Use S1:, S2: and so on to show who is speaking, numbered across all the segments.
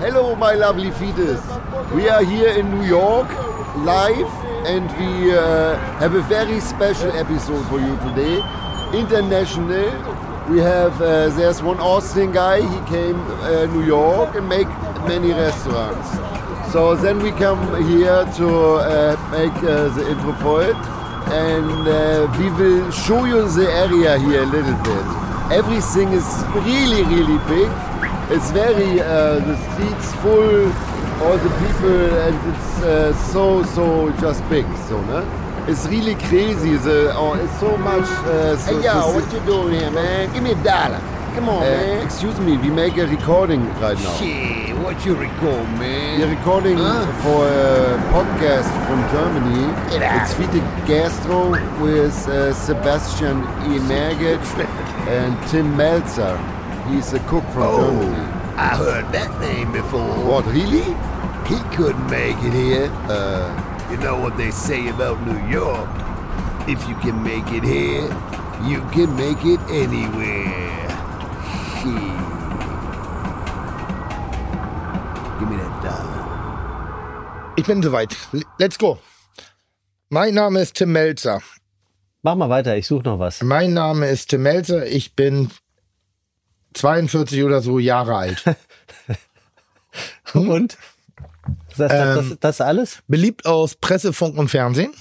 S1: Hello, my lovely fetus. We are here in New York live and we uh, have a very special episode for you today. International. We have, uh, there's one Austin guy, he came uh, New York and make many restaurants. So then we come here to uh, make uh, the Impropoid and uh, we will show you the area here a little bit. Everything is really, really big. It's very, uh, the streets full, all the people, and it's uh, so, so just big. So, ne? It's really crazy. The, oh, it's so much. Uh, so, so-
S2: you doing here, man? Give me a dollar. Come on,
S3: Eh,
S1: uh, excuse me, we make a recording right now.
S2: Shit, what you record, man?
S1: We're recording
S2: Huh?
S1: for a podcast from Germany.
S2: Get out.
S1: It's Vite Gastro with uh, Sebastian E. Merget and Tim Melzer. He's a cook from Germany.
S2: Oh, I heard that name before.
S1: What, really?
S2: He couldn't make it here.
S1: Uh,
S2: You know what they say about New York? If you can make it here, you can make it anywhere. Shit. Give me that dollar.
S3: Ich bin soweit. L- Let's go. Mein Name ist Tim Melzer.
S4: Mach mal weiter, ich suche noch was.
S3: Mein Name ist Tim Melzer. Ich bin 42 oder so Jahre alt.
S4: Und? Ähm. Das, das, das, das alles?
S3: Beliebt aus Presse, Funk und Fernsehen.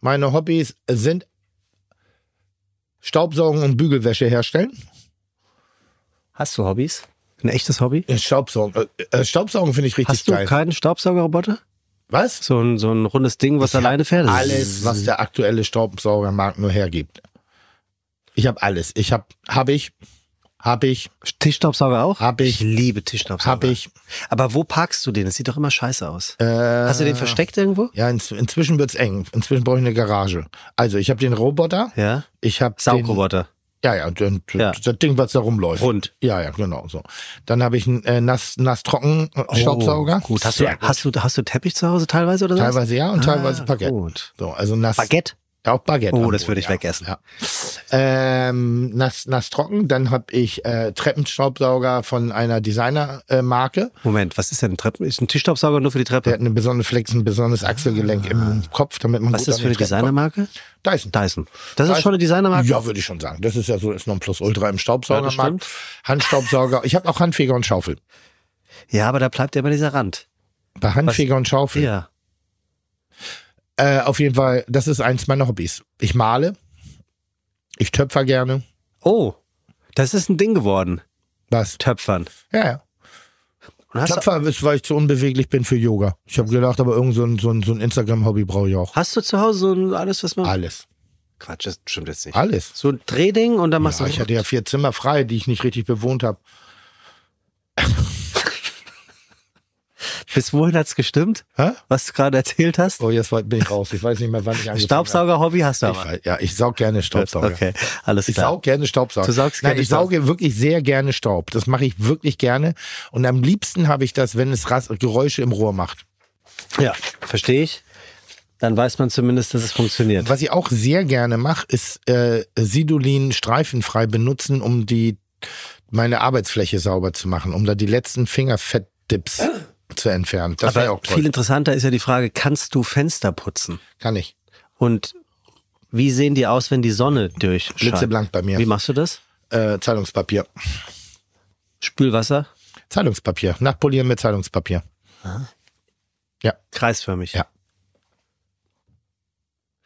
S3: Meine Hobbys sind Staubsaugen und Bügelwäsche herstellen.
S4: Hast du Hobbys? Ein echtes Hobby?
S3: Äh, Staubsaugen. Äh, äh, Staubsaugen finde ich richtig
S4: Hast du
S3: geil.
S4: keinen Staubsaugerroboter?
S3: Was?
S4: So ein, so ein rundes Ding, was alleine fährt?
S3: Alles, was der aktuelle Staubsaugermarkt nur hergibt. Ich habe alles. Ich habe, habe ich, habe ich,
S4: Tischstaubsauger auch?
S3: Hab ich.
S4: ich liebe Tischstaubsauger.
S3: habe ich. äh,
S4: Aber wo parkst du den? Das sieht doch immer scheiße aus. Hast du den versteckt irgendwo?
S3: Ja, inz- inzwischen wird's eng. Inzwischen brauche ich eine Garage. Also, ich habe den Roboter.
S4: Ja.
S3: Ich habe
S4: Saugroboter.
S3: Ja, ja, den,
S4: Ja.
S3: das Ding, was da rumläuft.
S4: Rund.
S3: Ja, ja, genau so. Dann habe ich einen äh, nass, nass trocken äh, Staubsauger.
S4: Oh, Gut. Hast, du,
S3: Sehr gut.
S4: hast, du, hast du Teppich zu Hause teilweise oder so? Ah,
S3: teilweise ja und teilweise Baguette.
S4: gut.
S3: So, also nass.
S4: Baguette?
S3: Ja, auch Baguette.
S4: Oh,
S3: am
S4: das
S3: Boden,
S4: würde ich
S3: ja.
S4: wegessen.
S3: Ja. Ähm, nass, nass trocken. Dann habe ich äh, Treppenstaubsauger von einer Designer-Marke. Äh, Marke.
S4: Moment, was ist denn ein Treppen? Ist ein Tischstaubsauger nur für die
S3: Der
S4: Treppe?
S3: hat eine besondere Flex, ein besonderes Achselgelenk im Kopf, damit man
S4: Ah. Was ist
S3: gut
S4: das
S3: an
S4: für eine
S3: die Treppe kommt.
S4: Designermarke?
S3: Dyson.
S4: Dyson. Das ist
S3: Dyson.
S4: schon eine Designermarke?
S3: Ja, würde ich schon sagen. Das ist ja so, ist noch ein Plus-Ultra im
S4: Ja, das
S3: Staubsaugermarkt.
S4: stimmt.
S3: Handstaubsauger. Ich habe auch Handfeger und Schaufel.
S4: Ja, aber da bleibt ja immer dieser Rand.
S3: Bei Handfeger und Schaufel.
S4: Ja.
S3: Äh, auf jeden Fall, das ist eins meiner Hobbys. Ich male. Ich töpfer gerne.
S4: Oh, das ist ein Ding geworden.
S3: Was?
S4: Töpfern.
S3: Ja, ja.
S4: Und hast, du,
S3: Töpfer ist, weil ich zu unbeweglich bin für Yoga. Ich habe gedacht, aber irgend so ein, so ein, so ein Instagram-Hobby brauche ich auch.
S4: hast du zu Hause so ein, alles, was man.
S3: Alles.
S4: Quatsch, das stimmt jetzt nicht.
S3: Alles.
S4: So ein Drehding und dann machst
S3: Ah. Ja,
S4: du.
S3: ich hatte ja vier Zimmer frei, die ich nicht richtig bewohnt habe.
S4: Bis wohin hat's gestimmt?
S3: Hä?
S4: Was du gerade erzählt hast?
S3: Oh, jetzt bin ich raus. Ich weiß nicht mehr, wann ich angefangen habe.
S4: Staubsauger-Hobby hast du
S3: Ich,
S4: aber.
S3: weiß- ja, ich saug gerne Staubsauger.
S4: Okay, alles
S3: Ich
S4: klar.
S3: saug gerne Staubsauger.
S4: Du saugst
S3: Nein,
S4: gerne
S3: ich sauge wirklich sehr gerne Staub. Das mache ich wirklich gerne. Und am liebsten habe ich das, wenn es Ras Geräusche im Rohr macht.
S4: Ja, verstehe ich. Dann weiß man zumindest, dass es funktioniert.
S3: Was ich auch sehr gerne mache, ist äh, Sidolin streifenfrei benutzen, um die meine Arbeitsfläche sauber zu machen, um da die letzten Fingerfettdips zu entfernen. Das wäre
S4: aber
S3: auch toll.
S4: viel interessanter ist ja die Frage, kannst du Fenster putzen?
S3: Kann ich.
S4: Und wie sehen die aus, wenn die Sonne durch?
S3: Blitzeblank bei mir.
S4: Wie machst du das?
S3: Äh, Zeitungspapier.
S4: Spülwasser?
S3: Zeitungspapier. Nachpolieren mit Zeitungspapier.
S4: Kreisförmig?
S3: Ja.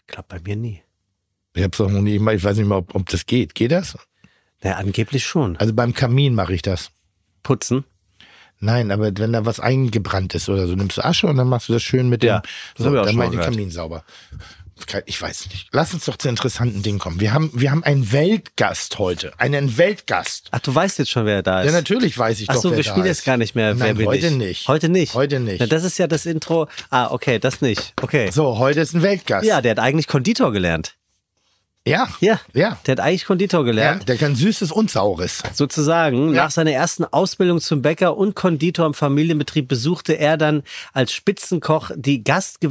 S4: Klappt bei mir nie.
S3: Ich hab's auch noch nie, ich weiß nicht mal, ob, ob das geht. Geht das?
S4: Naja, angeblich schon.
S3: Also beim Kamin mache ich das.
S4: Putzen?
S3: Nein, aber wenn da was eingebrannt ist oder so, nimmst du Asche und dann machst du das schön mit dem.
S4: Ja,
S3: so,
S4: das hab ich auch
S3: dann
S4: schon
S3: mach ich
S4: mal
S3: den
S4: gehört.
S3: Kamin sauber. Kein- Ich weiß nicht. Lass uns doch zu interessanten Dingen kommen. Wir haben, wir haben einen Weltgast heute. Einen Weltgast.
S4: Ach, du weißt jetzt schon, wer da ist.
S3: Ja, natürlich weiß ich
S4: Ach
S3: doch,
S4: so,
S3: wer
S4: wir
S3: da
S4: spielen
S3: ist.
S4: jetzt gar nicht mehr. wer
S3: Nein,
S4: bin
S3: heute
S4: ich.
S3: nicht.
S4: Heute nicht.
S3: Heute nicht. Also,
S4: Na, das ist ja das Intro. Ah, okay, das nicht. Okay.
S3: So, heute ist ein Weltgast.
S4: Ja, der hat eigentlich Konditor gelernt.
S3: Ja.
S4: Ja.
S3: Ja.
S4: Der hat eigentlich Konditor
S3: ja.
S4: gelernt.
S3: Der kann Süßes und Saures.
S4: Sozusagen,
S3: Ja.
S4: nach seiner ersten Ausbildung zum Bäcker und Konditor im Familienbetrieb besuchte er dann als Spitzenkoch die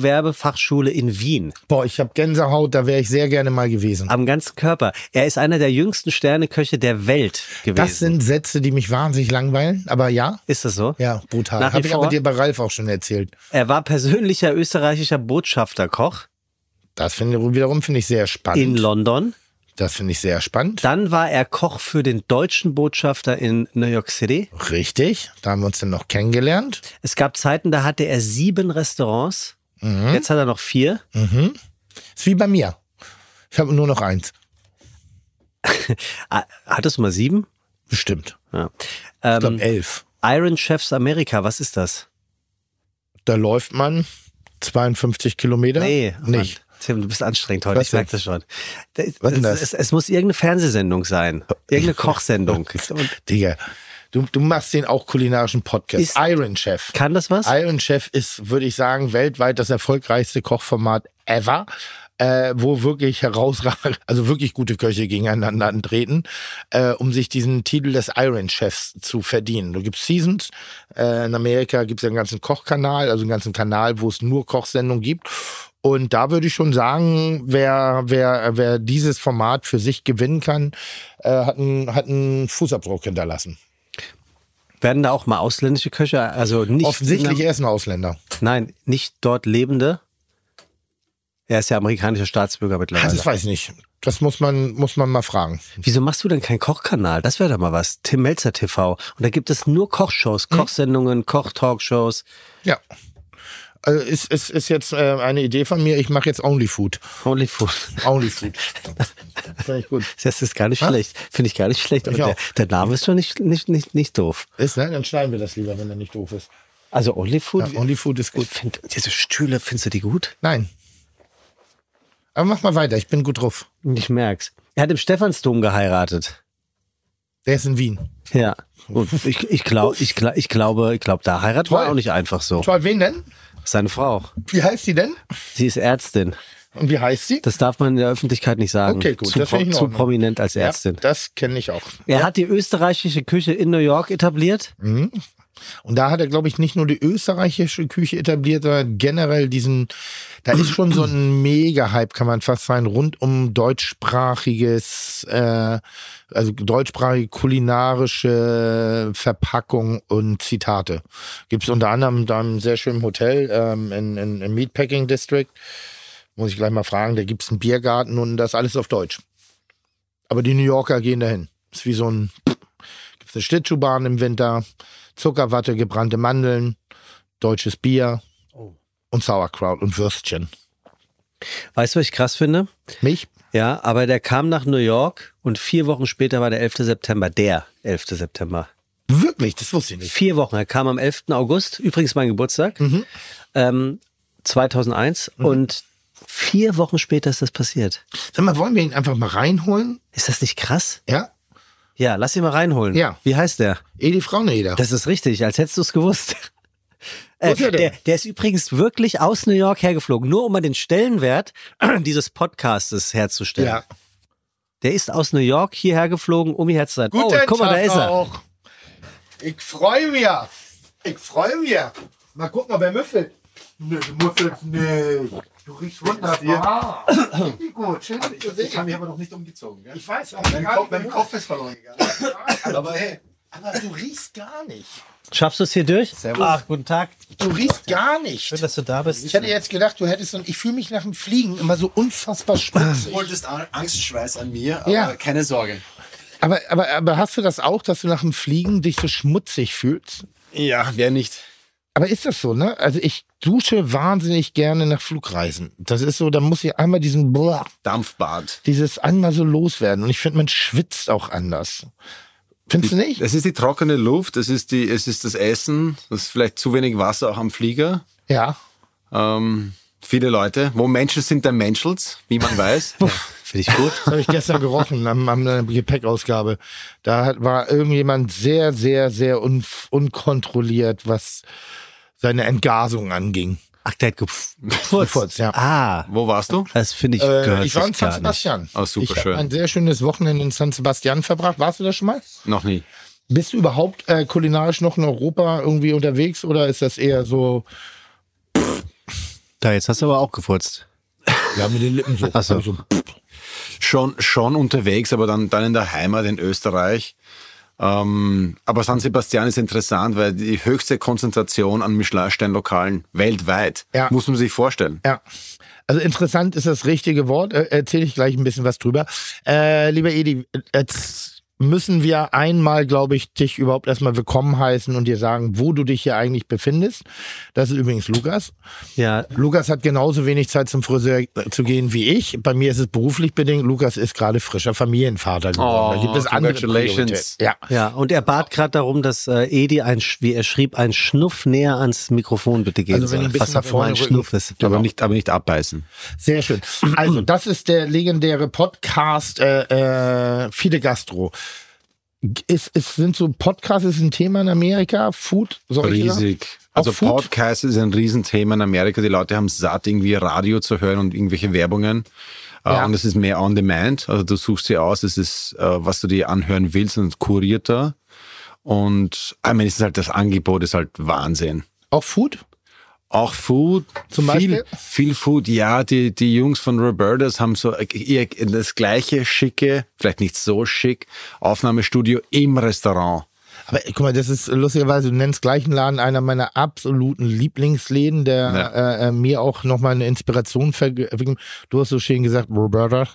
S4: Gastgewerbefachschule in Wien.
S3: Boah, ich habe Gänsehaut, da wäre ich sehr gerne mal gewesen.
S4: Am ganzen Körper. Er ist einer der jüngsten Sterneköche der Welt gewesen.
S3: Das sind Sätze, die mich wahnsinnig langweilen, aber ja.
S4: ist das so?
S3: Ja, brutal.
S4: Nach wie
S3: Habe ich
S4: vor?
S3: aber dir bei Ralf auch schon erzählt.
S4: Er war persönlicher österreichischer Botschafterkoch
S3: Das finde ich wiederum finde ich sehr spannend.
S4: in London.
S3: das finde ich sehr spannend.
S4: Dann war er Koch für den deutschen Botschafter in New York City.
S3: Richtig. Da haben wir uns dann noch kennengelernt.
S4: Es gab Zeiten, da hatte er sieben Restaurants.
S3: Mhm.
S4: Jetzt hat er noch vier.
S3: Ist wie bei mir. Ich habe nur noch eins.
S4: Ah, Hattest du mal sieben?
S3: Bestimmt.
S4: Ja.
S3: Ich glaube
S4: Ähm,
S3: elf.
S4: Iron Chefs America, was ist das?
S3: Da läuft man 52 Kilometer.
S4: Nee, oh Mann.
S3: Nicht.
S4: Tim, du bist anstrengend heute,
S3: Was
S4: ich merke das schon. Da-
S3: Was denn
S4: es,
S3: das?
S4: Es, es muss irgendeine Fernsehsendung sein, irgendeine Kochsendung. Und
S3: Digga. Du, du machst den auch kulinarischen Podcast.
S4: Ist-
S3: Iron Chef.
S4: kann das was?
S3: Iron Chef ist, würde ich sagen, weltweit das erfolgreichste Kochformat ever, äh, wo wirklich herausragend, also wirklich gute Köche gegeneinander antreten, äh, um sich diesen Titel des Iron Chefs zu verdienen. Du gibst Seasons, äh, in Amerika gibt es einen ganzen Kochkanal, also einen ganzen Kanal, wo es nur Kochsendungen gibt. Und da würde ich schon sagen, wer, wer, wer dieses Format für sich gewinnen kann, äh, hat, einen, hat einen Fußabdruck hinterlassen.
S4: Werden da auch mal ausländische Köche, also nicht
S3: Offensichtlich essen Ausländer.
S4: nein, nicht dort lebende? Er ist ja amerikanischer Staatsbürger
S3: Ah,
S4: mittlerweile.
S3: Das weiß ich nicht. Das muss man, muss man mal fragen.
S4: Wieso machst du denn keinen Kochkanal? Das wäre doch mal was. Tim Melzer TV. Und da gibt es nur
S3: Hm.
S4: Kochshows, Kochsendungen, Kochtalkshows.
S3: Ja. Also ist, ist, ist jetzt äh, eine Idee von mir. Ich mache jetzt Only Food.
S4: Only Food.
S3: Only Food. Finde ich gut.
S4: Das ist gar nicht schlecht. Finde ich gar nicht schlecht. Und
S3: Ich
S4: der, der Name ist schon nicht, nicht, nicht, nicht doof.
S3: Ist, ne? Dann schneiden wir das lieber, wenn er nicht doof ist.
S4: Also OnlyFood?
S3: Ja, Only Food ist gut.
S4: Find, diese Stühle, findest du die gut?
S3: Nein. Aber mach mal weiter. Ich bin gut drauf.
S4: Ich merk's. Er hat im Stephansdom geheiratet.
S3: Der ist in Wien.
S4: Ja. Und ich, ich, glaub, ich, gla- ich glaube, ich glaube, da heiratet war
S3: Toll.
S4: auch nicht einfach so.
S3: Toll, wen denn?
S4: Seine Frau.
S3: Wie heißt die denn?
S4: Sie ist Ärztin.
S3: Und wie heißt sie?
S4: Das darf man in der Öffentlichkeit nicht sagen.
S3: Okay, gut,
S4: Zu,
S3: das find ich in
S4: zu
S3: Ordnung.
S4: prominent als
S3: ja,
S4: Ärztin.
S3: das kenne ich auch.
S4: Er hat die österreichische Küche in New York etabliert.
S3: Mhm. Und da hat er, glaube ich, nicht nur die österreichische Küche etabliert, sondern generell diesen, da ist schon so ein Mega-Hype, kann man fast sagen, rund um deutschsprachiges, äh, also deutschsprachige kulinarische Verpackung und Zitate. Gibt es unter anderem da im sehr schönen Hotel ähm, in, in, im Meatpacking District. Muss ich gleich mal fragen, da gibt es einen Biergarten und das alles auf Deutsch. Aber die New Yorker gehen dahin. Ist wie so ein, gibt es eine Schlittschuhbahn im Winter. Zuckerwatte, gebrannte Mandeln, deutsches Bier
S1: Oh.
S3: und Sauerkraut und Würstchen.
S4: Weißt du, was ich krass finde?
S3: Mich?
S4: Ja, aber der kam nach New York und vier Wochen später war der 11. September. Der 11. September.
S3: Wirklich, das wusste ich nicht.
S4: Vier Wochen. Er kam am 11. August, übrigens mein Geburtstag,
S3: Mhm.
S4: ähm, 2001. Und vier Wochen später ist das passiert.
S3: Sag mal, wollen wir ihn einfach mal reinholen?
S4: Ist das nicht krass?
S3: Ja?
S4: Ja, lass ihn mal reinholen.
S3: Ja.
S4: Wie heißt der?
S3: Edi Frauneder.
S4: Das ist richtig, als hättest du es gewusst.
S3: Wo
S4: Äh,
S3: ist er
S4: der,
S3: denn?
S4: der, ist übrigens wirklich aus New York hergeflogen, nur um mal den Stellenwert dieses Podcastes herzustellen.
S3: ja.
S4: Der ist aus New York hierher geflogen, um hierher zu sein.
S3: Guten
S4: oh, guck mal,
S3: Tag
S4: da ist er.
S3: auch. Ich freue mich. Ich freue mich. Mal gucken, ob er müffelt.
S1: Nö, du muffelst nicht. Du riechst wunderbar. Richtig gut. Schön, dich zu
S5: Ich habe
S1: sehen.
S5: mich aber noch nicht umgezogen. Gell?
S1: Ich weiß, aber
S5: Mein,
S1: gar
S5: Kopf,
S1: nicht
S5: mein
S1: gewusst.
S5: Kopf ist verloren gegangen. aber hey,
S1: Aber du riechst gar nicht.
S4: Schaffst du es hier durch?
S5: Servus.
S4: Ach, guten Tag.
S1: Du riechst gar nicht.
S4: Schön, dass du da bist.
S1: Ich hätte jetzt gedacht, du hättest so ein, ich fühle mich nach dem Fliegen immer so unfassbar schmutzig.
S5: du wolltest An- Angstschweiß an mir, aber
S3: Ja.
S5: keine Sorge.
S3: Aber, aber, aber hast du das auch, dass du nach dem Fliegen dich so schmutzig fühlst?
S5: Ja, wer nicht?
S3: Aber ist das so, ne? Also ich dusche wahnsinnig gerne nach Flugreisen. Das ist so, da muss ich einmal diesen Blah,
S5: Dampfbad.
S3: dieses einmal so loswerden. Und ich finde, man schwitzt auch anders. Findest du nicht?
S5: Es ist die trockene Luft, es ist, die, es ist das Essen, es ist vielleicht zu wenig Wasser auch am Flieger.
S3: Ja.
S5: Ähm, viele Leute. Wo Menschen sind, da Menschels, wie man weiß.
S4: Finde ich gut.
S3: Das habe ich gestern gerochen am, am äh, Gepäckausgabe. Da hat, war irgendjemand sehr, sehr, sehr un, unkontrolliert, was seine Entgasung anging.
S4: Ach, der hat gepf-
S3: Furz,
S4: gefurzt.
S3: ja.
S4: Ah,
S5: Wo warst du?
S4: das finde ich
S3: Äh,
S4: gehört
S3: ich war in
S4: sich
S3: San
S4: gar
S3: Sebastian.
S5: Ah, super
S3: ich hab
S5: schön.
S3: Ein sehr schönes Wochenende in San Sebastian verbracht. Warst du da schon mal?
S5: Noch nie.
S3: Bist du überhaupt äh, kulinarisch noch in Europa irgendwie unterwegs oder ist das eher so?
S4: Nicht. Da, jetzt hast du aber auch gefurzt.
S3: Ja, mit den Lippen so.
S4: Ach so.
S3: Also,
S5: Schon, schon unterwegs, aber dann, dann in der Heimat in Österreich. Ähm, aber San Sebastian ist interessant, weil die höchste Konzentration an Michelin-Stern-Lokalen weltweit,
S3: Ja.
S5: muss man sich vorstellen.
S3: ja. Also interessant ist das richtige Wort. Äh, Erzähle ich gleich ein bisschen was drüber. Äh, lieber Edi, jetzt müssen wir einmal, glaube ich, dich überhaupt erstmal willkommen heißen und dir sagen, wo du dich hier eigentlich befindest. Das ist übrigens Lukas.
S4: Ja,
S3: Lukas hat genauso wenig Zeit zum Friseur zu gehen wie ich. Bei mir ist es beruflich bedingt. Lukas ist gerade frischer Familienvater geworden. da
S5: Oh,
S3: gibt es andere
S5: congratulations.
S3: Prioritäten. Ja.
S4: ja. Und er bat gerade darum, dass äh, Edi, ein, Sch- wie er schrieb, einen Schnuff näher ans Mikrofon bitte gehen
S3: Also wenn ihr ein
S4: soll.
S3: bisschen
S4: Was
S3: nach
S4: auch immer ein
S3: vorne rücken- genau.
S4: Schnuff ist.
S5: Aber, nicht, aber nicht abbeißen.
S3: Sehr schön. Also, das ist der legendäre Podcast äh, äh, Fide Gastro. Ist, ist, sind so Podcasts ist ein Thema in Amerika? Food? solche Sachen?
S5: Riesig.
S3: Auch
S5: Also
S3: Food?
S5: Podcast ist ein Riesenthema in Amerika. Die Leute haben es satt, irgendwie Radio zu hören und irgendwelche Werbungen. Äh,
S3: Ja.
S5: Und es ist mehr on demand. Also du suchst sie aus, es ist, äh, was du dir anhören willst und kurierter. Und ich meine, es ist halt das Angebot ist halt Wahnsinn.
S3: Auch Food?
S5: Auch Food,
S3: Zum
S5: viel,
S3: Beispiel?
S5: viel Food. Ja, die, die Jungs von Robertas haben so äh, ihr das gleiche schicke, vielleicht nicht so schick, Aufnahmestudio im Restaurant.
S3: Aber äh, guck mal, das ist äh, lustigerweise, du nennst gleichen Laden einer meiner absoluten Lieblingsläden, der äh, äh, mir auch nochmal eine Inspiration vergeben. Du hast so schön gesagt, Roberta.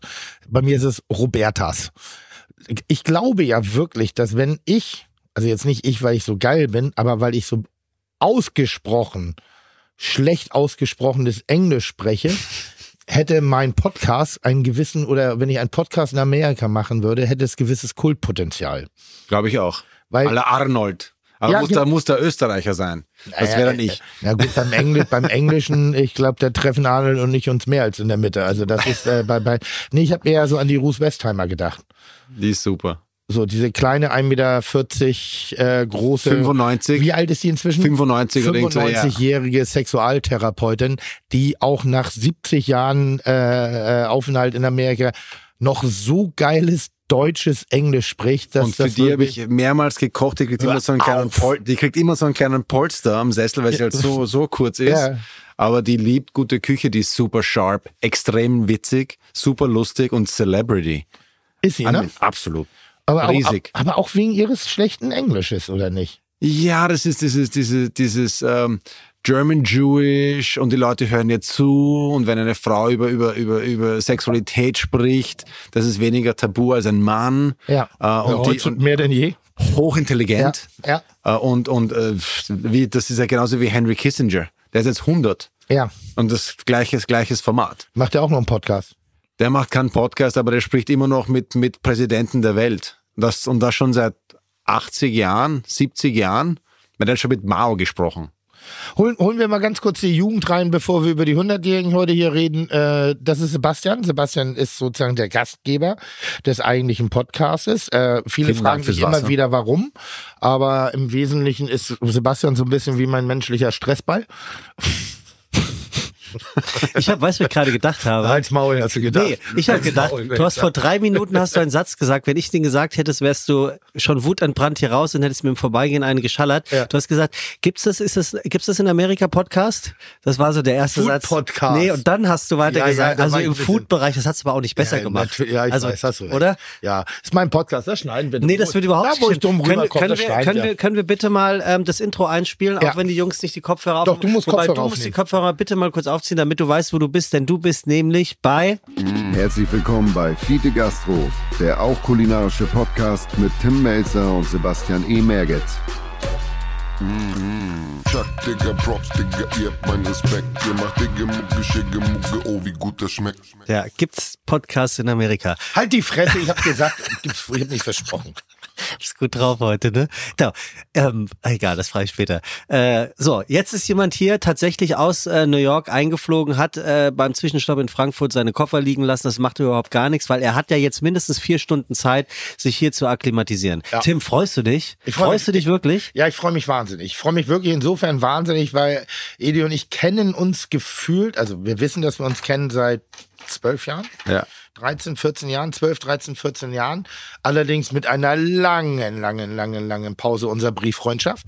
S3: Bei mir ist es Robertas. Ich glaube ja wirklich, dass wenn ich, also jetzt nicht ich, weil ich so geil bin, aber weil ich so ausgesprochen, schlecht ausgesprochenes Englisch spreche, hätte mein Podcast einen gewissen, oder wenn ich einen Podcast in Amerika machen würde, hätte es gewisses Kultpotenzial.
S5: Glaube ich auch.
S3: Weil-
S5: Aller Arnold. Aber
S3: Ja, genau. äh,
S5: muss,
S3: ge-
S5: da muss der Österreicher sein. Das wäre dann ich.
S3: Na gut, beim, Engl beim Englischen, ich glaube, da treffen Adel und ich uns mehr als in der Mitte. Also das ist äh, bei, bei. Nee, ich habe eher so an die Ruth Westheimer gedacht.
S5: Die ist super.
S3: So, diese kleine 1,40 Meter äh, große.
S5: 95.
S3: Wie alt ist die inzwischen?
S5: 95 oder irgend so, ja.
S3: 95-jährige Sexualtherapeutin, die auch nach 70 Jahren äh, äh, Aufenthalt in Amerika noch so geiles deutsches Englisch spricht, dass
S5: und für
S3: das
S5: die habe
S3: wirklich-
S5: ich mehrmals gekocht. Die kriegt, immer so, einen kleinen Pol die kriegt immer so einen kleinen Polster am Sessel, weil sie halt so, so kurz ist.
S3: Ja.
S5: Aber die liebt gute Küche, die ist super sharp, extrem witzig, super lustig und Celebrity.
S3: ist sie, ne?
S5: Amen. Absolut.
S3: Aber auch,
S5: riesig.
S3: aber auch wegen ihres schlechten Englisches, oder nicht?
S5: Ja, das ist dieses, dieses, dieses ähm, German Jewish und die Leute hören ihr zu und wenn eine Frau über, über, über, über Sexualität spricht, das ist weniger tabu als ein Mann.
S3: Ja.
S5: Äh, und, die,
S3: Heutzutage
S5: und
S3: mehr denn je.
S5: hochintelligent.
S3: Ja,
S5: Äh, und und äh, wie, das ist ja genauso wie Henry Kissinger. Der ist jetzt 100
S3: Ja.
S5: und das gleiches, gleiches Format.
S3: Macht ja auch noch einen Podcast.
S5: Der macht keinen Podcast, aber der spricht immer noch mit, mit Präsidenten der Welt. Das, und das schon seit 80 Jahren, 70 Jahren. Man hat schon mit Mao gesprochen.
S3: Holen, holen wir mal ganz kurz die Jugend rein, bevor wir über die 100-Jährigen heute hier reden. Äh, das ist Sebastian. Sebastian ist sozusagen der Gastgeber des eigentlichen Podcastes. Äh, viele
S5: Vielen
S3: fragen
S5: Dank
S3: sich
S5: fürs Wasser.
S3: immer wieder, warum. Aber im Wesentlichen ist Sebastian so ein bisschen wie mein menschlicher Stressball.
S4: Ich hab, weißt du, was ich gerade gedacht habe?
S3: Maul hast du
S4: Nee, ich habe gedacht, du hast vor drei Minuten hast du einen Satz gesagt. Wenn ich den gesagt hättest, wärst du schon wutentbrannt hier raus und hättest mit dem Vorbeigehen einen geschallert.
S3: Ja.
S4: Du hast gesagt, gibt's das, ist das, gibt's das in Amerika Podcast? Das war so der erste
S3: Food
S4: Satz.
S3: Podcast.
S4: Nee, und dann hast du weiter
S3: Ja, ja, da
S4: gesagt,
S3: war
S4: also
S3: ich ein
S4: im
S3: bisschen-
S4: Food-Bereich, das hat's aber auch nicht besser gemacht.
S3: natürlich- Ja, ich
S4: also,
S3: weiß, hast du recht.
S4: Oder?
S3: Ja, ist mein Podcast, da schneiden wir.
S4: Nee, das wird überhaupt
S3: Da, wo ich
S4: nicht stimmen.
S3: dumm
S4: können,
S3: rüberkomme,
S4: können,
S3: das
S4: wir,
S3: schneiden
S4: können,
S3: wir.
S4: wir, können wir bitte mal ähm, das Intro einspielen,
S3: Ja.
S4: auch wenn die Jungs nicht die Kopfhörer
S3: Doch,
S4: aufhaben?
S3: du musst
S4: Wobei,
S3: Kopfhörer
S4: du musst die
S3: aufnehmen.
S4: Kopfhörer bitte mal kurz aufziehen, damit du weißt, wo du bist, denn du bist nämlich bei...
S2: Herzlich willkommen bei Fiete Gastro, der auch kulinarische Podcast mit Tim Melzer und Sebastian E. Merget.
S6: Chuck, Digga, Props, Digga, ihr habt meinen Respekt. Ihr macht Digga, Mucke, Schicke, Mucke, oh, wie gut das schmeckt.
S4: Ja, gibt's Podcasts in Amerika?
S3: Halt die Fresse, ich habe gesagt, gibt's- ich habe nicht versprochen.
S4: Ist gut drauf heute, ne? Genau. Ähm, egal, das frage ich später. Äh, so, jetzt ist jemand hier tatsächlich aus äh, New York eingeflogen, hat äh, beim Zwischenstopp in Frankfurt seine Koffer liegen lassen. Das macht überhaupt gar nichts, weil er hat ja jetzt mindestens vier Stunden Zeit, sich hier zu akklimatisieren. Tim, freust du dich?
S3: Ich freu
S4: freust du
S3: mich.
S4: dich wirklich?
S3: Ja, ich freue mich wahnsinnig. Ich freue mich wirklich insofern wahnsinnig, weil Edi und ich kennen uns gefühlt, also wir wissen, dass wir uns kennen seit zwölf Jahren.
S5: Ja.
S3: 13, 14 Jahren, 12, 13, 14 Jahren. Allerdings mit einer langen, langen, langen, langen Pause unserer Brieffreundschaft.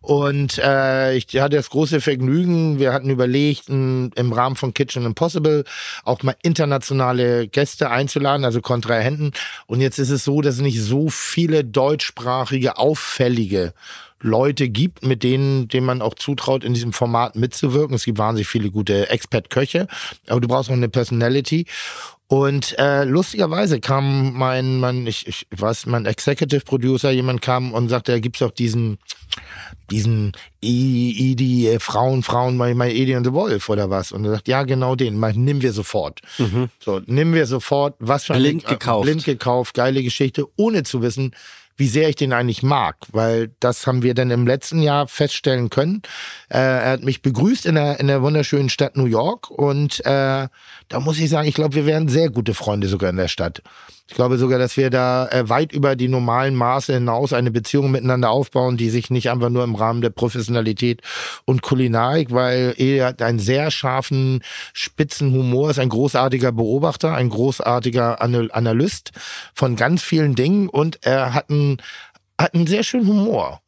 S3: Und äh, ich hatte das große Vergnügen, wir hatten überlegt, m, im Rahmen von Kitchen Impossible auch mal internationale Gäste einzuladen, also Kontrahenten. Und jetzt ist es so, dass es nicht so viele deutschsprachige, auffällige Leute gibt, mit denen, denen man auch zutraut, in diesem Format mitzuwirken. Es gibt wahnsinnig viele gute Expert-Köche, aber du brauchst auch eine Personality. Und äh, lustigerweise kam mein, mein ich, ich weiß, mein Executive Producer, jemand kam und sagte, da gibt's doch diesen, diesen I- Idi, äh, Frauen, Frauen, mein, mein Edi und the Wolf oder was. Und er sagt, ja, genau den, mein, nimm wir sofort. So, nimm wir sofort, was für ein-
S4: Mhm. Blind
S3: äh,
S4: gekauft.
S3: Blind gekauft, geile Geschichte, ohne zu wissen, wie sehr ich den eigentlich mag, weil das haben wir dann im letzten Jahr feststellen können. Äh, er hat mich begrüßt in der, in der wunderschönen Stadt New York und äh, da muss ich sagen, ich glaube, wir wären sehr gute Freunde sogar in der Stadt. Ich glaube sogar, dass wir da äh, weit über die normalen Maße hinaus eine Beziehung miteinander aufbauen, die sich nicht einfach nur im Rahmen der Professionalität und Kulinarik, weil er hat einen sehr scharfen, spitzen Humor, ist ein großartiger Beobachter, ein großartiger Anal- Analyst von ganz vielen Dingen und er hat einen, hat einen sehr schönen Humor.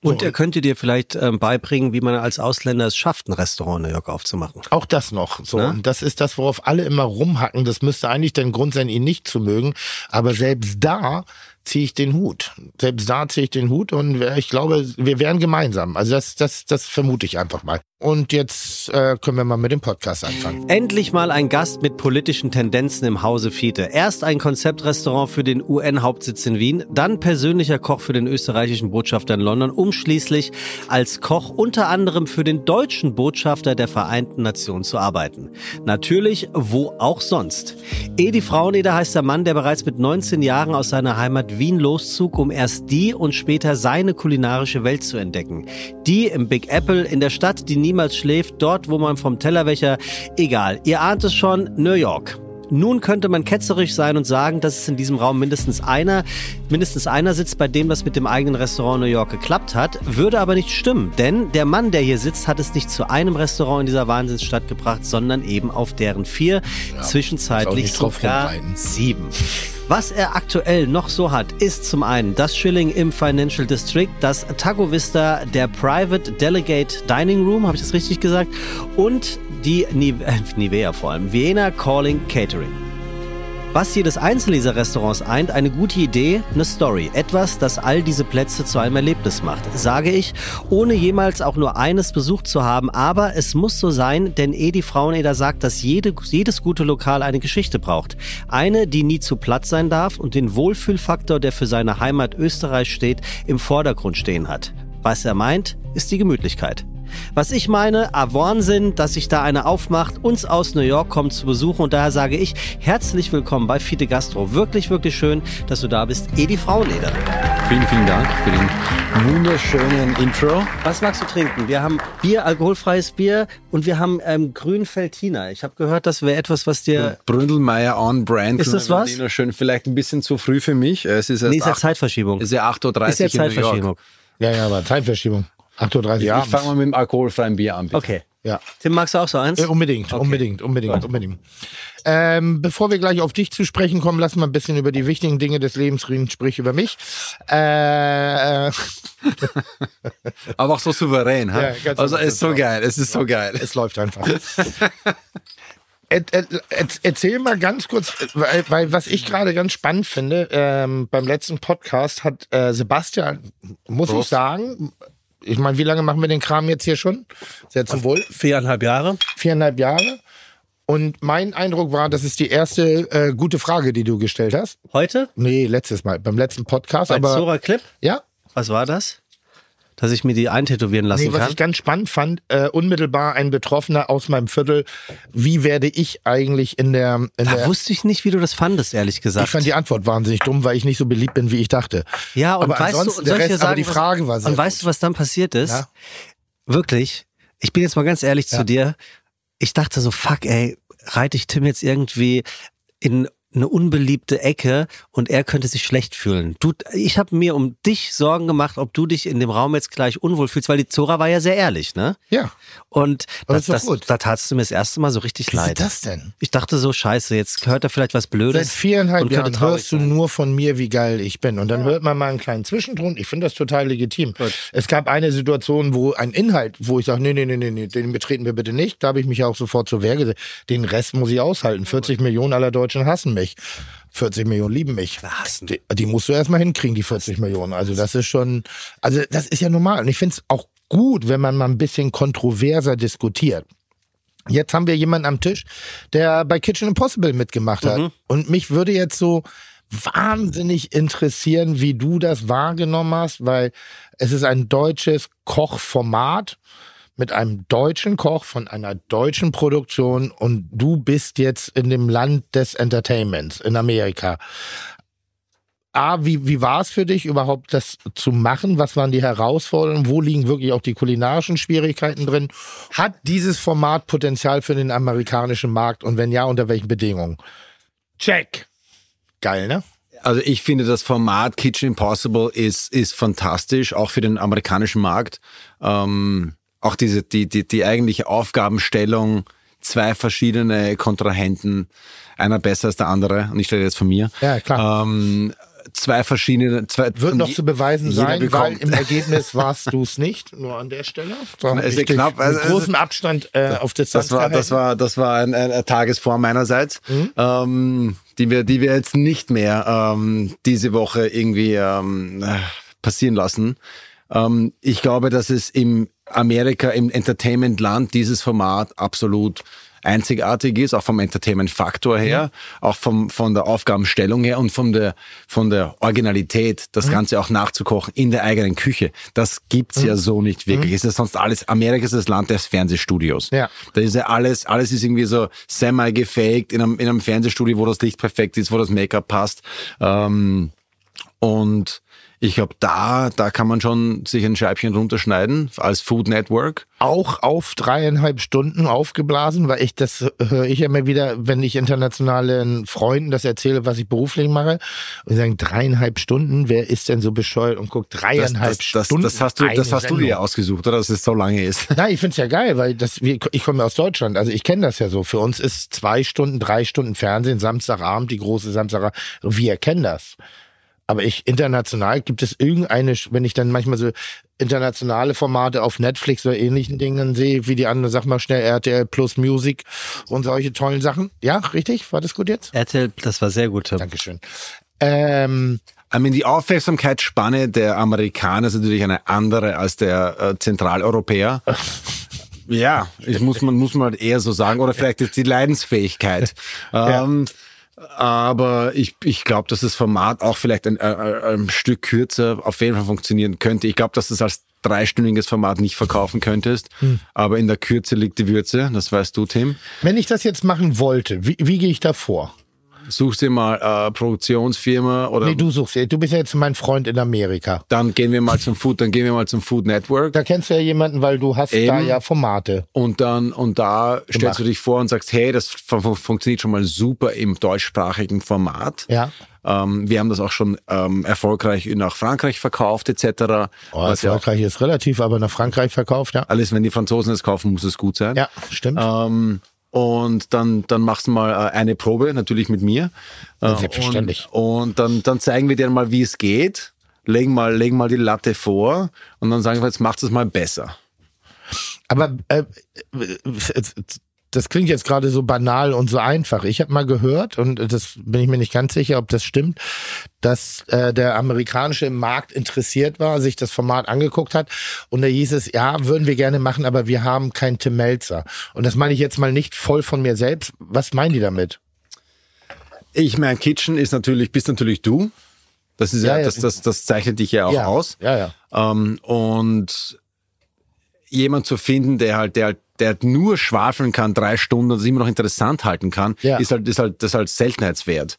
S4: Und er könnte dir vielleicht ähm, beibringen, wie man als Ausländer es schafft, ein Restaurant in New York aufzumachen.
S3: Auch das noch. So.
S5: Ne?
S3: Und das ist das, worauf alle immer rumhacken. Das müsste eigentlich der Grund sein, ihn nicht zu mögen. Aber selbst da ziehe ich den Hut. Selbst da ziehe ich den Hut und wer- ich glaube, wir wären gemeinsam. Also das, das, das vermute ich einfach mal. Und jetzt äh, können wir mal mit dem Podcast anfangen.
S4: Endlich mal ein Gast mit politischen Tendenzen im Hause Fiete. Erst ein Konzeptrestaurant für den UN-Hauptsitz in Wien, dann persönlicher Koch für den österreichischen Botschafter in London, um schließlich als Koch unter anderem für den deutschen Botschafter der Vereinten Nationen zu arbeiten. Natürlich, wo auch sonst. Edi Fraueneder heißt der Mann, der bereits mit 19 Jahren aus seiner Heimat Wien loszog, um erst die und später seine kulinarische Welt zu entdecken. Die im Big Apple, in der Stadt, die niemals schläft, dort, wo man vom Tellerwäscher, egal, ihr ahnt es schon, New York. Nun könnte man ketzerisch sein und sagen, dass es in diesem Raum mindestens einer, mindestens einer sitzt, bei dem das mit dem eigenen Restaurant New York geklappt hat, würde aber nicht stimmen, denn der Mann, der hier sitzt, hat es nicht zu einem Restaurant in dieser Wahnsinnsstadt gebracht, sondern eben auf deren vier, zwischenzeitlich
S3: ist auch nicht drauf
S4: sogar
S3: rumreiten.
S4: sieben. Was er aktuell noch so hat, ist zum einen das Schilling im Financial District, das Taco Vista, der Private Delegate Dining Room, habe ich das richtig gesagt, und die Nive äh, Nivea vor allem, Vienna Calling Catering. Was jedes einzelne dieser Restaurants eint, eine gute Idee, eine Story. Etwas, das all diese Plätze zu einem Erlebnis macht, sage ich, ohne jemals auch nur eines besucht zu haben. Aber es muss so sein, denn Edi Fraueneder sagt, dass jede, jedes gute Lokal eine Geschichte braucht. Eine, die nie zu platt sein darf und den Wohlfühlfaktor, der für seine Heimat Österreich steht, im Vordergrund stehen hat. Was er meint, ist die Gemütlichkeit. Was ich meine, ah Wahnsinn, dass sich da einer aufmacht, uns aus New York kommt zu besuchen und daher sage ich herzlich willkommen bei Fiete Gastro. Wirklich, wirklich schön, dass du da bist, Edi Fraueneder.
S5: Vielen, vielen Dank für den wunderschönen Intro.
S4: Was magst du trinken? Wir haben Bier, alkoholfreies Bier und wir haben ähm, Grünfeldiner. Ich habe gehört, das wäre etwas, was dir...
S5: Bründelmeier on Brand.
S4: Ist das was?
S5: Schön, vielleicht ein bisschen zu früh für mich. Es ist erst
S4: Nee, ist ja
S5: acht-
S4: Zeitverschiebung.
S5: Es ist ja 8.30 Uhr.
S4: ist ja
S5: In New York.
S4: Zeitverschiebung.
S3: Ja, ja, aber Zeitverschiebung. 8.30 Uhr
S5: Ja, ich fange
S3: abends.
S5: mal mit dem alkoholfreien Bier an. bitte.
S4: Okay.
S3: Ja.
S4: Tim, magst du auch so eins?
S3: Äh, unbedingt, unbedingt, unbedingt, unbedingt. Ähm, bevor wir gleich auf dich zu sprechen kommen, lass mal ein bisschen über die wichtigen Dinge des Lebens reden, sprich über mich. Äh, äh,
S5: Aber auch so souverän.
S3: Ja,
S5: ha?
S3: ganz
S5: also
S3: einfach.
S5: es ist so geil, es ist so geil.
S3: es läuft einfach. Et- et- et- Erzähl mal ganz kurz, weil, weil was ich gerade ganz spannend finde, ähm, beim letzten Podcast hat äh, Sebastian, muss ich sagen, ich meine, wie lange machen wir den Kram jetzt hier schon? Sehr zum Wohl.
S4: Viereinhalb Jahre.
S3: viereinhalb Jahre. Und mein Eindruck war, das ist die erste äh, gute Frage, die du gestellt hast.
S4: Heute?
S3: Nee, letztes Mal, beim letzten Podcast.
S4: Bei
S3: aber
S4: Zora Clip?
S3: ja,
S4: Was war das? dass ich mir die eintätowieren lassen
S3: Nee, was
S4: kann.
S3: ich ganz spannend fand, äh, unmittelbar ein Betroffener aus meinem Viertel, wie werde ich eigentlich in der... In
S4: da
S3: der
S4: wusste ich nicht, wie du das fandest, ehrlich gesagt.
S3: ich fand die Antwort wahnsinnig dumm, weil ich nicht so beliebt bin, wie ich dachte.
S4: ja, und
S3: aber
S4: weißt du,
S3: ansonsten
S4: und
S3: der
S4: soll
S3: Rest,
S4: ich dir
S3: aber
S4: sagen,
S3: die Frage war
S4: was,
S3: sehr
S4: und weißt du, was dann passiert ist?
S3: Ja.
S4: Wirklich, ich bin jetzt mal ganz ehrlich
S3: Ja.
S4: zu dir. Ich dachte so, fuck, ey, reite ich Tim jetzt irgendwie in eine unbeliebte Ecke und er könnte sich schlecht fühlen. Du, ich habe mir um dich Sorgen gemacht, ob du dich in dem Raum jetzt gleich unwohl fühlst, weil die Zora war ja sehr ehrlich, ne?
S3: Ja,
S4: Und
S3: Aber
S4: das,
S3: ist doch
S4: das,
S3: gut.
S4: da tatst du mir das erste Mal so richtig
S3: was ist
S4: leid.
S3: das denn?
S4: Ich dachte so, scheiße, jetzt hört er vielleicht was
S3: Seit
S4: Blödes.
S3: viereinhalb
S4: und könnte
S3: Jahren
S4: traurig
S3: hörst du
S4: sein.
S3: nur von mir, wie geil ich bin. Und dann hört man mal einen kleinen Zwischenton. Ich finde das total legitim. Es gab eine Situation, wo ein Inhalt, wo ich sage, nee, nee, nee, nee, nee, den betreten wir bitte nicht. Da habe ich mich ja auch sofort zur Wehr gesetzt. Den Rest muss ich aushalten. 40 Millionen aller Deutschen hassen mich. 40 Millionen lieben mich.
S4: Hassen.
S3: Die, die musst du erstmal hinkriegen, die 40 Millionen. Also das ist schon, also das ist ja normal. Und ich finde es auch gut, wenn man mal ein bisschen kontroverser diskutiert. Jetzt haben wir jemanden am Tisch, der bei Kitchen Impossible mitgemacht hat. Und mich würde jetzt so wahnsinnig interessieren, wie du das wahrgenommen hast, weil es ist ein deutsches Kochformat mit einem deutschen Koch von einer deutschen Produktion und du bist jetzt in dem Land des Entertainments in Amerika. A, wie, wie war es für dich überhaupt, das zu machen? Was waren die Herausforderungen? Wo liegen wirklich auch die kulinarischen Schwierigkeiten drin? Hat dieses Format Potenzial für den amerikanischen Markt und wenn ja, unter welchen Bedingungen? Check. Geil, ne?
S5: Also ich finde, das Format Kitchen Impossible ist, ist fantastisch, auch für den amerikanischen Markt. Ähm, auch diese, die, die, die eigentliche Aufgabenstellung, zwei verschiedene Kontrahenten, einer besser als der andere, und ich rede jetzt von mir.
S3: Ja, klar.
S5: Ähm, zwei verschiedene, zwei,
S3: Wird
S5: und
S3: noch
S5: je-
S3: zu beweisen
S5: jeder
S3: sein, weil
S5: bekommt-
S3: im Ergebnis warst du es nicht, nur an der Stelle. Da hab
S5: Es ist
S3: ich dich
S5: knapp, also
S3: mit
S5: es ist-
S3: großem Abstand äh, auf Distanz
S5: Das war, das
S3: gehalten.
S5: war, das war ein, ein, ein Tagesform meinerseits,
S3: Mhm.
S5: ähm, die, wir, die wir jetzt nicht mehr ähm, diese Woche irgendwie ähm, äh, passieren lassen. Ähm, ich glaube, dass es im Amerika, im Entertainment-Land, dieses Format absolut einzigartig ist, auch vom Entertainment-Faktor her, auch vom, von der Aufgabenstellung her und von der, von der Originalität, das Ganze auch nachzukochen in der eigenen Küche. Das gibt's ja so nicht wirklich. Es ist sonst alles, Amerika ist das Land des Fernsehstudios.
S3: Ja.
S5: Da ist ja alles, alles ist irgendwie so semi-gefaked in einem, in einem Fernsehstudio, wo das Licht perfekt ist, wo das Make-up passt. Ähm, und ich glaube, da, da kann man schon sich ein Scheibchen runterschneiden als Food Network.
S3: auch auf dreieinhalb Stunden aufgeblasen, weil ich das höre ich immer wieder, wenn ich internationalen Freunden das erzähle, was ich beruflich mache, und die sagen dreieinhalb Stunden, wer ist denn so bescheuert und guckt
S5: Das,
S3: dreieinhalb
S5: das, das,
S3: Stunden?
S5: das hast du,
S3: eine
S5: das hast du
S3: Sendung?
S5: dir ausgesucht, oder? Dass es so lange ist.
S3: Nein, ich find's ja geil, weil das, wir, ich komme ja aus Deutschland, also ich kenne das ja so. Für uns ist zwei Stunden, drei Stunden Fernsehen, Samstagabend, die große Samstagabend. Wir kennen das. Aber ich, international gibt es irgendeine, Sch- wenn ich dann manchmal so internationale Formate auf Netflix oder ähnlichen Dingen sehe, wie die andere, sag mal schnell RTL Plus Music und solche tollen Sachen. Ja, richtig? War das gut jetzt?
S4: RTL, das war sehr gut. Tim.
S3: Dankeschön. Ähm,
S5: I mean, die Aufmerksamkeitsspanne der Amerikaner ist natürlich eine andere als der äh, Zentraleuropäer. ja, ich muss man muss man halt eher so sagen oder vielleicht ist die Leidensfähigkeit. Ähm, Aber ich, ich glaube, dass das Format auch vielleicht ein, äh, ein Stück kürzer auf jeden Fall funktionieren könnte. Ich glaube, dass du es als dreistündiges Format nicht verkaufen könntest.
S3: Hm.
S5: Aber in der Kürze liegt die Würze, das weißt du, Tim.
S3: wenn ich das jetzt machen wollte, wie, wie gehe ich da vor?
S5: Such dir mal äh, Produktionsfirma oder
S3: Nee, du suchst, du bist ja jetzt mein Freund in Amerika.
S5: dann gehen wir mal zum Food, dann gehen wir mal zum Food Network.
S3: Da kennst du ja jemanden, weil du hast da
S5: Eben.
S3: ja Formate.
S5: Und dann, und da stellst du dich vor und sagst, hey, das fun fun funktioniert schon mal super im deutschsprachigen Format.
S3: Ja.
S5: Ähm, wir haben das auch schon ähm, erfolgreich nach Frankreich verkauft, etc.
S3: Oh, erfolgreich ist relativ, aber nach Frankreich verkauft, ja.
S5: Alles, wenn die Franzosen es kaufen, muss es gut sein.
S3: Ja, stimmt.
S5: Ähm, und dann, dann machst du mal äh, eine Probe, natürlich mit mir. Äh,
S3: Selbstverständlich.
S5: Und, und dann, dann zeigen wir dir mal, wie es geht. Legen mal, legen mal die Latte vor und dann sagen wir, jetzt macht es mal besser.
S3: Aber äh, das klingt jetzt gerade so banal und so einfach. Ich habe mal gehört, und das bin ich mir nicht ganz sicher, ob das stimmt, dass äh, der amerikanische Markt interessiert war, sich das Format angeguckt hat und da hieß es, ja, würden wir gerne machen, aber wir haben keinen Tim Melzer. Und das meine ich jetzt mal nicht voll von mir selbst. Was meinen die damit?
S5: Ich meine, Kitchen ist natürlich, bist natürlich du. Das ist
S3: Ja,
S5: ja,
S3: ja.
S5: Das, das, das zeichnet dich ja auch
S3: ja.
S5: aus.
S3: Ja, ja.
S5: Ähm, und jemand zu finden, der halt, der halt, der halt nur schwafeln kann, drei Stunden und es immer noch interessant halten kann,
S3: Ja.
S5: ist halt, ist halt, das ist halt Seltenheitswert.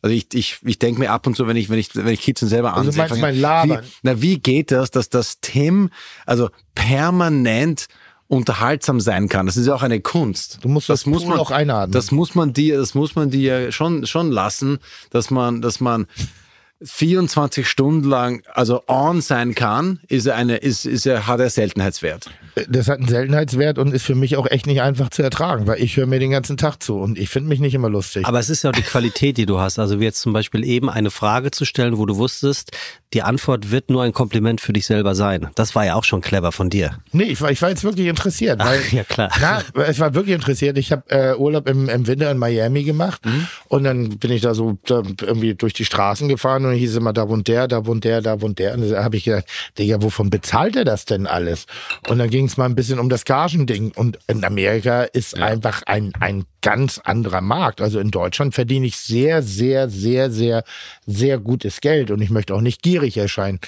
S5: Also ich, ich, ich denke mir ab und zu, wenn ich, wenn ich, wenn ich Kitzen selber
S3: Also du
S5: ansehe,
S3: meinst
S5: frag ich,
S3: mein Labern?
S5: Wie, na, wie geht das, dass das Tim also permanent unterhaltsam sein kann? Das ist ja auch eine Kunst.
S3: Du musst das Pool auch einatmen.
S5: Das muss man dir, das muss man dir schon, schon lassen, dass man, dass man 24 Stunden lang, also on sein kann, ist er eine, ist, ist er, hat er Seltenheitswert.
S3: Das hat einen Seltenheitswert und ist für mich auch echt nicht einfach zu ertragen, weil ich höre mir den ganzen Tag zu und ich finde mich nicht immer lustig.
S4: Aber es ist ja auch die Qualität, die du hast. Also wie jetzt zum Beispiel eben eine Frage zu stellen, wo du wusstest, die Antwort wird nur ein Kompliment für dich selber sein. Das war ja auch schon clever von dir.
S3: Nee, ich war, ich war jetzt wirklich interessiert. Weil,
S4: ja, klar.
S3: Na, ich war wirklich interessiert. Ich habe äh, Urlaub im, im Winter in Miami gemacht und dann bin ich da so da irgendwie durch die Straßen gefahren und hieß immer, da wohnt der, da wohnt der, da wohnt der. Und da habe ich gedacht, Digga, wovon bezahlt er das denn alles? Und dann ging es mal ein bisschen um das Gagending. Und in Amerika ist einfach ein, ein ganz anderer Markt. Also in Deutschland verdiene ich sehr, sehr, sehr, sehr, sehr gutes Geld und ich möchte auch nicht gierig erscheinen.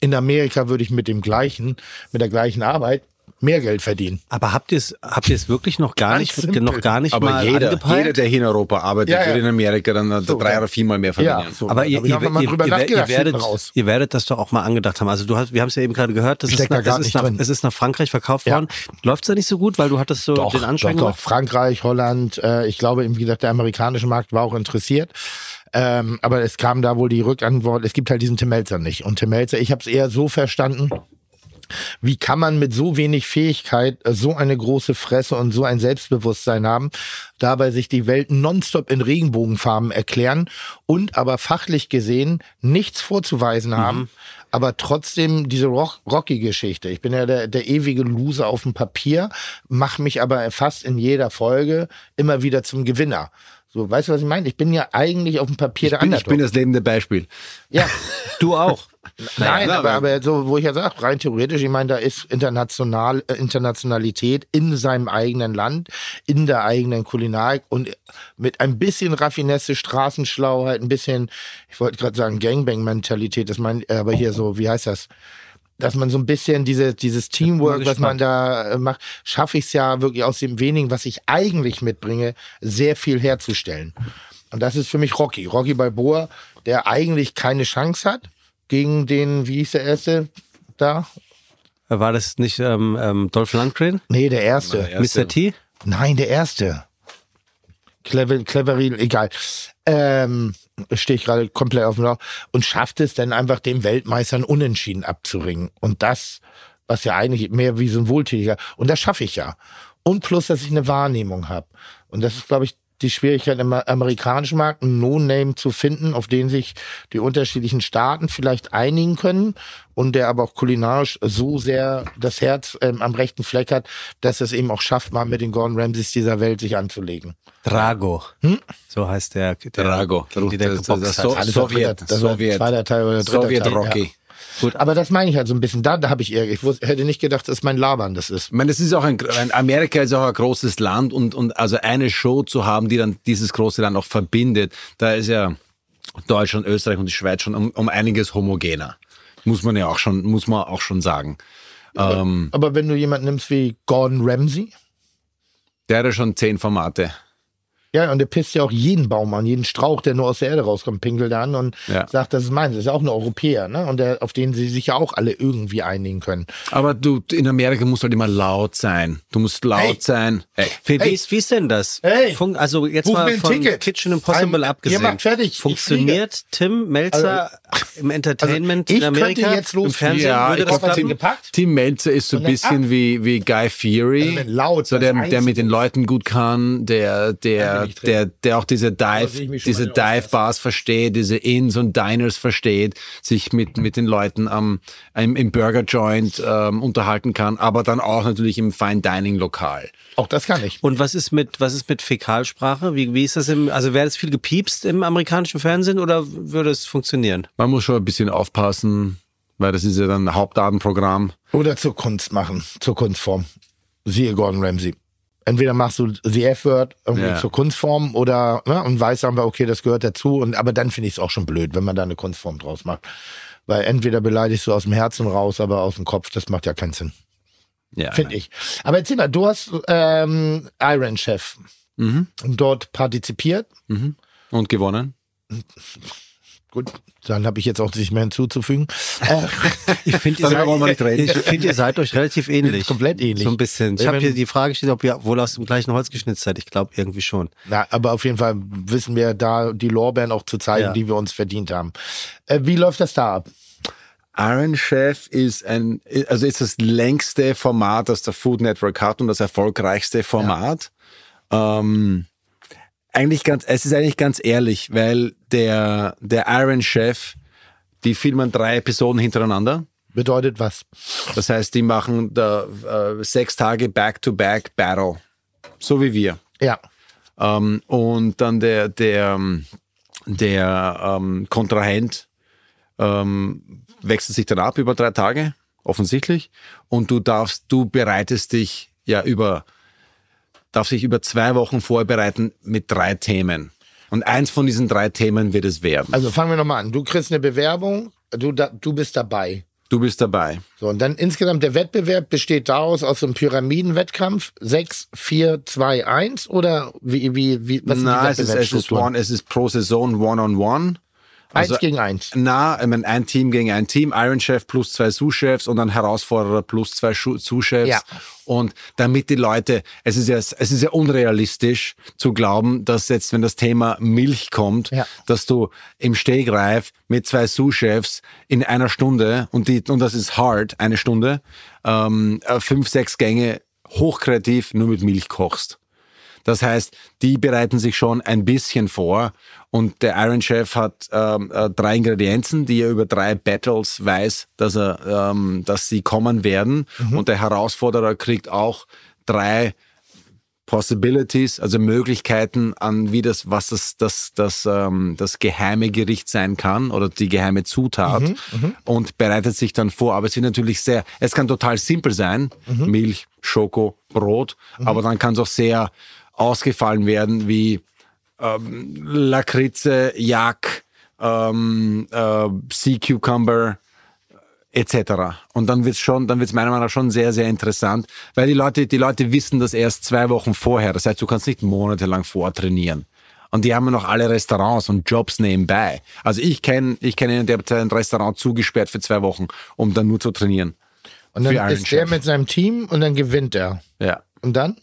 S3: In Amerika würde ich mit dem gleichen, mit der gleichen Arbeit mehr Geld verdienen.
S4: Aber habt ihr es habt ihr es wirklich noch gar
S3: Ganz
S4: nicht
S3: simpel.
S4: noch gar nicht
S5: Aber
S4: mal
S5: jeder,
S4: angepeilt?
S5: jeder, der hier in Europa arbeitet,
S3: Ja, ja.
S5: würde in Amerika dann äh, drei
S3: ja.
S5: oder viermal mehr verdienen.
S3: so.
S4: aber ihr,
S3: Da
S4: ihr,
S3: haben wir mal
S4: ihr,
S3: drüber
S4: ihr, wer- ihr,
S3: nachgedacht,
S4: werdet,
S3: hinten raus.
S4: ihr werdet das doch auch mal angedacht haben. Also du hast, wir haben es ja eben gerade gehört, das ist,
S3: Steckt da
S4: nach, das
S3: gar
S4: ist
S3: nicht
S4: nach,
S3: drin.
S4: es ist nach Frankreich verkauft worden. Läuft's da nicht so gut, weil du hattest so den Anschein
S3: doch, doch.
S4: gemacht?
S3: Frankreich, Holland, äh, ich glaube, wie gesagt, der amerikanische Markt war auch interessiert. Ähm, aber es kam da wohl die Rückantwort, es gibt halt diesen Tim Melzer nicht. Und Tim Melzer, ich habe es eher so verstanden, wie kann man mit so wenig Fähigkeit äh, so eine große Fresse und so ein Selbstbewusstsein haben, dabei sich die Welt nonstop in Regenbogenfarben erklären und aber fachlich gesehen nichts
S5: Mhm.
S3: vorzuweisen haben, aber trotzdem diese Rock Rocky-Geschichte. Ich bin ja der, der ewige Loser auf dem Papier, mache mich aber fast in jeder Folge immer wieder zum Gewinner. So, weißt du, was ich meine? Ich bin ja eigentlich auf dem Papier der
S5: Ich bin, ich
S3: Underdog.
S5: bin das lebende Beispiel.
S3: ja.
S4: Du auch.
S3: Nein,
S5: na,
S3: aber,
S5: aber-
S3: aber so, wo ich ja sage, rein theoretisch, ich meine, da ist international, äh, Internationalität in seinem eigenen Land, in der eigenen Kulinarik und mit ein bisschen Raffinesse, Straßenschlauheit, ein bisschen, ich wollte gerade sagen, Gangbang-Mentalität, das mein, aber hier so, wie heißt das? Dass man so ein bisschen diese, dieses Teamwork, was man da äh, macht, schaffe ich es ja wirklich aus dem wenigen, was ich eigentlich mitbringe, sehr viel herzustellen. Und das ist für mich Rocky. Rocky Balboa, der eigentlich keine Chance hat, gegen den, wie hieß der erste da?
S4: War das nicht ähm, ähm, Dolph Lundgren?
S3: Nee, der erste.
S4: Mr. T?
S3: Nein, der erste. Clever, Cleveril, egal. Ähm, stehe ich gerade komplett auf dem Lauch und schafft es dann einfach den Weltmeistern unentschieden abzuringen. Und das, was ja eigentlich mehr wie so ein Wohltätiger, und das schaffe ich ja. Und plus, dass ich eine Wahrnehmung habe. Und das ist, glaube ich, die Schwierigkeit im amerikanischen Markt, einen No-Name zu finden, auf den sich die unterschiedlichen Staaten vielleicht einigen können und der aber auch kulinarisch so sehr das Herz ähm, am rechten Fleck hat, dass es eben auch schafft, mal mit den Gordon Ramsays dieser Welt sich anzulegen.
S4: Drago.
S3: Hm?
S4: So heißt der. der
S5: Drago.
S4: gegen die Der
S5: Das- Äh, das-
S4: geboxt
S5: das-
S4: hat.
S5: das-
S3: Alles war
S5: Sowjet,
S3: dritter- das war
S5: Sowjet.
S3: zweiter Teil oder dritter
S5: Sowjet
S3: Teil,
S5: Rocky.
S3: Ja. Aber das meine ich halt so ein bisschen. Da, da habe ich Ärger. Ich wus- hätte nicht gedacht, dass mein Labern das ist.
S5: Ich meine, das ist auch ein, ein Amerika ist auch ein großes Land und, und also eine Show zu haben, die dann dieses große Land auch verbindet, da ist ja Deutschland, Österreich und die Schweiz schon um, um einiges homogener. Muss man ja auch schon, muss man auch schon sagen.
S3: Aber wenn du jemanden nimmst wie Gordon Ramsay,
S5: Der hat ja schon zehn Formate.
S3: ja, und der pisst ja auch jeden Baum an, jeden Strauch, der nur aus der Erde rauskommt, pinkelt er an und
S5: Ja.
S3: sagt, das ist meins. Das ist ja auch ein Europäer, ne? Und der, auf den sie sich ja auch alle irgendwie einigen können.
S5: Aber du, in Amerika musst du halt immer laut sein. Du musst laut
S3: Hey.
S5: sein. Hey.
S4: Wie, wie, ist, wie ist denn das?
S3: Hey,
S4: Fun also jetzt
S3: buch
S4: mal
S3: mir ein
S4: von
S3: Ticket.
S4: Kitchen Impossible
S3: Ein-
S4: abgesehen.
S3: ihr macht fertig, ich Also,
S4: Funktioniert Tim Melzer im Entertainment
S3: ich
S4: in Amerika?
S3: könnte jetzt
S4: Im
S3: losfliegen.
S4: Fernsehen
S5: Ja,
S4: würde
S5: ich
S4: das
S5: hoffe,
S4: klappen?
S5: Tim- Tim Melzer ist so
S3: Und
S5: ein
S3: dann ah.
S5: bisschen wie, wie Guy Fieri.
S3: Also laut,
S5: so
S3: das
S5: der, der
S3: Einzige.
S5: mit den Leuten gut kann, der, der, der, der auch diese
S3: sehe
S5: Dive,
S3: ich mich schon
S5: diese
S3: bei den Oscars.
S5: Dive Bars versteht, diese Inns und Diners versteht, sich mit, mit den Leuten am, im, im Burger Joint ähm, unterhalten kann, aber dann auch natürlich im Fine Dining Lokal.
S3: Auch das kann ich.
S4: Und was ist mit was ist mit Fäkalsprache? Wie, wie ist das im also wäre das viel gepiepst im amerikanischen Fernsehen oder würde es funktionieren?
S5: Man muss schon ein bisschen aufpassen, weil das ist ja dann Hauptabendprogramm.
S3: Oder zur Kunst machen, zur Kunstform. Siehe Gordon Ramsay. Entweder machst du The F-Word irgendwie
S5: Ja.
S3: zur Kunstform oder ne, und weißt einfach, okay, das gehört dazu. Und aber dann finde ich es auch schon blöd, wenn man da eine Kunstform draus macht. Weil entweder beleidigst du aus dem Herzen raus, aber aus dem Kopf, das macht ja keinen Sinn.
S5: Ja.
S4: Ah,
S3: Finde ich. Aber erzähl mal, du hast ähm, Iron Chef
S4: Mhm.
S3: dort partizipiert.
S5: Und gewonnen?
S3: Gut, dann habe ich jetzt auch nicht mehr hinzuzufügen. Äh,
S4: Ich finde, ihr,
S5: Darüber wollen wir nicht
S4: seid-
S5: reden.
S4: ich find, ihr seid euch relativ ähnlich.
S3: komplett ähnlich.
S4: So ein bisschen. Ich
S3: Ja,
S4: habe
S3: wenn-
S4: hier die Frage steht, ob ihr wohl aus dem gleichen Holz geschnitzt seid. Ich glaube irgendwie schon.
S3: na, aber auf jeden Fall wissen wir da die Lorbeeren auch zu zeigen,
S4: Ja.
S3: die wir uns verdient haben. Äh, wie läuft das da ab?
S5: Iron Chef ist ein, also ist das längste Format, das der Food Network hat und das erfolgreichste Format. Ähm, eigentlich ganz, es ist eigentlich ganz ehrlich, weil der, der Iron Chef, die filmen drei Episoden hintereinander.
S3: Bedeutet was?
S5: Das heißt, die machen da, äh, sechs Tage Back-to-Back-Battle. So wie wir.
S3: Ja.
S5: Ähm, und dann der, der, ähm, der ähm, Kontrahent ähm, wechselt sich dann ab über drei Tage, offensichtlich. Und du darfst, du bereitest dich ja über, darfst dich über zwei Wochen vorbereiten mit drei Themen. Und eins von diesen drei Themen wird es werden.
S3: Also fangen wir nochmal an. Du kriegst eine Bewerbung, du, da, du bist dabei.
S5: du bist dabei.
S3: So, und dann insgesamt der Wettbewerb besteht daraus aus so einem Pyramidenwettkampf 6, 4, 2, 1 oder wie, wie, wie was
S5: Na, es
S3: sind die
S5: ist, es, ist
S3: Wettbewerbsstrukturen?
S5: one, es ist pro Saison One-on-One.
S3: Eins
S5: also-
S3: gegen eins.
S5: Na, ich meine, ein Team gegen ein Team, Iron Chef plus zwei Sous-Chefs und ein Herausforderer plus zwei Schu- Sous-Chefs.
S3: Ja.
S5: Und damit die Leute, es ist, ja, es ist ja unrealistisch zu glauben, dass jetzt, wenn das Thema Milch kommt,
S3: Ja.
S5: dass du im Stegreif mit zwei Sous-Chefs in einer Stunde, und, die, und das ist hard, eine Stunde, ähm, äh, fünf, sechs Gänge hochkreativ nur mit Milch kochst. Das heißt, die bereiten sich schon ein bisschen vor. Und der Iron Chef hat ähm, äh, drei Ingredienzen, die er über drei Battles weiß, dass, er, ähm, dass sie kommen werden. Und der Herausforderer kriegt auch drei Possibilities, also Möglichkeiten an, wie das, was das, das, das, ähm, das geheime Gericht sein kann oder die geheime Zutat und bereitet sich dann vor. Aber es wird natürlich sehr, es kann total simpel sein, Milch, Schoko, Brot, aber dann kann es auch sehr ausgefallen werden wie ähm, Lakritze, Jack, ähm, äh, Sea Cucumber, etc. Und dann wird's schon, dann wird's meiner Meinung nach schon sehr, sehr interessant, weil die Leute, die Leute wissen das erst zwei Wochen vorher. Das heißt, du kannst nicht monatelang vortrainieren. Und die haben ja noch alle Restaurants und Jobs nebenbei. Also ich kenne, ich kenne jemanden, der hat ein Restaurant zugesperrt für zwei Wochen, um dann nur zu trainieren.
S3: Und dann
S5: für Iron
S3: ist der
S5: Chef.
S3: mit seinem Team und dann gewinnt er.
S5: Ja.
S3: Und dann?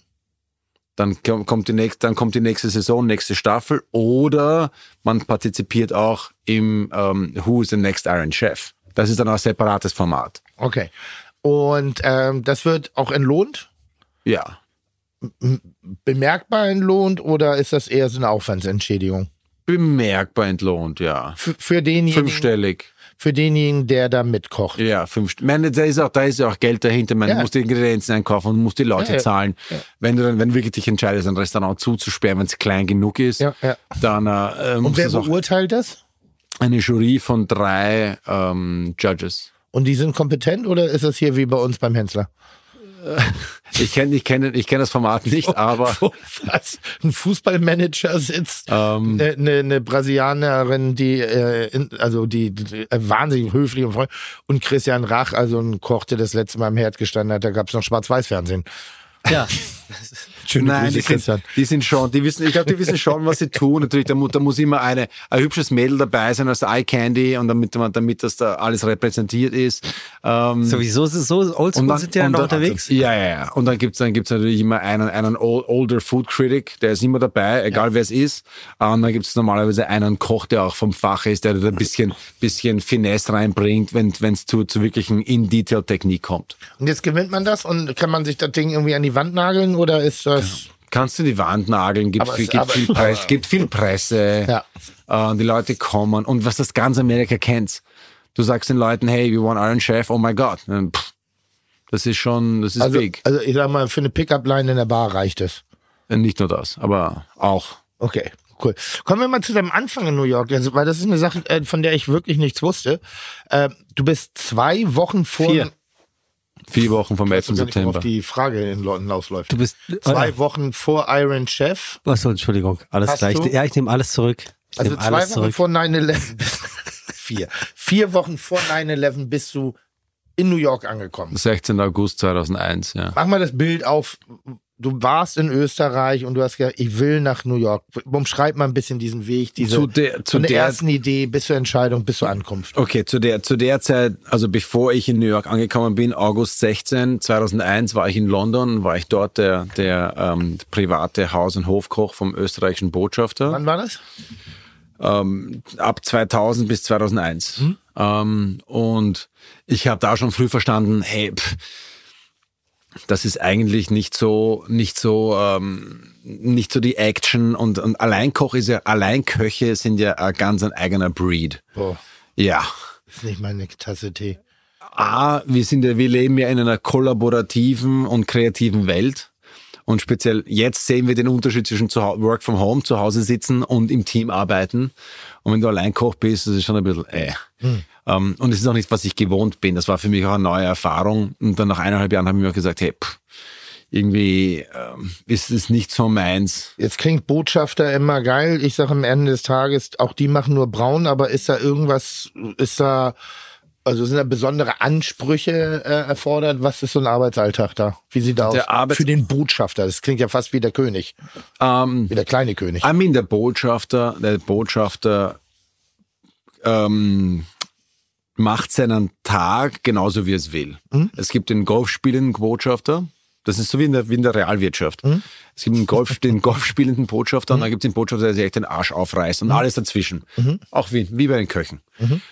S5: Dann kom- kommt die nächste, dann kommt die nächste Saison, nächste Staffel. Oder man partizipiert auch im ähm, Who is the next Iron Chef. Das ist dann auch ein separates Format.
S3: Okay. Und ähm, das wird auch entlohnt?
S5: Ja.
S3: Bemerkbar entlohnt oder ist das eher so eine Aufwandsentschädigung?
S5: Bemerkbar entlohnt, ja.
S3: Für, für, denjenigen,
S5: Fünfstellig.
S3: für denjenigen, der da mitkocht.
S5: Ja, fünf St- Ich meine, da ist auch, da ist ja auch Geld dahinter. Man
S3: Ja.
S5: muss die Ingredienzen einkaufen und muss die Leute
S3: Ja, ja.
S5: zahlen. Wenn du dann, wenn du wirklich dich entscheidest, ein Restaurant zuzusperren, wenn es klein genug ist,
S3: Ja, ja.
S5: dann äh, äh,
S3: Und
S5: muss
S3: wer
S5: es auch
S3: beurteilt das?
S5: eine Jury von drei ähm, Judges.
S3: Und die sind kompetent oder ist das hier wie bei uns beim Hensler?
S5: Ich kenne, ich kenne, ich kenne das Format nicht, aber
S3: Wo was? Ein Fußballmanager sitzt, eine ne, ne Brasilianerin, die, äh, in, also die, die äh, wahnsinnig höflich und freundlich, und Christian Rach, also ein Koch, der das letzte Mal im Herd gestanden hat, da gab es noch Schwarz-Weiß-Fernsehen.
S4: Ja.
S3: Schöne
S5: Nein,
S3: Grüße,
S5: die sind,
S3: Christian.
S5: die sind schon, die wissen, ich glaube, die wissen schon, was sie tun. Natürlich, da, mu- da muss immer eine, ein hübsches Mädel dabei sein als Eye Candy und damit, man- damit das da alles repräsentiert ist.
S3: Mhm.
S5: Ähm,
S4: Sowieso ist es so, oldschool sind die dann
S5: und
S4: noch
S3: also
S4: unterwegs.
S5: Ja, ja, ja. Und dann gibt's dann gibt's natürlich immer einen, einen ol- older Food Critic, der ist immer dabei, egal wer es ist. Und dann gibt's normalerweise einen Koch, der auch vom Fach ist, der da ein bisschen, bisschen Finesse reinbringt, wenn es zu, zu wirklichen In-Detail-Technik kommt.
S3: Und jetzt gewinnt man das und kann man sich das Ding irgendwie an die Wand nageln oder ist das.
S5: Kannst du die Wand nageln, gibt,
S3: Aber
S5: viel,
S3: es-
S5: gibt,
S3: aber-
S5: viel, Press, gibt viel Presse, äh, die Leute kommen und was das ganze Amerika kennt. Du sagst den Leuten, hey, we want Iron Chef, oh my God. Und, pff, das ist schon, das ist
S3: Also,
S5: big.
S3: also ich sag mal, für eine Pickup-Line in der Bar reicht es.
S5: Nicht nur das, aber auch.
S3: Okay, cool. Kommen wir mal zu deinem Anfang in New York, also, weil das ist eine Sache, äh, von der ich wirklich nichts wusste. Äh, du bist zwei Wochen vor.
S5: Vier. Vier Wochen vom 11.
S3: Ich weiß gar nicht, worauf
S5: September.
S3: die Frage in London ausläuft.
S4: Du bist-
S3: zwei
S4: Ah.
S3: Wochen vor Iron Chef,
S4: Achso, Entschuldigung. Alles
S3: Hast
S4: gleich.
S3: du-
S4: Ja, ich nehme alles zurück. Ich
S3: also
S4: nehm
S3: zwei Wochen
S4: alles zurück.
S3: vor 9-11. vier. Vier Wochen vor 9-11 bist du in New York angekommen.
S5: 16. August 2001, ja.
S3: Mach mal das Bild auf. Du warst in Österreich und du hast gesagt, ich will nach New York. Beschreib mal ein bisschen diesen Weg, diese
S5: Zu der- zu
S3: von der,
S5: der-
S3: ersten Idee bis zur Entscheidung, bis zur Ankunft.
S5: Okay, zu der, zu der Zeit, also bevor ich in New York angekommen bin, August 16, 2001, war ich in London, war ich dort der, der ähm, private Haus- und Hofkoch vom österreichischen Botschafter.
S3: Wann war das?
S5: ab 2000 bis 2001. Ähm, und ich habe da schon früh verstanden, hey, pff, das ist eigentlich nicht so, nicht so, ähm, nicht so die Action und, und Alleinkoch ist ja, Alleinköche sind ja ein ganz ein eigener Breed.
S3: Boah,
S5: Ja.
S3: ist nicht meine Tasse Tee.
S5: A, wir sind ja, wir leben ja in einer kollaborativen und kreativen Welt. Und speziell jetzt sehen wir den Unterschied zwischen zu Hau- Work from Home, zu Hause sitzen und im Team arbeiten. Und wenn du allein Koch bist, das ist schon ein bisschen äh. Ähm, und es ist auch nicht, was ich gewohnt bin. Das war für mich auch eine neue Erfahrung. Und dann nach eineinhalb Jahren habe ich mir auch gesagt, hey, pff, irgendwie ähm, ist es nicht so meins.
S3: Jetzt klingt Botschafter immer geil. Ich sage am Ende des Tages, auch die machen nur braun, aber ist da irgendwas, ist da, also sind da besondere Ansprüche äh, erfordert? Was ist so ein Arbeitsalltag da? Wie sieht da aus?
S5: Der Arbeits-
S3: Für den Botschafter, das klingt ja fast wie der König,
S5: Ähm,
S3: wie der kleine König.
S5: I mean, der Botschafter, der Botschafter ähm, macht seinen Tag genauso, wie er es will. Es gibt den golfspielenden Botschafter. Das ist so wie in der, wie in der Realwirtschaft. Es gibt den, Golf, den golfspielenden Botschafter und dann gibt es den Botschafter, der sich echt den Arsch aufreißt und alles dazwischen. Auch wie, wie bei den Köchen.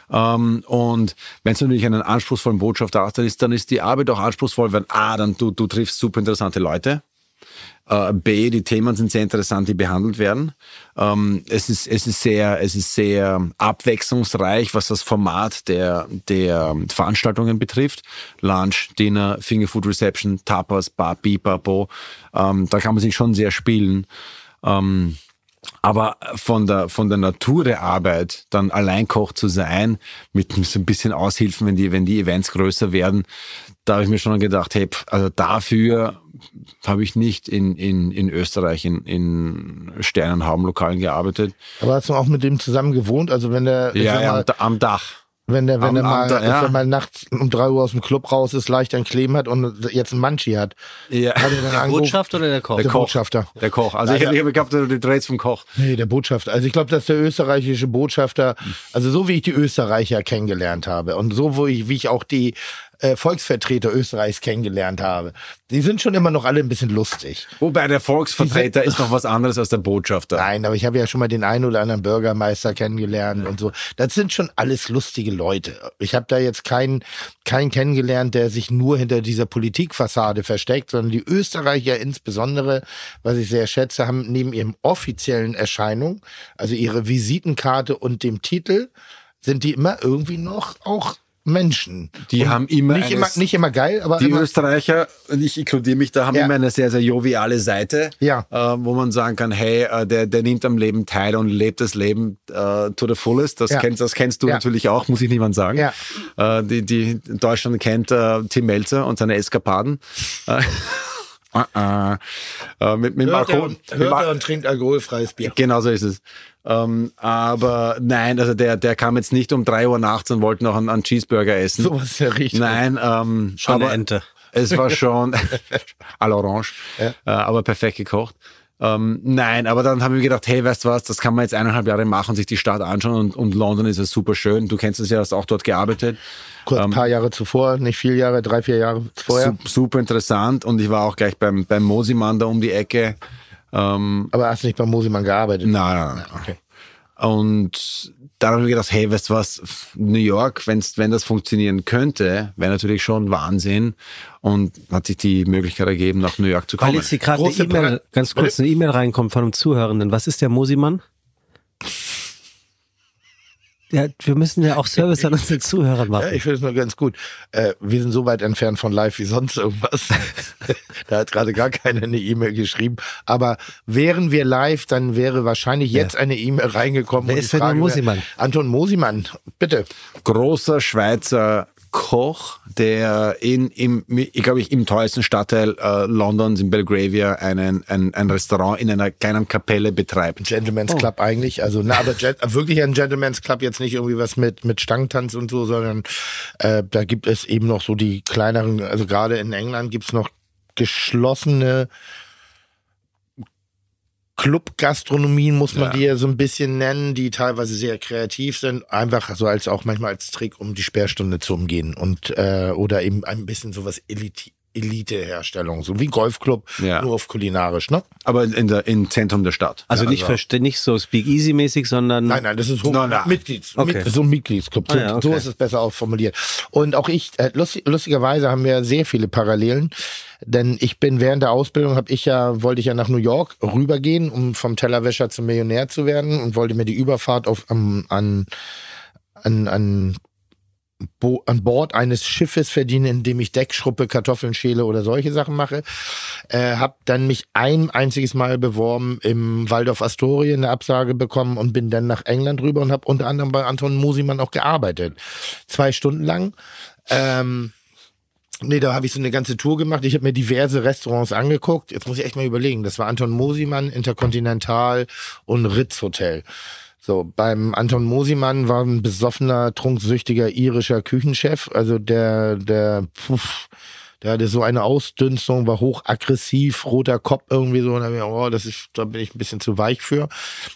S5: Ähm, und wenn es natürlich einen anspruchsvollen Botschafter hast, dann ist, dann ist die Arbeit auch anspruchsvoll, weil A, dann du, du triffst super interessante Leute. Äh, B, die Themen sind sehr interessant, die behandelt werden. Ähm, es, ist, es, ist sehr, es ist sehr abwechslungsreich, was das Format der, der Veranstaltungen betrifft. Lunch, Dinner, Fingerfood Reception, Tapas, Bar, Bipapo. Ähm, da kann man sich schon sehr spielen. Ähm, aber von der, von der Natur der Arbeit, dann Alleinkoch zu sein, mit so ein bisschen Aushilfen, wenn die, wenn die Events größer werden, da habe ich mir schon gedacht, hey, pf, also dafür habe ich nicht in, in, in Österreich in, in Stern- und Haubenlokalen gearbeitet.
S3: Aber hast du auch mit dem zusammen gewohnt? Also wenn der, ich
S5: Ja,
S3: sag
S5: ja,
S3: mal,
S5: am, am Dach.
S3: wenn der, wenn
S5: am-
S3: der mal,
S5: am Tag, ja.
S3: wenn er mal nachts um drei Uhr aus dem Club raus ist, leicht ein Kleben hat und jetzt ein Manchi hat,
S5: Ja.
S3: hat er dann
S4: Der
S3: angerufen,
S4: Botschaft oder der Koch?
S3: der,
S5: Koch.
S3: Botschafter.
S5: Der Koch. Also ich, ich habe gehabt, die Trades vom Koch.
S3: Nee, der Botschafter. Also ich glaube, dass der österreichische Botschafter, also so wie ich die Österreicher kennengelernt habe und so wo ich, wie ich auch die äh, Volksvertreter Österreichs kennengelernt habe, die sind schon immer noch alle ein bisschen lustig.
S5: Wobei der Volksvertreter ist noch was anderes als der Botschafter.
S3: Nein, aber ich habe ja schon mal den einen oder anderen Bürgermeister kennengelernt und so. Das sind schon alles lustige Leute. Ich habe da jetzt keinen, keinen kennengelernt, der sich nur hinter dieser Politikfassade versteckt, sondern die Österreicher insbesondere, was ich sehr schätze, haben neben ihrem offiziellen Erscheinung, also ihre Visitenkarte und dem Titel, sind die immer irgendwie noch auch Menschen.
S5: Die
S3: Und
S5: haben immer
S3: nicht
S5: eine-
S3: immer nicht immer geil, aber
S5: Die
S3: immer,
S5: Österreicher, und ich inkludiere mich, da haben
S3: Ja.
S5: immer eine sehr, sehr joviale Seite,
S3: Ja.
S5: äh, wo man sagen kann, hey, äh, der, der nimmt am Leben teil und lebt das Leben äh, to the fullest. Das,
S3: Ja.
S5: kennst, das kennst du
S3: Ja.
S5: natürlich auch, muss ich niemand sagen.
S3: Ja.
S5: Äh, die, die Deutschland kennt äh, Tim Melzer und seine Eskapaden. Äh, äh, äh, mit, mit
S3: Ah, hört
S5: Marco,
S3: er und,
S5: mit
S3: hört
S5: Mar-
S3: er und trinkt alkoholfreies Bier.
S5: Genau so ist es. Ähm, aber nein, also der, der kam jetzt nicht um 3 Uhr nachts und wollte noch einen, einen Cheeseburger essen.
S3: Sowas in der Richtung.
S5: Nein, ähm,
S4: Schon eine
S5: aber
S4: Ente.
S5: Es war schon à l'orange, äh, aber perfekt gekocht. Ähm, nein, aber dann haben wir gedacht, hey, weißt du was, das kann man jetzt eineinhalb Jahre machen, sich die Stadt anschauen und, und London ist ja super schön. Du kennst es ja, hast auch dort gearbeitet.
S3: Kurz ein paar Jahre zuvor, nicht viele Jahre, drei, vier Jahre vorher.
S5: Sup- Super interessant und ich war auch gleich beim, beim Mosimann da um die Ecke.
S3: Aber hast nicht bei Mosimann gearbeitet.
S5: Nein, nein, nein. Und dann habe ich gedacht, hey, weißt du was, New York, wenn's, wenn das funktionieren könnte, wäre natürlich schon Wahnsinn. Und hat sich die Möglichkeit ergeben, nach New York zu kommen.
S4: Weil jetzt hier gerade eine
S3: Große
S4: E-Mail,
S3: Pre-
S4: ganz kurz eine E-Mail reinkommt von einem Zuhörenden. Was ist der Mosimann? Ja, wir müssen ja auch Service an unsere Zuhörer
S3: Ja,
S4: machen.
S3: ich finde es nur ganz gut. Äh, wir sind so weit entfernt von live wie sonst irgendwas. da hat gerade gar keiner eine E-Mail geschrieben. Aber wären wir live, dann wäre wahrscheinlich jetzt eine E-Mail reingekommen.
S4: Wer
S3: und
S4: ist
S3: die
S4: denn der
S3: Frage wäre,
S4: Mosimann?
S3: Anton Mosimann, bitte.
S5: großer Schweizer Koch, der in, im, ich glaube ich, im teuersten Stadtteil äh, Londons, in Belgravia, einen, ein, ein Restaurant in einer kleinen Kapelle betreibt.
S3: Gentleman's Club eigentlich. Also, na, aber Gen wirklich ein Gentleman's Club jetzt nicht irgendwie was mit, mit Stangentanz und so, sondern äh, da gibt es eben noch so die kleineren, also gerade in England gibt es noch geschlossene Club-Gastronomien, muss man die ja so ein bisschen nennen, die teilweise sehr kreativ sind, einfach so als auch manchmal als Trick, um die Sperrstunde zu umgehen und äh, oder eben ein bisschen sowas Elite. Elite-Herstellung, so wie Golfclub,
S5: Ja.
S3: nur auf kulinarisch, ne?
S5: Aber in der, im Zentrum der Stadt.
S4: Also nicht,
S3: also-
S4: verste- nicht so Speakeasy-mäßig, sondern
S3: Nein, nein, das ist hoch.
S5: Nein, nein.
S3: Mitglieds,
S4: Okay.
S3: mit, so ein Mitgliedsclub. So,
S4: Ah ja, okay.
S3: so ist es besser auch formuliert. Und auch ich, äh, lustig, lustigerweise haben wir sehr viele Parallelen, denn ich bin während der Ausbildung, habe ich ja, wollte ich ja nach New York rübergehen, um vom Tellerwäscher zum Millionär zu werden und wollte mir die Überfahrt auf, am- an, an, an Bo an Bord eines Schiffes verdiene, indem ich Deckschruppe, Kartoffeln schäle oder solche Sachen mache. Äh, hab dann mich ein einziges Mal beworben im Waldorf Astoria eine Absage bekommen und bin dann nach England rüber und habe unter anderem bei Anton Musimann auch gearbeitet. Zwei Stunden lang. Ähm, Nee, da habe ich so eine ganze Tour gemacht. Ich habe mir diverse Restaurants angeguckt. Jetzt muss ich echt mal überlegen. Das war Anton Mosimann, Intercontinental und Ritz Hotel. So, beim Anton Mosimann war ein besoffener, trunksüchtiger irischer Küchenchef. Also der, der, puff, der hatte so eine Ausdünstung, war hochaggressiv, roter Kopf irgendwie so. Und da, hab ich, gedacht, oh, das ist, da bin ich ein bisschen zu weich für.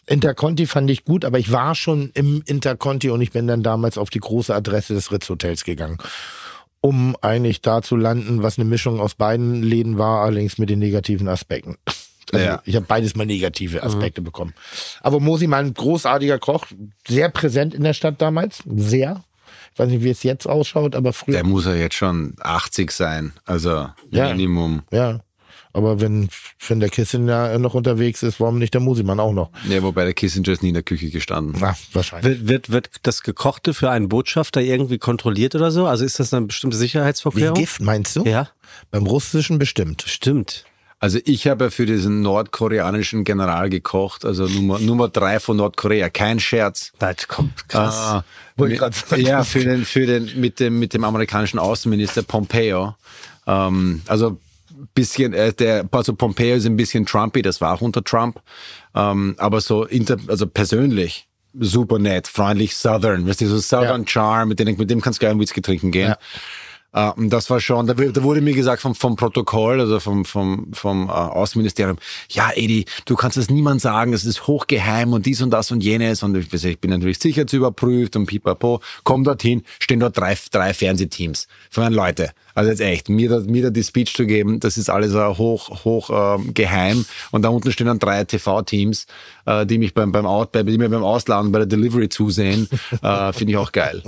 S3: Interconti fand ich gut, aber ich war schon im Interconti und ich bin dann damals auf die große Adresse des Ritz Hotels gegangen um eigentlich da zu landen, was eine Mischung aus beiden Läden war, allerdings mit den negativen Aspekten. Also
S5: Ja.
S3: Ich habe beides mal negative Aspekte bekommen. Aber Mosi, mein großartiger Koch, sehr präsent in der Stadt damals, sehr. Ich weiß nicht, wie es jetzt ausschaut, aber früher.
S5: Der muss ja jetzt schon 80 sein, also
S3: Ja.
S5: Minimum.
S3: Ja. Aber wenn, wenn der Kissinger noch unterwegs ist, warum nicht der Musimann auch noch?
S5: Ja, wobei der Kissinger ist nie in der Küche gestanden.
S3: Na, wahrscheinlich.
S4: Wird, wird, wird das Gekochte für einen Botschafter irgendwie kontrolliert oder so? Also ist das eine bestimmte
S3: Wie
S4: Sicherheitsvorkehrung?
S3: Gift, meinst du?
S4: Ja,
S3: Beim Russischen bestimmt.
S4: stimmt.
S5: Also ich habe ja für diesen nordkoreanischen General gekocht, also Nummer, Nummer drei von Nordkorea, kein Scherz.
S4: Das kommt krass.
S5: Ah,
S3: Wollte
S5: mit,
S3: grad sagen.
S5: ja, für den, für den, mit dem, mit dem amerikanischen Außenminister Pompeo. Ähm, also bisschen, äh, der, also Pompeo ist ein bisschen Trumpy, das war auch unter Trump. Ähm, aber so inter, also persönlich super nett, freundlich Southern, weißt du, so Southern Charm, mit dem, mit dem kannst du geilen Whisky trinken gehen. Äh, und das war schon, da, wu- da wurde mir gesagt vom, vom Protokoll, also vom, vom, vom äh, Außenministerium, ja, Edi, du kannst es niemand sagen, es ist hochgeheim und dies und das und jenes und ich, ich bin natürlich sicher zu überprüft und pipapo. Komm dorthin, stehen dort drei, drei Fernsehteams von meinen Leute. Also jetzt echt, mir da, mir da die Speech zu geben, das ist alles äh, hoch, hoch ähm, geheim. Und da unten stehen dann drei TV-Teams, äh, die mich beim, beim, Out, bei, die mir beim Ausladen bei der Delivery zusehen. äh, Finde ich auch geil.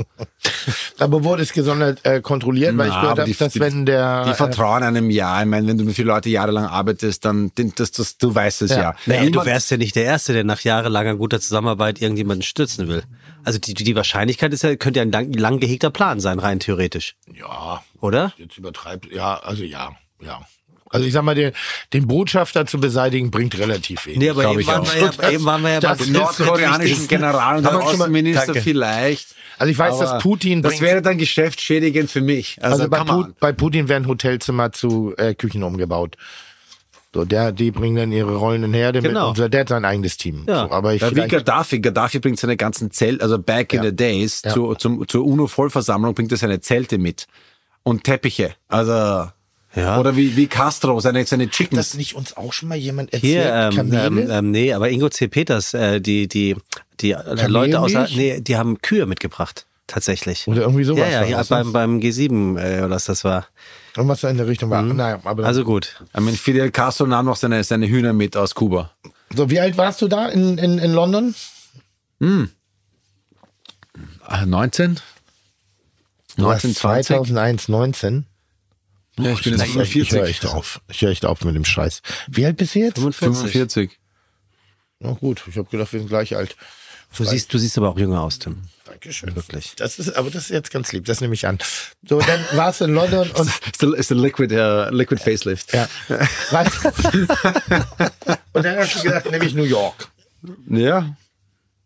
S3: Aber wurde es gesondert äh, kontrolliert, weil ich
S5: Na,
S3: gehört
S5: aber
S3: habe,
S5: die-
S3: dass
S5: die-
S3: wenn der. äh,
S5: Die vertrauen einem ja. Ich meine, wenn du mit vielen Leuten jahrelang arbeitest, dann den- das, das, du weißt es ja.
S4: Naja,
S5: Niemand-
S4: du wärst ja nicht der Erste, der nach jahrelanger guter Zusammenarbeit irgendjemanden stützen will. Also die, die Wahrscheinlichkeit ist ja, könnte ja ein lang, lang gehegter Plan sein, rein theoretisch.
S3: äh, ja,
S4: Oder?
S3: jetzt übertreibt. Ja, also ja, ja. Also ich sag mal, den, den Botschafter zu beseitigen bringt relativ wenig.
S4: Nee, aber
S5: Glaub
S4: eben
S5: ich
S4: waren,
S5: auch.
S4: wir ja, eben waren wir ja
S3: Das-
S5: den
S4: bei
S5: nordkoreanischen General
S3: Haben
S5: und den
S3: wir schon mal-
S5: Außenminister
S3: Danke.
S5: vielleicht.
S3: Also ich weiß, dass Putin
S5: Das
S3: bringt-
S5: wäre dann geschäftsschädigend für mich. Also,
S3: also bei,
S5: come on.
S3: Put, bei Putin werden Hotelzimmer zu äh, Küchen umgebaut. So, der, die bringen dann ihre rollenden Herde
S4: Genau.
S3: mit und der hat sein eigenes Team.
S4: Ja.
S3: So, aber ich
S5: Ja, wie
S3: vielleicht-
S5: Gaddafi. Gaddafi bringt seine ganzen Zelte, also back in the days,
S3: Ja.
S5: zu, zum, zur UNO-Vollversammlung bringt er seine Zelte mit. Und Teppiche. Also.
S4: Ja.
S5: Oder wie, wie Castro, seine, seine Chickens.
S3: das nicht uns auch schon mal jemand erzählt?
S4: Hier, ähm,
S3: Kamele?
S4: ähm, ähm, nee, aber Ingo C. Peters, äh, die, die, die äh, Leute aus,
S3: Kamelmilch?
S4: nee, die haben Kühe mitgebracht. Tatsächlich.
S3: Oder irgendwie sowas
S4: Ja, ja,
S3: war
S4: hier
S3: das, ne?
S4: beim, beim G7, äh, oder was das war.
S3: Irgendwas da in der Richtung war. Naja, aber
S4: Also gut.
S5: Ich meine, Fidel Castro nahm noch seine, seine Hühner mit aus Kuba.
S3: so, wie alt warst du da in, in, in London?
S5: Ah, 19?
S3: Du warst
S5: 1920?
S3: 2001, 19.
S5: Ja, ich bin jetzt
S3: Nein, Ich höre
S5: 45.
S3: echt auf. Ich höre echt auf mit dem Scheiß. Wie alt bist du jetzt?
S4: 45.
S5: 45.
S3: Na gut, ich habe gedacht, wir sind gleich alt.
S4: Du siehst, du siehst aber auch jünger aus, Tim.
S3: Dankeschön. Wirklich. Das ist, aber das ist jetzt ganz lieb, das nehme ich an. So, dann warst du in London und
S5: Ist der, ist der Liquid, äh, Liquid Facelift.
S3: ja. Was? und dann hast du gedacht, nehme ich New York.
S5: Ja.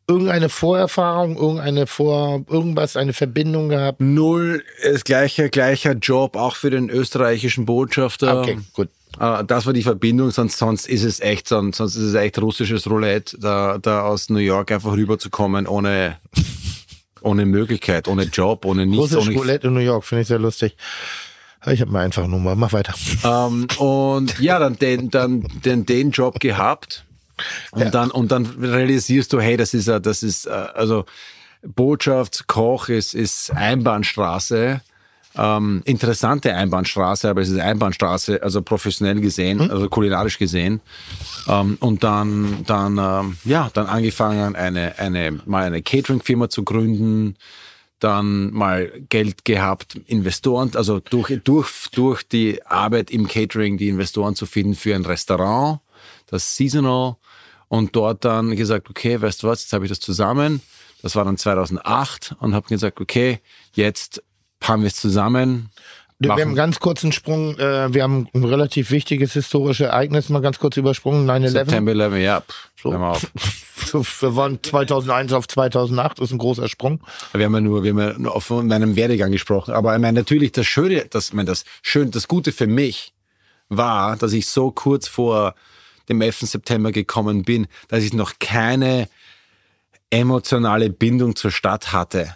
S3: irgendeine Vorerfahrung, irgendeine Vor, irgendwas, eine Verbindung gehabt?
S5: Null, ist gleicher, gleicher Job, auch für den österreichischen Botschafter.
S3: Okay, gut.
S5: Äh, Das war die Verbindung, sonst, sonst ist es echt, sonst, sonst ist es echt russisches Roulette, da, da aus New York einfach rüberzukommen ohne, ohne Möglichkeit, ohne Job, ohne nichts.
S3: Russisch
S5: ohne
S3: Roulette in New York, finde ich sehr lustig. Ich habe eine einfache Nummer, mach weiter.
S5: Ähm, und ja, dann den, dann den, den Job gehabt. Und dann, und dann realisierst du, hey, das ist, ja- das ist, äh, also, Botschaft, Koch ist, ist Einbahnstraße. Ähm, interessante Einbahnstraße, aber es ist Einbahnstraße, also professionell gesehen, also kulinarisch gesehen. Ähm, und dann, dann, ähm, ja, dann angefangen, eine, eine, mal eine Catering-Firma zu gründen dann mal Geld gehabt, Investoren, also durch, durch, durch die Arbeit im Catering die Investoren zu finden für ein Restaurant, das Seasonal und dort dann gesagt, okay, weißt du was, jetzt habe ich das zusammen. Das war dann 2008 und habe gesagt, okay, jetzt haben wir es zusammen.
S3: Wir
S5: Machen-
S3: haben ganz kurzen Sprung, äh, wir haben ein relativ wichtiges historisches Ereignis mal ganz kurz übersprungen, 9-11.
S5: September 11, ja, pff,
S3: So.
S5: hör mal auf.
S3: So, Wir waren 2001 auf 2008, ist ein großer Sprung.
S5: Wir haben ja nur, wir haben ja nur von meinem Werdegang gesprochen. Aber ich meine, natürlich, das Schöne, das, ich meine, das Schön, das Gute für mich war, dass ich so kurz vor dem 11. September gekommen bin, dass ich noch keine emotionale Bindung zur Stadt hatte.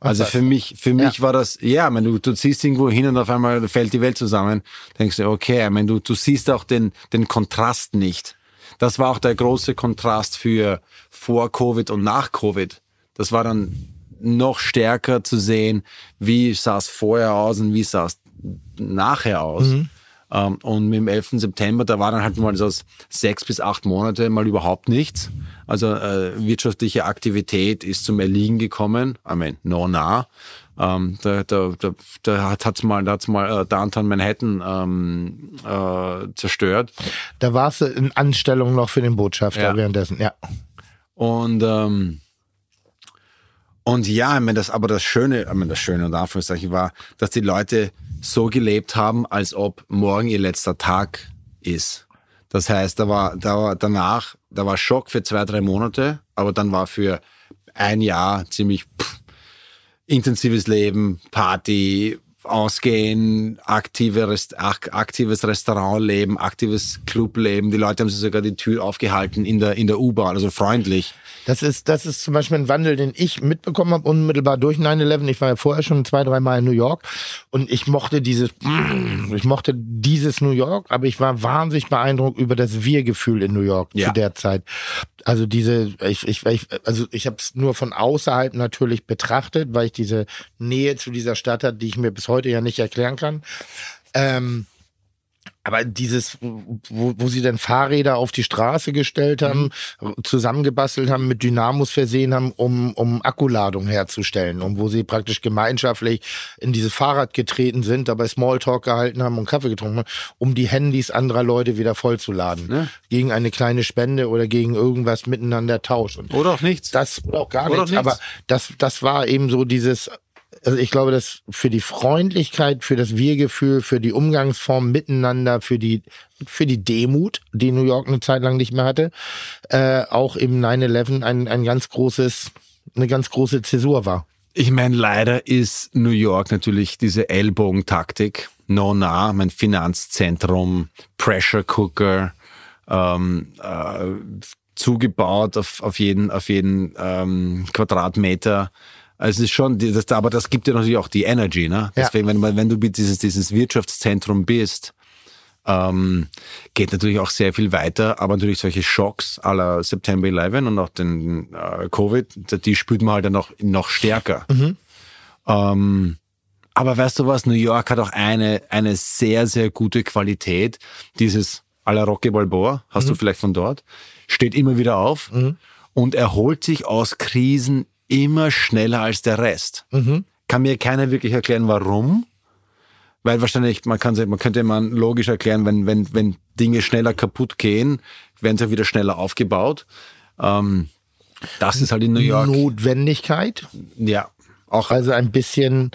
S5: Also
S3: was?
S5: für mich, für mich
S3: Ja.
S5: war das, ja, ich meine, du, du ziehst irgendwo hin und auf einmal fällt die Welt zusammen. Denkst du, okay, ich meine, du, du siehst auch den, den Kontrast nicht. Das war auch der große Kontrast für vor Covid und nach Covid. Das war dann noch stärker zu sehen, wie sah es vorher aus und wie sah es nachher aus.
S3: Mhm.
S5: Ähm, und mit dem 11. September, da war dann halt mal so sechs bis acht Monate mal überhaupt nichts. Also äh, wirtschaftliche Aktivität ist zum Erliegen gekommen. I mean, no, na. Ähm, da, da, da, da hat hat's mal, da hat's mal äh, Downtown Manhattan ähm, äh, zerstört.
S3: Da warst du in Anstellung noch für den Botschafter
S5: Ja.
S3: währenddessen, ja.
S5: Und ähm, und ja, ich meine, das, aber das Schöne, ich meine, das Schöne und Anführungszeichen war, dass die Leute so gelebt haben, als ob morgen ihr letzter Tag ist. Das heißt, da war, da war danach, da war Schock für zwei, drei Monate, aber dann war für ein Jahr ziemlich pff, intensives Leben, Party, Ausgehen, aktive Rest, ak- aktives Restaurantleben, aktives Clubleben. Die Leute haben sich sogar die Tür aufgehalten in der, in der U-Bahn, also freundlich.
S3: Das ist, das ist zum Beispiel ein Wandel, den ich mitbekommen habe, unmittelbar durch 9-11. Ich war ja vorher schon zwei, drei Mal in New York und ich mochte dieses, mm, ich mochte dieses New York, aber ich war wahnsinnig beeindruckt über das Wir-Gefühl in New York
S5: Ja.
S3: zu der Zeit. Also diese, ich, ich, ich also ich habe es nur von außerhalb natürlich betrachtet, weil ich diese Nähe zu dieser Stadt hatte, die ich mir bis heute ja nicht erklären kann. Ähm, aber dieses, wo, wo sie dann Fahrräder auf die Straße gestellt haben, zusammengebastelt haben, mit Dynamos versehen haben, um, um Akkuladung herzustellen. Und wo sie praktisch gemeinschaftlich in dieses Fahrrad getreten sind, dabei Smalltalk gehalten haben und Kaffee getrunken haben, um die Handys anderer Leute wieder vollzuladen. Gegen eine kleine Spende oder gegen irgendwas miteinander tauschen.
S5: Oder auch nichts.
S3: Das oder auch gar
S5: Oder
S3: nichts,
S5: nichts.
S3: aber das, das war eben so dieses, also ich glaube, dass für die Freundlichkeit, für das Wir-Gefühl, für die Umgangsform miteinander, für die, für die Demut, die New York eine Zeit lang nicht mehr hatte, äh, auch im 9-11 ein, ein ganz großes, eine ganz große Zäsur war.
S5: Ich meine, leider ist New York natürlich diese Ellbogentaktik, no nah, mein Finanzzentrum, Pressure Cooker, ähm, äh, zugebaut auf, auf jeden, auf jeden ähm, Quadratmeter. Also es ist schon, die- das, aber das gibt dir natürlich auch die Energy, ne?
S3: Ja.
S5: Deswegen, wenn, man- wenn du dieses, dieses Wirtschaftszentrum bist, ähm, geht natürlich auch sehr viel weiter, aber natürlich solche Schocks aller September 11 und auch den äh, Covid, die spürt man halt dann noch, noch stärker. Ähm, aber weißt du was, New York hat auch eine, eine sehr, sehr gute Qualität. Dieses à la Rocky Balboa, hast du vielleicht von dort, steht immer wieder auf und erholt sich aus Krisen immer schneller als der Rest. Kann mir keiner wirklich erklären, warum. Weil wahrscheinlich, man, kann, man könnte man logisch erklären, wenn, wenn, wenn Dinge schneller kaputt gehen, werden sie wieder schneller aufgebaut. Ähm, das ist halt in New York.
S3: Notwendigkeit,
S5: ja. Auch
S3: Also ein bisschen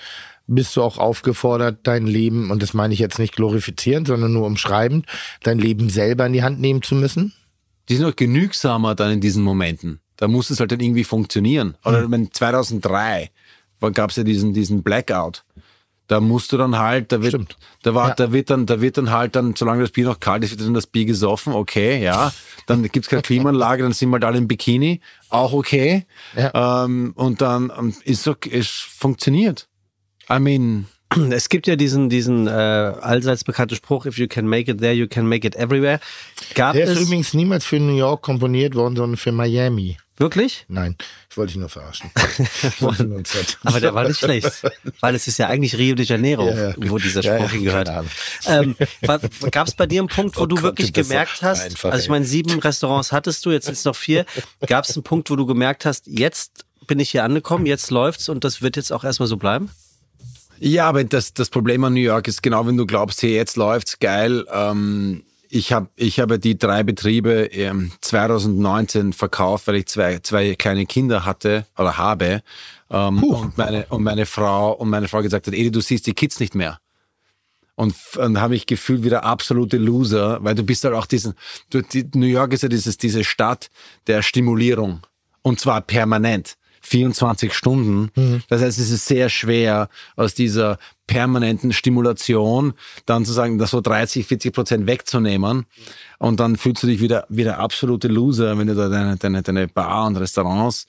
S3: bist du auch aufgefordert, dein Leben, und das meine ich jetzt nicht glorifizierend, sondern nur umschreibend, dein Leben selber in die Hand nehmen zu müssen.
S5: die sind auch genügsamer dann in diesen Momenten. Da muss es halt dann irgendwie funktionieren. Oder
S3: Hm.
S5: ich meine, 2003 gab es ja diesen, diesen Blackout. Da musst du dann halt, da wird,
S3: Stimmt.
S5: da war,
S3: Ja.
S5: da wird dann, da wird dann halt dann, solange das Bier noch kalt ist, wird dann das Bier gesoffen, okay, ja. Dann gibt es keine Klimaanlage, dann sind wir halt alle im Bikini, auch okay.
S3: Ja.
S5: Ähm, und dann ähm, ist so, es funktioniert. I mean,
S4: Es gibt ja diesen, diesen äh, allseits bekannten Spruch, if you can make it there, you can make it everywhere. Gab
S3: Der ist
S4: es
S3: übrigens niemals für New York komponiert worden, sondern für Miami.
S4: wirklich?
S3: Nein, ich wollte dich nur verarschen. Ich wollte nur einen Zettel.
S4: Aber der war nicht schlecht, weil es ist ja eigentlich Rio de Janeiro,
S3: Ja, ja.
S4: wo dieser Spruch
S3: Ja, ja,
S4: hingehört.
S3: keine Ahnung.
S4: Ähm, Gab es bei dir einen Punkt, wo
S3: Oh
S4: du
S3: Gott,
S4: wirklich
S3: du bist so
S4: gemerkt hast,
S3: einfach,
S4: also ich
S3: ey.
S4: meine, sieben Restaurants hattest du, jetzt sind es noch vier. Gab es einen Punkt, wo du gemerkt hast, jetzt bin ich hier angekommen, jetzt läuft's und das wird jetzt auch erstmal so bleiben?
S5: Ja, aber das, das Problem an New York ist genau, wenn du glaubst, hey, jetzt läuft's geil. Ähm, ich habe ich hab ja die drei Betriebe ähm, 2019 verkauft, weil ich zwei, zwei kleine Kinder hatte oder habe. Ähm, und, meine, und, meine Frau, und meine Frau gesagt hat, Edi, du siehst die Kids nicht mehr und, f- und habe ich gefühlt wie der absolute Loser, weil du bist halt auch diesen, du, die, New York ist ja dieses, diese Stadt der Stimulierung und zwar permanent, 24 Stunden. Das heißt, es ist sehr schwer aus dieser permanenten Stimulation dann zu sagen, das so 30, 40 Prozent wegzunehmen und dann fühlst du dich wieder wie der absolute Loser, wenn du da deine, deine, deine Bar und Restaurants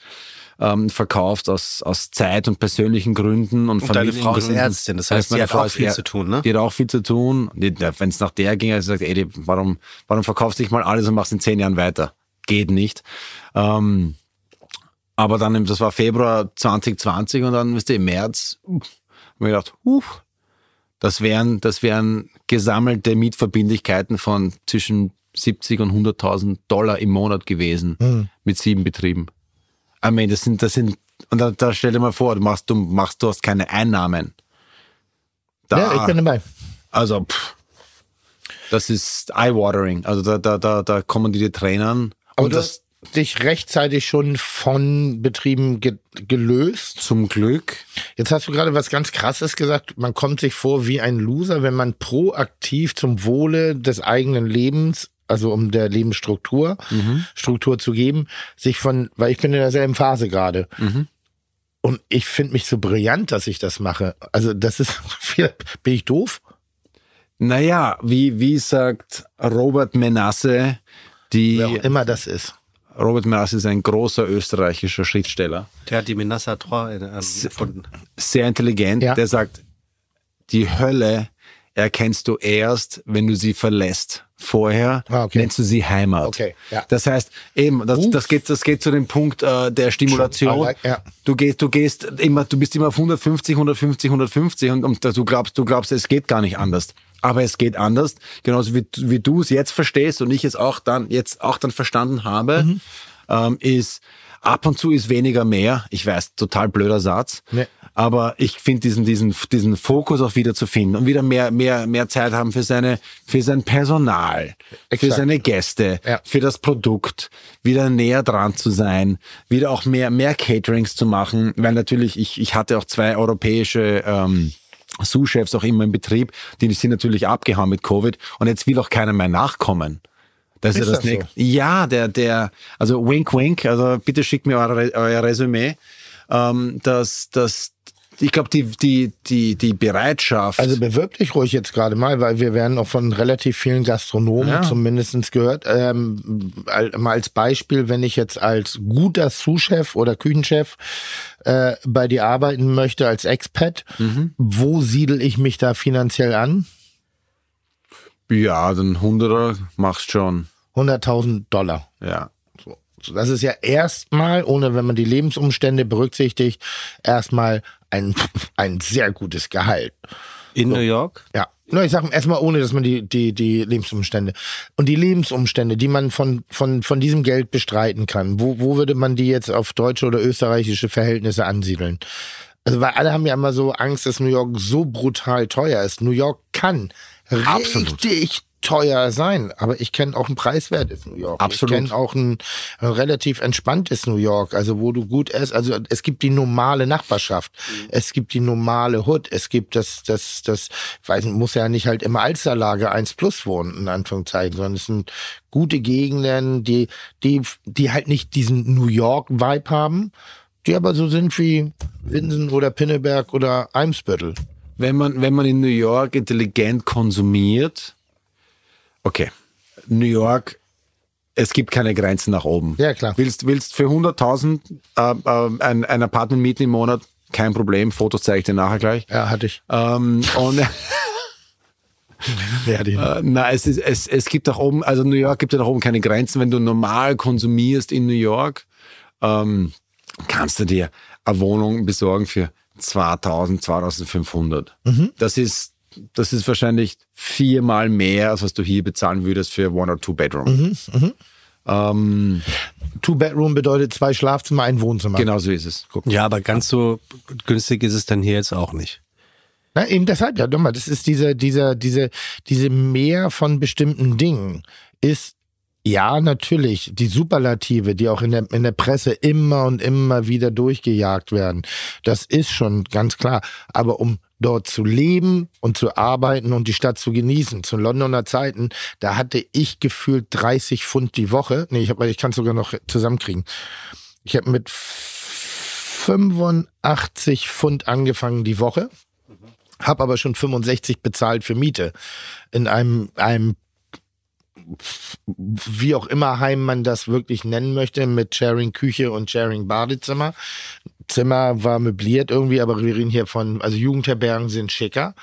S5: ähm, verkaufst aus, aus Zeit und persönlichen Gründen und,
S4: Und deine Frau ist
S5: Familiengründen.
S4: Ärztin, das heißt,
S5: meine
S4: die hat
S5: Frau
S4: auch
S5: ist
S4: viel
S5: Är-
S4: zu tun, ne?
S5: die hat auch viel zu tun. Wenn es nach der ging, hat sie gesagt, ey, die- warum, warum verkaufst du dich mal alles und machst in zehn Jahren weiter? Geht nicht. Ähm, aber dann, im- das war Februar 2020 und dann, wisst ihr, im März, uh, hab mir gedacht, uh, das wären, das wären gesammelte Mietverbindlichkeiten von zwischen 70 und 100.000 Dollar im Monat gewesen
S3: Hm.
S5: mit sieben Betrieben. I mean, das sind, das sind, und da, da stell dir mal vor, du machst, du machst, du hast keine Einnahmen. Da,
S3: Ja, ich bin dabei.
S5: also, pff, das ist eye-watering. Also, da, da, da, da kommen die, die Tränen.
S3: Aber
S5: und
S3: du
S5: das
S3: hast dich rechtzeitig schon von Betrieben ge gelöst.
S5: zum Glück.
S3: Jetzt hast du gerade was ganz Krasses gesagt. Man kommt sich vor wie ein Loser, wenn man proaktiv zum Wohle des eigenen Lebens, also um der Lebensstruktur, Struktur zu geben, sich von, weil ich bin in derselben Phase gerade. Und ich finde mich so brillant, dass ich das mache. Also das ist, bin ich doof?
S5: Naja, wie, wie sagt Robert Menasse, die,
S3: Wer auch immer das ist.
S5: Robert Menasse ist ein großer österreichischer Schriftsteller.
S4: Der hat die äh, Menassa 3 erfunden.
S5: sehr intelligent,
S3: Ja.
S5: der sagt, die Hölle erkennst du erst, wenn du sie verlässt. Vorher
S3: Ah, okay.
S5: nennst du sie Heimat.
S3: Okay, ja.
S5: Das heißt, eben, das, das, geht, das geht zu dem Punkt äh, der
S3: Schon,
S5: Stimulation.
S3: aber, ja.
S5: Du gehst, du gehst immer, du bist immer auf 150, 150, 150 und, und du glaubst, du glaubst, es geht gar nicht anders. Aber es geht anders, genauso wie, wie du es jetzt verstehst und ich es auch dann jetzt auch dann verstanden habe, ähm, ist ab und zu ist weniger mehr. Ich weiß, total blöder Satz.
S3: Nee.
S5: Aber ich finde diesen, diesen, diesen Fokus auch wieder zu finden und wieder mehr, mehr, mehr Zeit haben für seine, für sein Personal, für
S3: Exakt.
S5: seine Gäste,
S3: Ja.
S5: für das Produkt, wieder näher dran zu sein, wieder auch mehr, mehr Caterings zu machen, weil natürlich ich, ich hatte auch zwei europäische, ähm, Sous-Chefs auch immer im Betrieb, die sind natürlich abgehauen mit Covid und jetzt will auch keiner mehr nachkommen. Das ist,
S3: Ist
S5: ja das
S3: das so?
S5: nächste. Ja, der, der, also wink, wink, also bitte schickt mir euer, Re- euer Resümee. Ähm, das, das, ich glaube, die, die, die, die Bereitschaft.
S3: Also bewirb dich ruhig jetzt gerade mal, weil wir werden auch von relativ vielen Gastronomen
S5: Ja.
S3: zumindestens gehört. Ähm, al- mal als Beispiel, wenn ich jetzt als guter Sous-Chef oder Küchenchef äh, bei dir arbeiten möchte, als Expat, wo siedel ich mich da finanziell an?
S5: ja, also den Hunderter machst schon.
S3: 100.000 Dollar.
S5: Ja.
S3: So. So, Das ist ja erstmal, ohne wenn man die Lebensumstände berücksichtigt, erstmal ein, ein sehr gutes Gehalt.
S4: In New York?
S3: Ja. Na, ich sag erstmal ohne, dass man die, die, die Lebensumstände. Und die Lebensumstände, die man von, von, von diesem Geld bestreiten kann, wo, wo würde man die jetzt auf deutsche oder österreichische Verhältnisse ansiedeln? Also, weil alle haben ja immer so Angst, dass New York so brutal teuer ist. New York kann
S5: Absolut.
S3: richtig teuer sein, aber ich kenne auch ein preiswertes New York.
S5: Absolut.
S3: Ich kenne auch ein, ein relativ entspanntes New York, also wo du gut esst. Also es gibt die normale Nachbarschaft, es gibt die normale Hood, es gibt das, das, das, weiß nicht, muss ja nicht halt immer Alsterlage 1 plus wohnen, in Anführungszeichen, sondern es sind gute Gegenden, die, die, die halt nicht diesen New York-Vibe haben, die aber so sind wie Winsen oder Pinneberg oder Eimsbüttel.
S5: wenn man, wenn man in New York intelligent konsumiert, okay, New York, es gibt keine Grenzen nach oben.
S3: Ja, klar.
S5: Willst, willst für 100.000 äh, äh, ein, ein Apartment mieten im Monat, kein Problem, Fotos zeige ich dir nachher gleich.
S3: Ja, hatte ich.
S5: Ähm, und
S3: Ja, die.
S5: Äh, Na, es, ist, es, es gibt nach oben, also New York gibt ja nach oben keine Grenzen. Wenn du normal konsumierst in New York, ähm, kannst du dir eine Wohnung besorgen für 2000, 2500.
S3: Mhm.
S5: Das ist das ist wahrscheinlich viermal mehr, als was du hier bezahlen würdest für One- or Two-Bedroom.
S3: Mhm.
S5: Ähm,
S3: Two-Bedroom bedeutet zwei Schlafzimmer, ein Wohnzimmer.
S5: genau so ist es. Guck.
S4: Ja, aber ganz so günstig ist es dann hier jetzt auch nicht.
S3: Na, eben deshalb, ja, nochmal, das ist dieser, dieser, diese, diese Mehr von bestimmten Dingen ist, ja, natürlich, die Superlative, die auch in der, in der Presse immer und immer wieder durchgejagt werden. Das ist schon ganz klar. Aber um dort zu leben und zu arbeiten und die Stadt zu genießen. Zu Londoner Zeiten, da hatte ich gefühlt 30 Pfund die Woche. Nee, ich, hab- ich kann es sogar noch zusammenkriegen. Ich habe mit 85 Pfund angefangen die Woche habe aber schon 65 bezahlt für Miete in einem einem wie auch immer Heim man das wirklich nennen möchte mit Sharing Küche und Sharing Badezimmer. Zimmer war möbliert irgendwie, aber wir reden hier von also Jugendherbergen sind schicker.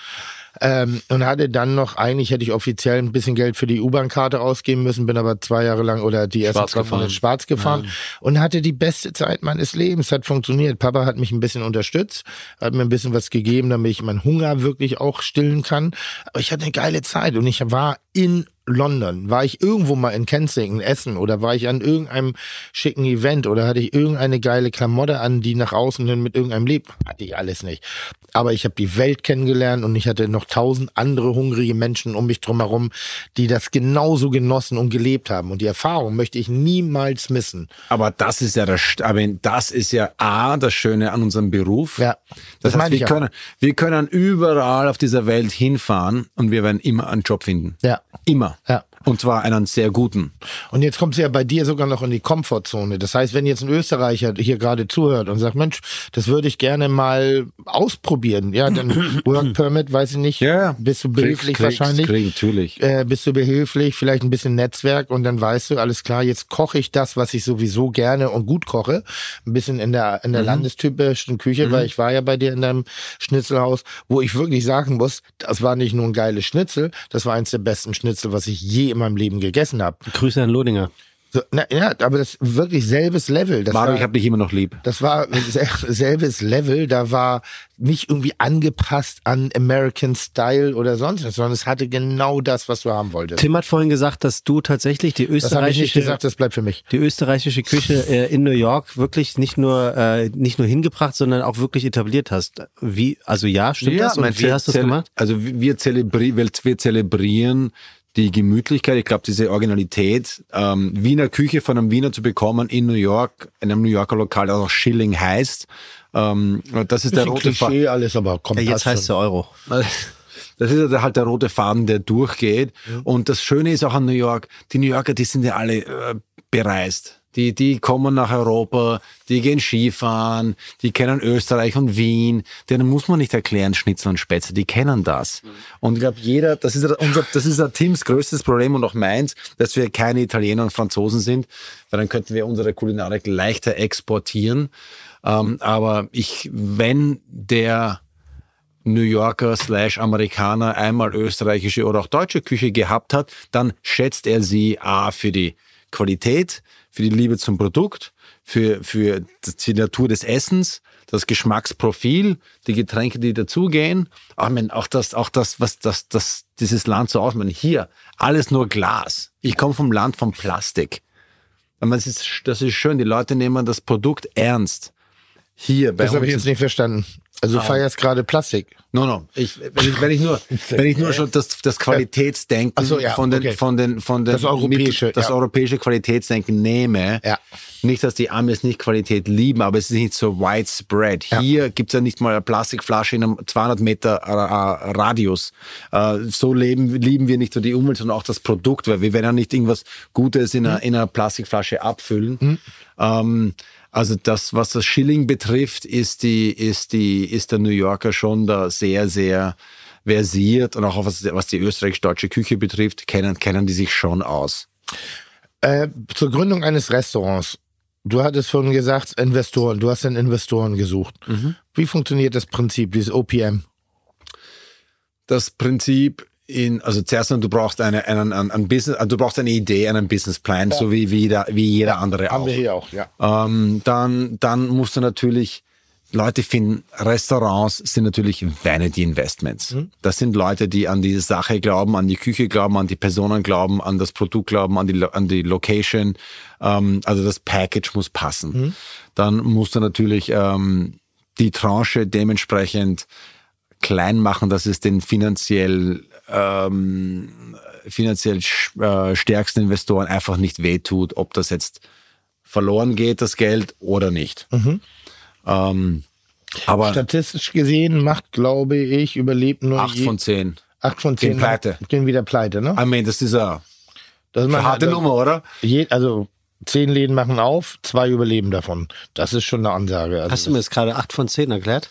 S3: Ähm, und hatte dann noch eigentlich hätte ich offiziell ein bisschen Geld für die U-Bahn-Karte ausgeben müssen, bin aber zwei Jahre lang oder die ersten
S5: Schwarz
S3: zwei Monate
S5: gefahren.
S3: schwarz gefahren und hatte die beste Zeit meines Lebens. Hat funktioniert. Papa hat mich ein bisschen unterstützt, hat mir ein bisschen was gegeben, damit ich meinen Hunger wirklich auch stillen kann. Aber ich hatte eine geile Zeit und ich war in London. War ich irgendwo mal in Kensington essen oder war ich an irgendeinem schicken Event oder hatte ich irgendeine geile Klamotte an, die nach außen hin mit irgendeinem lebt? Hatte ich alles nicht. Aber ich habe die Welt kennengelernt und ich hatte noch tausend andere hungrige Menschen um mich drumherum, die das genauso genossen und gelebt haben. Und die Erfahrung möchte ich niemals missen.
S5: Aber das ist ja das, St- aber das ist ja A, das Schöne an unserem Beruf.
S3: Ja, das
S5: Das, heißt,
S3: meine
S5: wir
S3: ich ja.
S5: können, wir können überall auf dieser Welt hinfahren und wir werden immer einen Job finden.
S3: Ja.
S5: Immer.
S3: Ja.
S5: Und zwar einen sehr guten.
S3: Und jetzt kommt sie ja bei dir sogar noch in die Komfortzone. Das heißt, wenn jetzt ein Österreicher hier gerade zuhört und sagt, Mensch, das würde ich gerne mal ausprobieren, ja, dann Work Permit, weiß ich nicht, bist du behilflich wahrscheinlich.
S5: Kriegen, natürlich.
S3: Äh, bist du behilflich, vielleicht ein bisschen Netzwerk und dann weißt du, alles klar, jetzt koche ich das, was ich sowieso gerne und gut koche. Ein bisschen in der, in der landestypischen Küche, weil ich war ja bei dir in deinem Schnitzelhaus, wo ich wirklich sagen muss, das war nicht nur ein geiles Schnitzel, das war eins der besten Schnitzel, was ich je in meinem Leben gegessen habe.
S4: Grüße an Lodinger.
S3: So, na, ja, aber das wirklich selbes Level. Das
S5: Mario,
S3: war,
S5: ich habe dich immer noch lieb.
S3: das war sel- selbes Level. Da war nicht irgendwie angepasst an American Style oder sonst was, sondern es hatte genau das, was du haben wolltest.
S4: Tim hat vorhin gesagt, dass du tatsächlich die
S3: Das habe ich nicht
S4: österreichische
S3: gesagt, das bleibt für mich.
S4: die österreichische Küche äh, in New York wirklich nicht nur äh, nicht nur hingebracht, sondern auch wirklich etabliert hast. Wie also ja, stimmt das
S5: mein,
S4: und wie
S5: wir
S4: hast du das
S5: zele-
S4: gemacht?
S5: Also wir, wir zelebri wir, wir zelebrieren die Gemütlichkeit, ich glaube, diese Originalität, ähm, Wiener Küche von einem Wiener zu bekommen in New York, in einem New Yorker Lokal, das auch Schilling heißt. Ähm, das ist der
S3: Bisschen
S5: rote Faden.
S3: Klischee alles, aber komm,
S4: Ja,
S3: passt
S4: jetzt heißt
S3: schon.
S4: der Euro.
S5: Das ist halt der rote Faden, der durchgeht. Und das Schöne ist auch an New York, die New Yorker, die sind ja alle äh, bereist. Die, die kommen nach Europa, die gehen Skifahren, die kennen Österreich und Wien. Denen muss man nicht erklären, Schnitzel und Spätzle, die kennen das. Und ich glaube, jeder, das ist unser, das ist ja Tims größtes Problem und auch meins, dass wir keine Italiener und Franzosen sind, weil dann könnten wir unsere Kulinarik leichter exportieren. Ähm, aber ich, wenn der New Yorker slash Amerikaner einmal österreichische oder auch deutsche Küche gehabt hat, dann schätzt er sie A für die Qualität, für die Liebe zum Produkt, für, für die Natur des Essens, das Geschmacksprofil, die Getränke, die dazugehen. Ach, ich mein, auch das, auch das, was das, das, dieses Land so ausmacht. Hier, alles nur Glas. Ich komme vom Land von Plastik. Aber es ist, das ist schön, die Leute nehmen das Produkt ernst. hier bei
S3: Das habe ich
S5: uns.
S3: jetzt nicht verstanden.
S5: Ah.
S3: Also du feierst gerade Plastik.
S5: No, no. Ich, wenn, ich, wenn ich nur, wenn ich nur schon das, das Qualitätsdenken
S3: Ach so, ja,
S5: von den,
S3: okay.
S5: von den, von den,
S3: Das europäische,
S5: Mittel- das
S3: ja.
S5: europäische Qualitätsdenken nehme,
S3: Ja.
S5: nicht, dass die Amis nicht Qualität lieben, aber es ist nicht so widespread. Hier gibt's ja nicht mal eine Plastikflasche in einem 200 Meter äh, äh, Radius. Äh, so leben, lieben wir nicht nur die Umwelt, sondern auch das Produkt, weil wir werden ja nicht irgendwas Gutes in einer, in einer Plastikflasche abfüllen. Ähm, also das, was das Schilling betrifft, ist die, ist die, ist der New Yorker schon da sehr, sehr versiert und auch was, was die österreichisch-deutsche Küche betrifft, kennen, kennen die sich schon aus.
S3: Äh, zur Gründung eines Restaurants. Du hattest vorhin gesagt, Investoren. Du hast dann Investoren gesucht.
S5: Mhm.
S3: Wie funktioniert das Prinzip, dieses OPM?
S5: das Prinzip in, also zuerst mal, du brauchst eine, einen, einen, einen Business, also du brauchst eine Idee, einen Businessplan, so wie, wie jeder, wie jeder andere auch.
S3: auch, ja.
S5: Ähm, dann, dann musst du natürlich Leute finden. Restaurants sind natürlich Vanity Investments. Das sind Leute, die an die Sache glauben, an die Küche glauben, an die Personen glauben, an das Produkt glauben, an die, Lo- an die Location. Ähm, also das Package muss passen. Dann musst du natürlich ähm, die Tranche dementsprechend klein machen, dass es den finanziell ähm, finanziell sch- äh, stärksten Investoren einfach nicht wehtut, ob das jetzt verloren geht, das Geld oder nicht. Ähm,
S4: Ah.
S5: aber
S3: Statistisch gesehen macht, glaube ich, überlebt nur
S5: acht
S3: je-
S5: von zehn.
S3: acht von
S5: gehen
S3: zehn
S5: pleite.
S3: gehen wieder pleite, ne?
S5: I mean, das ist eine
S3: Das ist mal-
S5: harte
S3: das-
S5: Nummer, oder?
S3: Je, also zehn Läden machen auf, zwei überleben davon. Das ist schon eine Ansage. Also,
S4: Hast du mir jetzt gerade 8 von 10 erklärt?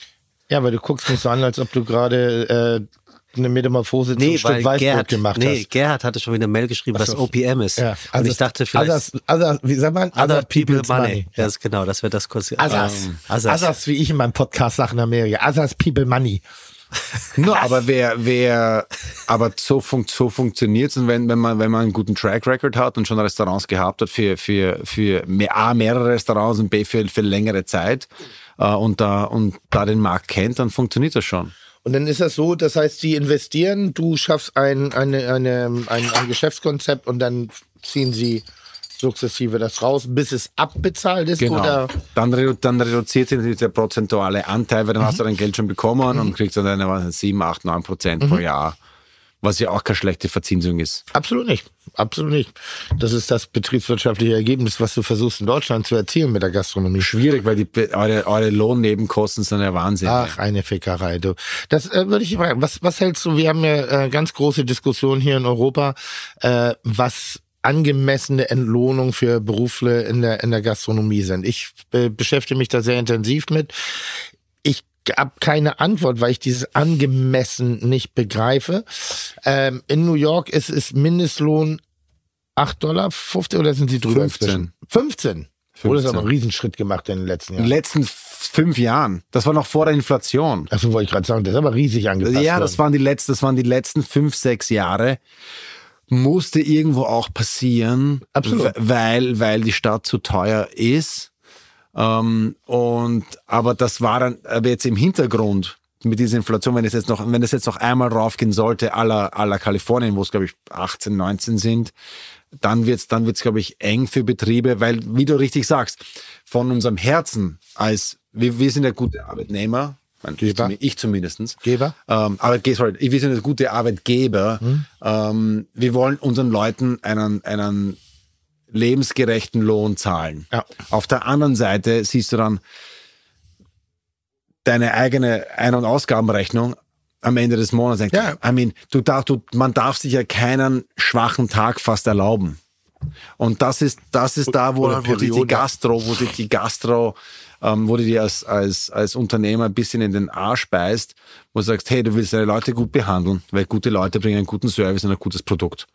S3: ja, weil du guckst mich so an, als ob du gerade äh, eine Metamorphose zum Stück Weißbrot gemacht
S4: nee,
S3: hast.
S4: Gerhard hatte schon wieder eine Mail geschrieben, was OPM ist.
S3: Ja,
S4: Und
S3: others-
S4: ich dachte vielleicht
S3: Others, others, wie sagt man?
S4: Other People
S3: people's
S4: Money. Ja, ist genau, das wäre das kurz.
S3: Others.
S4: Ähm,
S3: others.
S4: Others.
S3: wie ich in meinem Podcast sage in Amerika. Others People Money.
S5: No, aber wer, wer, aber so, funkt, so funktioniert es. Und wenn, wenn, man, wenn man einen guten Track Record hat und schon Restaurants gehabt hat für, für, für mehr, A, mehrere Restaurants und B, für, für längere Zeit äh, und, da, und da den Markt kennt, dann funktioniert das schon.
S3: Und dann ist das so, das heißt, die investieren, du schaffst ein, eine, eine, ein, ein Geschäftskonzept und dann ziehen sie sukzessive das raus, bis es abbezahlt ist
S5: Genau.
S3: oder
S5: Dann, redu- dann reduziert sich natürlich der prozentuale Anteil, weil dann hast du dein Geld schon bekommen und kriegst dann deine was weiß ich, 7, 8, 9 Prozent pro Jahr. Was ja auch keine schlechte Verzinsung ist.
S3: Absolut nicht. Absolut nicht. Das ist das betriebswirtschaftliche Ergebnis, was du versuchst in Deutschland zu erzielen mit der Gastronomie.
S5: Schwierig, weil die, Be- eure, eure Lohnnebenkosten sind ja Wahnsinn.
S3: Ach, eine Fickerei, du. Das äh, würde ich fragen. Was, was hältst du? Wir haben ja äh, ganz große Diskussionen hier in Europa, äh, was angemessene Entlohnung für Berufle in der, in der Gastronomie sind. Ich äh, beschäftige mich da sehr intensiv mit. Ich habe keine Antwort, weil ich dieses angemessen nicht begreife. Ähm, in New York ist, ist Mindestlohn 8 Dollar 50 oder sind sie drüber?
S5: 15.
S3: inzwischen? 15. 15. Oder ist aber
S5: 15.
S3: ein Riesenschritt gemacht in den letzten
S5: In
S3: Jahren.
S5: den letzten f- fünf Jahren, das war noch vor der Inflation.
S3: Achso, wollte ich gerade sagen, das ist aber riesig angepasst
S5: Ja,
S3: worden.
S5: das waren, die letzten, das waren die letzten fünf, sechs Jahre. Musste irgendwo auch passieren,
S3: Absolut.
S5: we- Weil, weil die Stadt zu teuer ist. Ähm, und, aber das war dann aber jetzt im Hintergrund mit dieser Inflation, wenn es jetzt noch, wenn es jetzt noch einmal raufgehen sollte, aller aller Kalifornien, wo es glaube ich 18, 19 sind, dann wird's dann wird's glaube ich eng für Betriebe, weil wie du richtig sagst, von unserem Herzen als wir, wir sind ja gute Arbeitnehmer, mein, ich,
S3: Geber.
S5: zumi- ich zumindestens.
S3: Geber. Mhm.
S5: Ähm, Arbeitge sorry, wir sind ja gute Arbeitgeber. Ähm, wir wollen unseren Leuten einen einen lebensgerechten Lohn zahlen.
S3: Ja.
S5: Auf der anderen Seite siehst du dann deine eigene Ein- und Ausgabenrechnung am Ende des Monats. Denkst,
S3: Ja.
S5: I mean, du darf, du, man darf sich ja keinen schwachen Tag fast erlauben. Und das ist, das ist da, wo,
S1: oder
S5: wo sich die
S1: Periode.
S5: Gastro, wo sich die Gastro, ähm, wo du dir als, als, als Unternehmer ein bisschen in den Arsch beißt, wo du sagst, hey, du willst deine Leute gut behandeln, weil gute Leute bringen einen guten Service und ein gutes Produkt.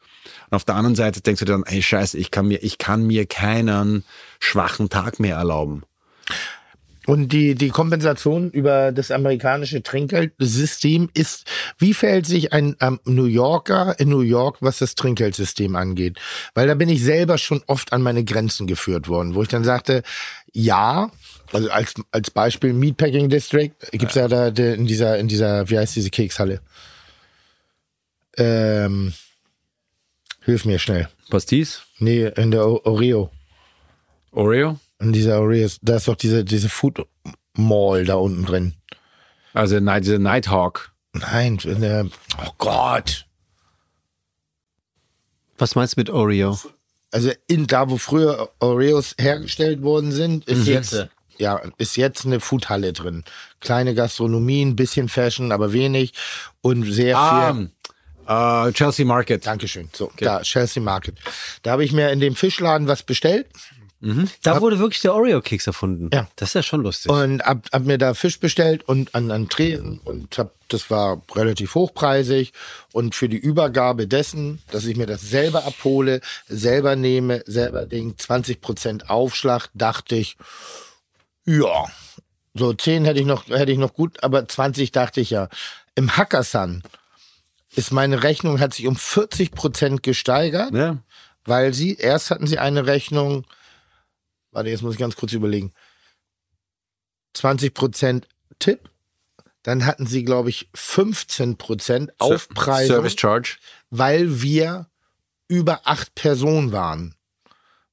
S5: Und auf der anderen Seite denkst du dir dann, hey, scheiße, ich kann mir, ich kann mir keinen schwachen Tag mehr erlauben.
S3: Und die, die Kompensation über das amerikanische Trinkgeldsystem ist, wie verhält sich ein ähm, New Yorker in New York, was das Trinkgeldsystem angeht? Weil da bin ich selber schon oft an meine Grenzen geführt worden, wo ich dann sagte, ja, also als, als Beispiel Meatpacking District gibt's ja, da de- in dieser, in dieser, wie heißt diese Kekshalle? Ähm, hilf mir schnell.
S5: Pastis?
S3: Nee, in der O- Oreo.
S5: Oreo?
S3: In dieser Oreo, da ist doch diese, diese Food Mall da unten drin.
S5: Also Night, diese Nighthawk.
S3: Nein, in der, oh Gott.
S4: Was meinst du mit Oreo?
S3: Also in da, wo früher Oreos hergestellt worden sind, ist jetzt ja ist jetzt eine Foodhalle drin. Kleine Gastronomie, ein bisschen Fashion, aber wenig und sehr
S5: Ah,
S3: viel.
S5: äh, Chelsea Market.
S3: Dankeschön. So, da Chelsea Market. Da habe ich mir in dem Fischladen was bestellt
S4: Da wurde wirklich der Oreo-Keks erfunden.
S3: Ja.
S4: Das ist ja schon lustig.
S3: und hab, hab mir da Fisch bestellt und an an Tresen und hab, das war relativ hochpreisig und für die Übergabe dessen, dass ich mir das selber abhole, selber nehme, selber Ding, 20 Aufschlag, dachte ich, ja, so 10 hätte ich noch hätte ich noch gut, aber 20 dachte ich ja. Im Hackersan ist meine Rechnung hat sich um 40 gesteigert
S5: Ja.
S3: weil sie erst hatten sie eine Rechnung, warte, jetzt muss ich ganz kurz überlegen. 20% Tipp, dann hatten sie glaube ich 15% Aufpreisung,
S5: Service Charge.
S3: weil wir über acht Personen waren.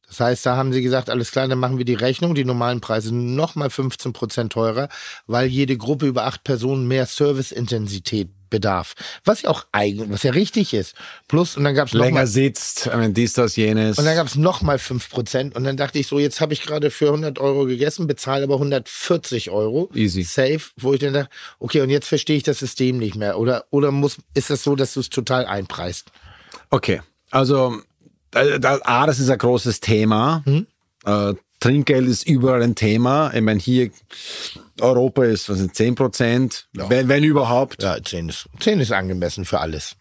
S3: Das heißt, da haben sie gesagt, alles klar, dann machen wir die Rechnung, die normalen Preise nochmal 15% teurer, weil jede Gruppe über acht Personen mehr Serviceintensität bedarf. Was ja auch eigen, was ja richtig ist. Plus, und dann gab es
S5: Länger
S3: nochmal
S5: sitzt, I mean, dies, das, jenes.
S3: und dann gab's noch nochmal 5%. Und dann dachte ich so, jetzt habe ich gerade für 100 Euro gegessen, bezahle aber 140 Euro.
S5: Easy.
S3: Safe, wo ich dann dachte, okay, und jetzt verstehe ich das System nicht mehr. Oder, oder muss, ist das so, dass du es total einpreist?
S5: Okay, also da, da, A, das ist ein großes Thema. Äh, Trinkgeld ist überall ein Thema. Ich meine, hier Europa ist was sind 10 Prozent, wenn, wenn überhaupt.
S3: Ja, 10 ist, 10 ist angemessen für alles.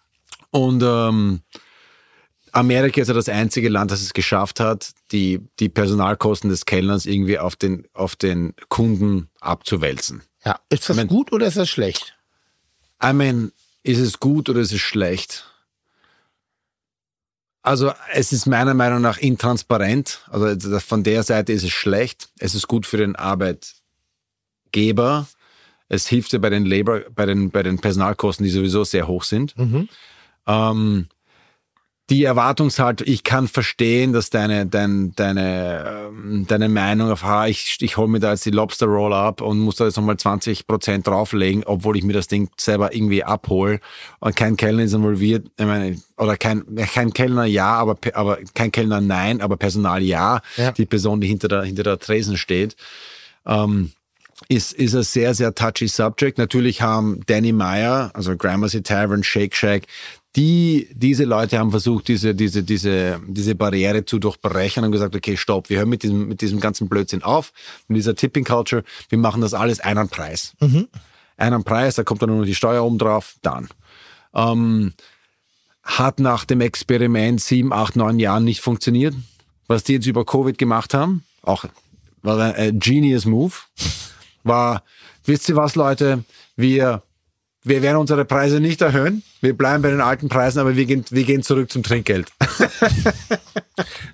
S5: Und ähm, Amerika ist ja das einzige Land, das es geschafft hat, die, die Personalkosten des Kellners irgendwie auf den, auf den Kunden abzuwälzen.
S3: Ja, ist das
S5: Moment.
S3: gut oder ist das schlecht?
S5: I mean, ist es gut oder ist es schlecht? Also es ist meiner Meinung nach intransparent. Also das- von der Seite ist es schlecht. Es ist gut für den Arbeitgeber. Es hilft dir bei den Labor, bei den, bei den Personalkosten, die sowieso sehr hoch sind. Ähm, die Erwartungshaltung, ich kann verstehen, dass deine, dein, deine, ähm, deine Meinung auf, ha, ich, ich hole mir da jetzt die Lobster Roll ab und muss da jetzt nochmal 20% drauflegen, obwohl ich mir das Ding selber irgendwie abhole und kein Kellner ist involviert, ich meine, oder kein, kein Kellner ja, aber, pe- aber kein Kellner nein, aber Personal ja,
S3: Ja.
S5: die Person, die hinter der, hinter der Tresen steht ist, ist ein sehr, sehr touchy Subject. Natürlich haben Danny Meyer, also Gramercy Tavern, Shake Shack, die, diese Leute haben versucht, diese, diese, diese, diese Barriere zu durchbrechen und gesagt, okay, stopp, wir hören mit diesem, mit diesem ganzen Blödsinn auf, mit dieser Tipping Culture, wir machen das alles einen Preis. Einen Preis, da kommt dann nur noch die Steuer oben drauf, dann Ähm, hat nach dem Experiment sieben, acht, neun Jahren nicht funktioniert. Was die jetzt über Covid gemacht haben, auch war ein äh, genius Move, war, wisst ihr was, Leute, wir, wir werden unsere Preise nicht erhöhen, wir bleiben bei den alten Preisen, aber wir gehen, wir gehen zurück zum Trinkgeld.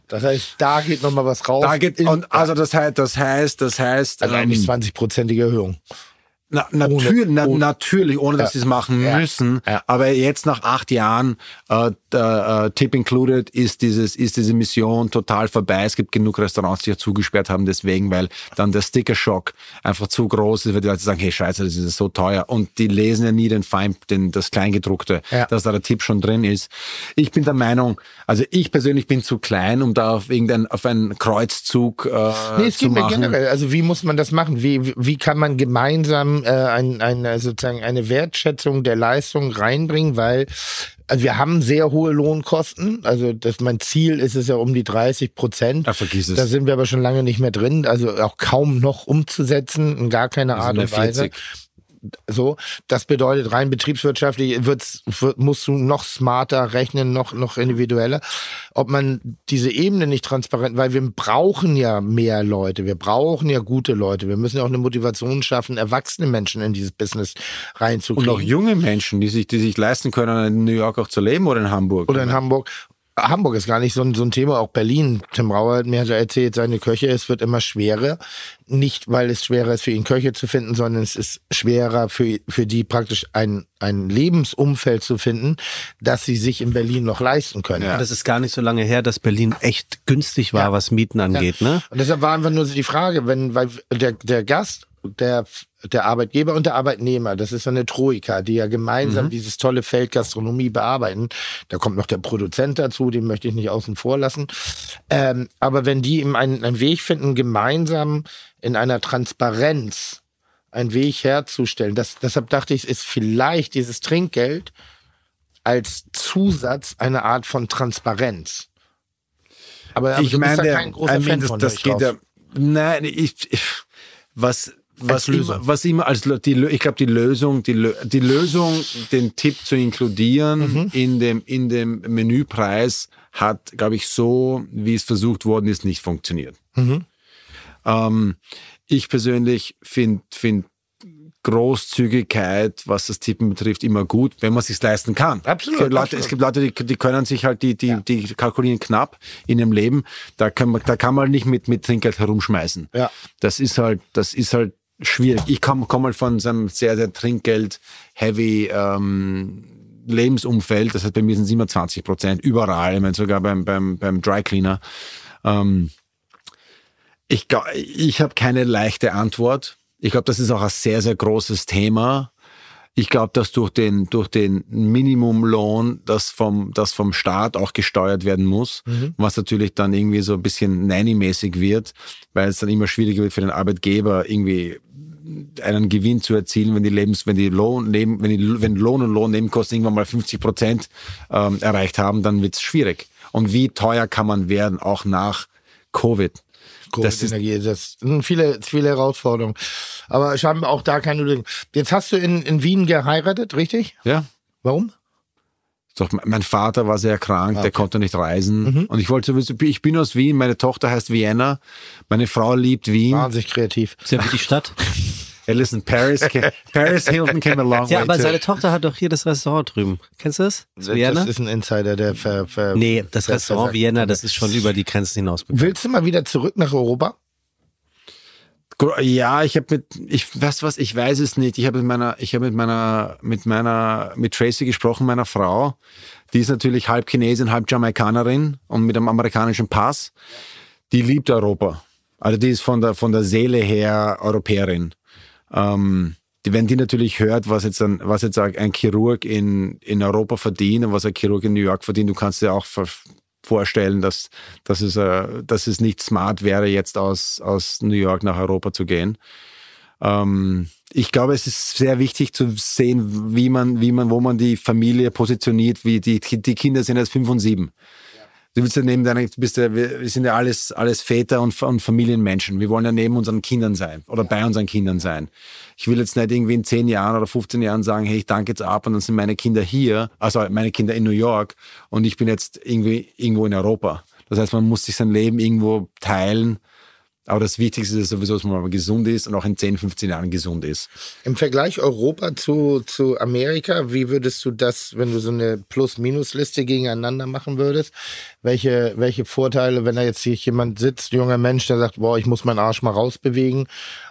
S3: Das heißt, da geht nochmal was raus.
S5: Da geht,
S3: In-
S5: und also das heißt, das heißt, das heißt,
S3: also
S5: ähm,
S3: eigentlich 20-prozentige Erhöhung.
S5: Na, natürlich, na,
S3: ohne-
S5: natürlich, ohne dass
S3: Ja.
S5: sie es machen
S3: Ja.
S5: müssen.
S3: Ja.
S5: Aber jetzt nach acht Jahren, äh, äh, äh, Tip included, ist dieses, ist diese Mission total vorbei. Es gibt genug Restaurants, die ja zugesperrt haben, deswegen, weil dann der Sticker-Shock einfach zu groß ist, weil die Leute sagen, hey Scheiße, das ist so teuer. Und die lesen ja nie den Fein, den, das Kleingedruckte,
S3: Ja.
S5: dass da der Tipp schon drin ist. Ich bin der Meinung, also ich persönlich bin zu klein, um da auf irgendein, auf einen Kreuzzug, äh,
S3: Nee, es
S5: zu
S3: geht mir
S5: machen.
S3: generell. Also wie muss man das machen? Wie, wie- wie kann man gemeinsam äh, ein, ein, sozusagen eine Wertschätzung der Leistung reinbringen? Weil also wir haben sehr hohe Lohnkosten. Also das, mein Ziel ist es ja um die 30 Prozent.
S5: Ah, vergiss es.
S3: Da sind wir aber schon lange nicht mehr drin. Also auch kaum noch umzusetzen, in gar keiner Art
S5: sind
S3: und
S5: bei
S3: Weise.
S5: 40.
S3: So, das bedeutet rein betriebswirtschaftlich wird's, wird, musst du noch smarter rechnen, noch, noch individueller. Ob man diese Ebene nicht transparent, weil wir brauchen ja mehr Leute, wir brauchen ja gute Leute, wir müssen ja auch eine Motivation schaffen, erwachsene Menschen in dieses Business
S5: Und
S3: reinzukriegen.
S5: auch junge Menschen, die sich, die sich leisten können, in New York auch zu leben oder in Hamburg.
S3: Oder in Hamburg. Hamburg ist gar nicht so ein, so ein Thema, auch Berlin. Tim Rauer hat mir ja erzählt, seine Köche, es wird immer schwerer. Nicht, weil es schwerer ist, für ihn Köche zu finden, sondern es ist schwerer für, für die praktisch ein, ein Lebensumfeld zu finden, dass sie sich in Berlin noch leisten können.
S4: Das ist gar nicht so lange her, dass Berlin echt günstig war, was Mieten angeht, ne?
S3: Und deshalb war einfach nur so die Frage, wenn, weil der, der Gast der, der Arbeitgeber und der Arbeitnehmer. Das ist so eine Troika, die ja gemeinsam dieses tolle Feld Gastronomie bearbeiten. Da kommt noch der Produzent dazu, den möchte ich nicht außen vor lassen. Ähm, aber wenn die eben einen, einen Weg finden, gemeinsam in einer Transparenz einen Weg herzustellen, das, deshalb dachte ich, ist vielleicht dieses Trinkgeld als Zusatz eine Art von Transparenz. Aber, aber
S5: ich
S3: du bist
S5: meine,
S3: ja
S5: der-
S3: kein großer
S5: I mean,
S3: Fan
S5: das,
S3: von
S5: das
S3: höre ich
S5: geht
S3: raus.
S5: ja. Nein, ich, ich- was, was,
S3: Lösung.
S5: immer, was immer als Lö- die, Lö- ich glaube die Lösung, die, Lö- die Lösung, den Tipp zu inkludieren
S3: Mhm.
S5: in dem in dem Menüpreis hat, glaube ich, so wie es versucht worden ist, nicht funktioniert.
S3: Mhm.
S5: Ähm, ich persönlich finde find Großzügigkeit, was das Tippen betrifft, immer gut, wenn man es sich leisten kann.
S3: Absolut,
S5: Es gibt Leute,
S3: absolut.
S5: Es gibt Leute, die, die können sich halt, die, die, die kalkulieren knapp in ihrem Leben. Da kann man, da kann man nicht mit, mit Trinkgeld herumschmeißen.
S3: Ja.
S5: Das ist halt, das ist halt schwierig. Ich komme komm mal von so einem sehr, sehr Trinkgeld-heavy ähm, Lebensumfeld. Das heißt, bei mir sind es immer 20 Prozent, überall. Ich meine, sogar beim, beim, beim Dry Cleaner. Ähm, ich glaub, ich habe keine leichte Antwort. Ich glaube, das ist auch ein sehr, sehr großes Thema. Ich glaube, dass durch den, durch den Minimumlohn, das vom, das vom Staat auch gesteuert werden muss, was natürlich dann irgendwie so ein bisschen nanny-mäßig wird, weil es dann immer schwieriger wird für den Arbeitgeber, irgendwie einen Gewinn zu erzielen, wenn die Lebens, wenn die Lohn, neben, wenn, die, wenn Lohn und Lohnnebenkosten irgendwann mal 50 Prozent ähm, erreicht haben, dann wird es schwierig. Und wie teuer kann man werden, auch nach Covid? Das ist
S3: Covid-Energie. Das sind viele, viele Herausforderungen. Aber scheinbar auch da keine Lösung. Jetzt hast du in, in Wien geheiratet, richtig?
S5: ja.
S3: Warum?
S5: Doch, me- mein Vater war sehr krank, der konnte nicht reisen. Und ich wollte sowieso, ich bin aus Wien, meine Tochter heißt Vienna, meine Frau liebt Wien.
S3: Wahnsinnig kreativ.
S4: Ist ja wie die Stadt.
S5: Alice in Paris, ca- Paris Hilton came a long
S4: Ja,
S5: way
S4: aber
S5: too.
S4: seine Tochter hat doch hier das Restaurant drüben. Kennst du das? Das Vienna?
S3: Das ist ein Insider, der ver, ver
S4: Nee, das
S3: der
S4: Restaurant
S3: versagt.
S4: Vienna, das ist schon über die Grenzen hinaus.
S3: Willst du mal wieder zurück nach Europa?
S5: Gro- Ja, ich habe mit, ich weiß was, ich weiß es nicht. Ich habe mit meiner, ich habe mit meiner, mit meiner, mit Tracy gesprochen, meiner Frau. Die ist natürlich halb Chinesin, halb Jamaikanerin und mit einem amerikanischen Pass. Die liebt Europa. Also die ist von der, von der Seele her Europäerin. Ähm, die, wenn die natürlich hört, was jetzt ein, was jetzt ein Chirurg in, in Europa verdient und was ein Chirurg in New York verdient, du kannst dir auch ver- vorstellen, dass, dass, es, äh, dass es nicht smart wäre, jetzt aus, aus New York nach Europa zu gehen. Ähm, ich glaube, es ist sehr wichtig zu sehen, wie man, wie man, wo man die Familie positioniert, wie die, die Kinder sind jetzt fünf und sieben. Du willst ja neben deiner, du bist ja, wir wir sind ja alles, alles Väter und, Fa- und Familienmenschen. Wir wollen ja neben unseren Kindern sein oder bei unseren Kindern sein. Ich will jetzt nicht irgendwie in 10 Jahren oder 15 Jahren sagen, hey, ich danke jetzt ab und dann sind meine Kinder hier, also meine Kinder in New York und ich bin jetzt irgendwie irgendwo in Europa. Das heißt, man muss sich sein Leben irgendwo teilen. Aber das Wichtigste ist sowieso, dass man mal gesund ist und auch in 10, 15 Jahren gesund ist.
S3: Im Vergleich Europa zu, zu Amerika, wie würdest du das, wenn du so eine Plus-Minus-Liste gegeneinander machen würdest? Welche, welche Vorteile, wenn da jetzt hier jemand sitzt, junger Mensch, der sagt, boah, ich muss meinen Arsch mal rausbewegen,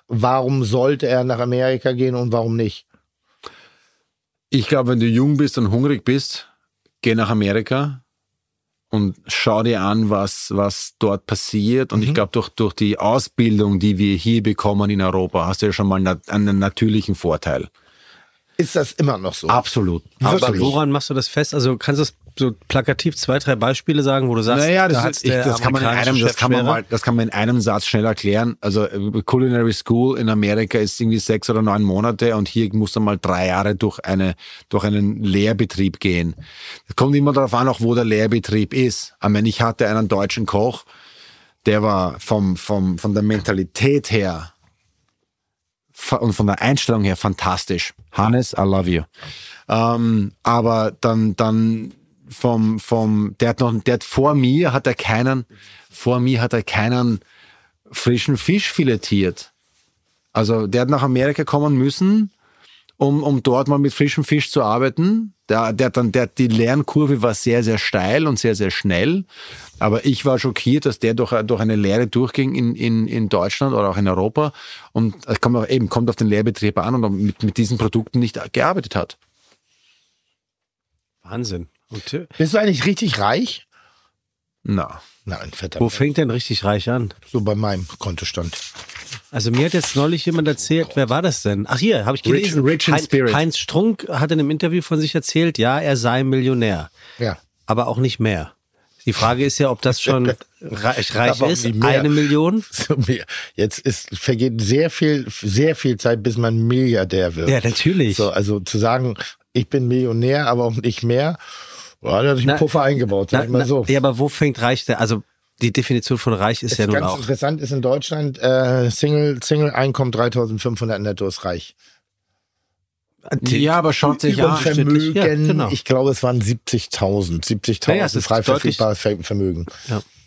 S3: warum sollte er nach Amerika gehen und warum nicht?
S5: Ich glaube, wenn du jung bist und hungrig bist, geh nach Amerika und schau dir an, was, was dort passiert. Und ich glaube, durch, durch die Ausbildung, die wir hier bekommen in Europa, hast du ja schon mal na- einen natürlichen Vorteil.
S3: Ist das immer noch so?
S5: Absolut.
S4: Aber Also, woran machst du das fest? Also kannst du es so plakativ zwei, drei Beispiele sagen, wo du sagst,
S5: Naja,
S4: da
S5: das,
S4: hat's
S5: ist, ich,
S4: der
S5: das, kann man in
S4: amerikanische
S5: einem, das,
S4: Chef
S5: kann man
S4: schwerer?
S5: mal, das kann man in einem Satz schnell erklären. Also äh, Culinary School in Amerika ist irgendwie sechs oder neun Monate und hier muss man mal drei Jahre durch, eine, durch einen Lehrbetrieb gehen. Es kommt immer darauf an, auch wo der Lehrbetrieb ist. Ich meine, ich hatte einen deutschen Koch, der war vom, vom, von der Mentalität her fa- und von der Einstellung her fantastisch. Hannes, I love you. Ähm, aber dann, dann vom, vom, der hat noch, der hat vor mir hat er keinen, vor mir hat er keinen frischen Fisch filetiert. Also der hat nach Amerika kommen müssen, um, um dort mal mit frischem Fisch zu arbeiten. Der, der, hat dann, der, die Lernkurve war sehr, sehr steil und sehr, sehr schnell. Aber ich war schockiert, dass der durch, durch eine Lehre durchging in, in, in Deutschland oder auch in Europa und es kommt auch eben, kommt auf den Lehrbetrieb an und mit, mit diesen Produkten nicht gearbeitet hat.
S4: Wahnsinn. Und, äh,
S3: Bist du eigentlich richtig reich?
S5: Na.
S3: Nein, verdammt.
S4: wo fängt denn richtig reich an?
S3: So bei meinem Kontostand.
S4: Also mir hat jetzt neulich jemand erzählt, wer war das denn? Ach hier, habe ich
S5: Rich-
S4: gelesen.
S5: Rich in
S4: Heinz,
S5: Spirit.
S4: Heinz Strunk hat in einem Interview von sich erzählt, ja, er sei Millionär,
S3: Ja.
S4: aber auch nicht mehr. Die Frage ist ja, ob das schon reich, reich
S3: Aber auch
S4: ist.
S3: nicht mehr.
S4: Eine Million?
S3: So, mir- Jetzt ist, vergeht sehr viel, sehr viel Zeit, bis man Milliardär wird.
S4: Ja, natürlich.
S3: So, also zu sagen, ich bin Millionär, aber auch nicht mehr, ja, da hatte ich einen
S4: Na,
S3: Puffer eingebaut, sag
S4: Na,
S3: ich mal
S4: na,
S3: so.
S4: Ja, aber wo fängt reich denn? Also die Definition von reich ist ja nun
S3: ganz
S4: auch.
S3: interessant ist in Deutschland, äh, Single, Single-Einkommen 3500 netto ist reich.
S4: Äh,
S5: Ja, aber schaut sich
S3: Über
S5: an.
S3: Vermögen,
S4: ja, genau.
S3: ich glaube, es waren 70.000. 70.000
S4: Ja, ja, es ist
S3: frei
S4: deutlich-
S3: verfügbares Ver- Vermögen.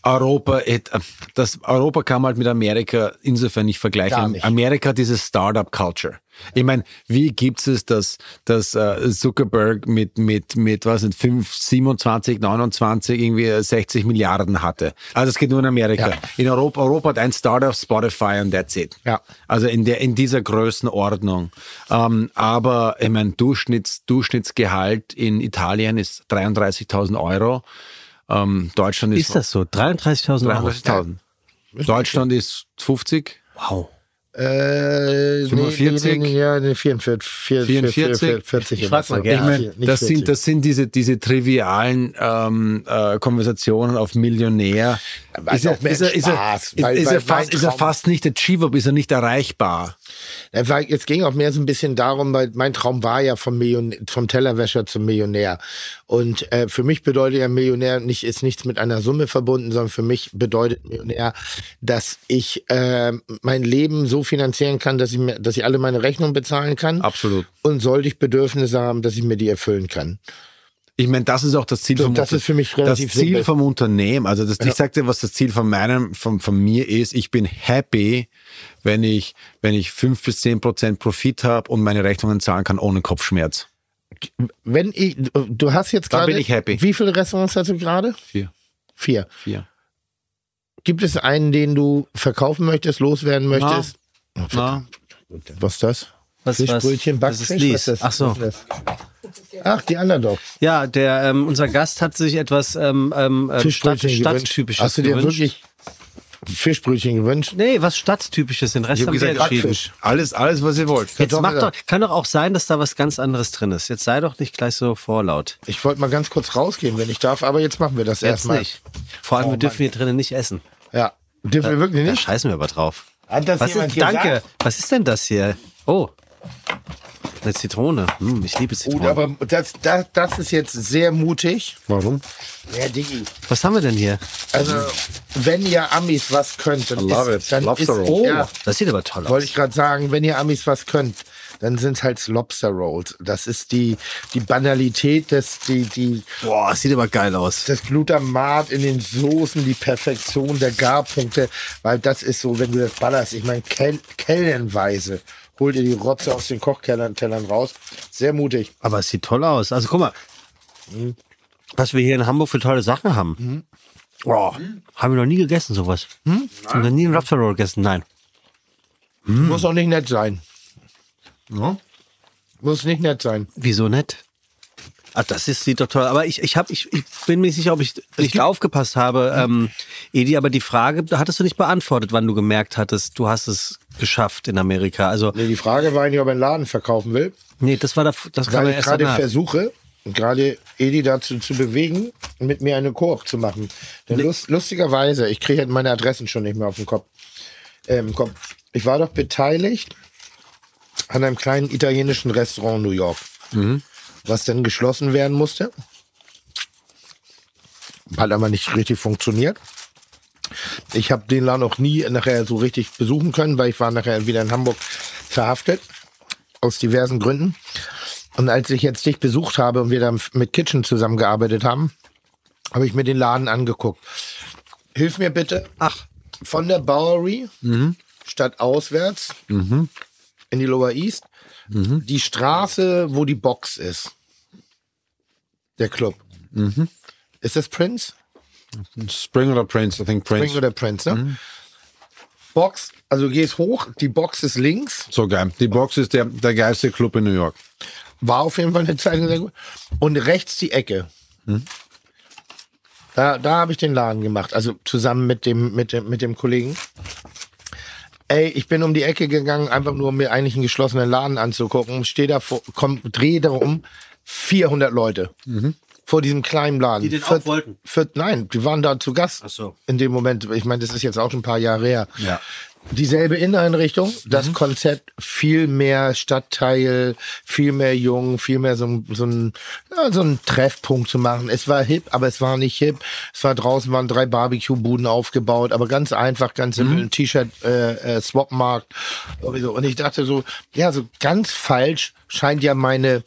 S5: Europa, et- das Europa kann man halt mit Amerika insofern nicht
S3: Gar
S5: vergleichen.
S3: nicht.
S5: Amerika hat diese Startup-Culture. Ich meine, wie gibt es, dass, dass äh, Zuckerberg mit, mit, mit, was sind, 5, 27, 29 irgendwie äh, 60 Milliarden hatte? Also es geht nur in Amerika.
S3: Ja.
S5: In Europa, Europa hat ein Startup, Spotify und that's it.
S3: Ja.
S5: Also in, der, in dieser Größenordnung. Ähm, aber ich meine, Durchschnitts, Durchschnittsgehalt in Italien ist 33.000 Euro. Ähm, Deutschland ist,
S4: Ist das so? 33.000 Euro?
S5: 300.000. Deutschland ist Also 50,
S4: Wow.
S3: Äh, nee,
S5: 45?
S3: Nee, nee, ja, nee, 44. 44.
S5: 44?
S3: 40
S4: Ich frag mal
S3: Ich
S4: gerne.
S3: mein,
S4: Ich
S3: nicht
S5: das
S3: 40.
S5: sind, das sind diese, diese trivialen ähm, äh, Konversationen auf Millionär.
S3: ist auch mehr
S5: er, ist, er,
S3: Spaß,
S5: ist, er,
S3: weil-
S5: ist,
S3: weil
S5: er fast,
S3: mein
S5: ist er
S3: Traum-
S5: fast nicht achievable, ist er nicht erreichbar.
S3: Ja, weil Jetzt ging auch mehr so ein bisschen darum, weil mein Traum war ja vom, Million vom Tellerwäscher zum Millionär. Und äh, für mich bedeutet ja Millionär nicht, ist nichts mit einer Summe verbunden, sondern für mich bedeutet Millionär, dass ich äh, mein Leben so finanzieren kann, dass ich, mir, dass ich alle meine Rechnungen bezahlen kann.
S5: Absolut.
S3: Und sollte ich Bedürfnisse haben, dass ich mir die erfüllen kann.
S5: Ich meine, das ist auch das Ziel
S3: So,
S5: vom
S3: das
S5: Unter-
S3: ist für mich
S5: das
S3: relativ
S5: Ziel
S3: simpel.
S5: vom Unternehmen. Also das, ich sagte, was das Ziel von meinem, von, von mir ist. Ich bin happy, wenn ich wenn ich fünf bis zehn Prozent Profit habe und meine Rechnungen zahlen kann ohne Kopfschmerz.
S3: Wenn ich, du hast jetzt
S5: Da
S3: gerade.
S5: bin ich happy.
S3: Wie viele Restaurants hast du gerade?
S5: Vier,
S3: Vier.
S5: vier.
S3: Gibt es einen, den du verkaufen möchtest, loswerden möchtest?
S5: Na,
S3: Was ist das?
S4: Was, was?
S3: Fischbrötchen,
S4: Das ist
S3: Backfisch, was
S4: Lies.
S3: ist das?
S4: Ach so.
S3: Was ist das? Ach, die Underdog.
S4: Ja, der, ähm, unser Gast hat sich etwas ähm, ähm, äh, Stadt,
S3: Fischbrötchen gewünscht.
S4: Stadttypisches
S3: Hast du dir
S4: gewünscht.
S3: wirklich Fischbrötchen gewünscht?
S4: Nee, was Stadttypisches, den Rest
S5: ich habe
S4: haben wir
S5: gesagt,
S4: entschieden.
S5: Backfisch. alles alles was ihr wollt.
S4: Jetzt mach doch,
S3: Kartoffelsalat.
S4: kann doch auch sein, dass da was ganz anderes drin ist. Jetzt sei doch nicht gleich so vorlaut.
S3: Ich wollte mal ganz kurz rausgehen, wenn ich darf, aber jetzt machen wir das
S4: Jetzt
S3: erstmal.
S4: nicht. Vor allem, wir dürfen hier drinnen nicht essen.
S3: Ja. Dürfen Oh wir wirklich
S4: Da
S3: nicht?
S4: scheißen wir aber drauf.
S3: Hat das
S4: Was
S3: jemand
S4: ist, danke.
S3: gesagt?
S4: Was ist denn das hier? Oh. Eine Zitrone. Hm, ich liebe
S3: Gut,
S4: Zitronen.
S3: aber das, das, das ist jetzt sehr mutig.
S5: Warum?
S3: Ja, Diggi.
S4: was haben wir denn hier?
S3: Also, wenn ihr Amis was könnt, dann
S5: love
S3: ist,
S5: it.
S3: dann
S5: Lobster
S3: ist
S5: roll.
S3: oh,
S4: Oh, das sieht aber toll aus.
S3: Wollte ich gerade sagen, wenn ihr Amis was könnt, dann sind halt Lobster Rolls. Das ist die, die Banalität, des, die, die,
S4: Boah, das sieht aber geil aus.
S3: das Glutamat in den Soßen, die Perfektion der Garpunkte, weil das ist so, wenn du das ballerst, ich meine, kel kellenweise holt ihr die Rotze aus den Kochkellern Tellern raus. Sehr mutig.
S4: Aber es sieht toll aus. Also guck mal, was wir hier in Hamburg für tolle Sachen haben.
S3: Hm.
S4: Boah, haben wir noch nie gegessen sowas. Hm? Haben wir nie einen Lobster Roll gegessen? Nein.
S3: Muss auch nicht nett sein. Ja. Muss nicht nett sein.
S4: Wieso nicht? Ah, das ist, sieht doch toll. Aber ich, ich, hab, ich, ich bin mir nicht sicher, ob ich nicht aufgepasst habe, ähm, Edi, aber die Frage da hattest du nicht beantwortet, wann du gemerkt hattest, du hast es geschafft in Amerika. Also,
S3: Nee, die Frage war eigentlich, ob er einen Laden verkaufen will.
S4: nee, das war da, das kam
S3: weil
S4: ja
S3: ich
S4: erst
S3: gerade
S4: danach.
S3: versuche, gerade Edi dazu zu bewegen, mit mir eine Koop zu machen. Denn lust, lustigerweise, ich kriege halt meine Adressen schon nicht mehr auf den Kopf. Ähm, Kopf. Ich war doch beteiligt an einem kleinen italienischen Restaurant in New York,
S4: Mhm.
S3: was dann geschlossen werden musste. Hat aber nicht richtig funktioniert. Ich habe den Laden auch nie nachher so richtig besuchen können, weil ich war nachher wieder in Hamburg verhaftet. Aus diversen Gründen. Und als ich jetzt dich besucht habe und wir dann mit Kitchen zusammengearbeitet haben, habe ich mir den Laden angeguckt. Hilf mir bitte. Ach. Von der Bowery, statt auswärts, in die Lower East, die Straße, wo die Box ist. Der Club. Ist das Prince?
S5: Spring oder Prince? I think Prince.
S3: Prince oder Prince, ne? Box, also du gehst hoch, die Box ist links.
S5: So geil. Die Box ist der, der geilste Club in New York.
S3: War auf jeden Fall eine Zeit lang sehr gut. Und rechts die Ecke. Da, da habe ich den Laden gemacht, also zusammen mit dem, mit dem, mit dem Kollegen. Ey, ich bin um die Ecke gegangen, einfach nur um mir eigentlich einen geschlossenen Laden anzugucken. Steh da vor, komm, dreh da um, 400 Leute. Vor diesem kleinen Laden.
S4: Die den auch
S3: Viert-
S4: wollten.
S3: viert- nein, die waren da zu Gast.
S4: Ach so.
S3: In dem Moment. Ich meine, das ist jetzt auch schon ein paar Jahre her.
S5: Ja.
S3: Dieselbe Inneneinrichtung, das
S4: Mhm.
S3: Konzept viel mehr Stadtteil, viel mehr jung, viel mehr so, ein- so, ein, ja, so ein Treffpunkt zu machen. Es war hip, aber es war nicht hip. Es war draußen, waren drei Barbecue-Buden aufgebaut, aber ganz einfach, ganz
S4: Mhm.
S3: simpel, ein T-Shirt-Swap-Markt. und ich dachte so, ja, so ganz falsch scheint ja meine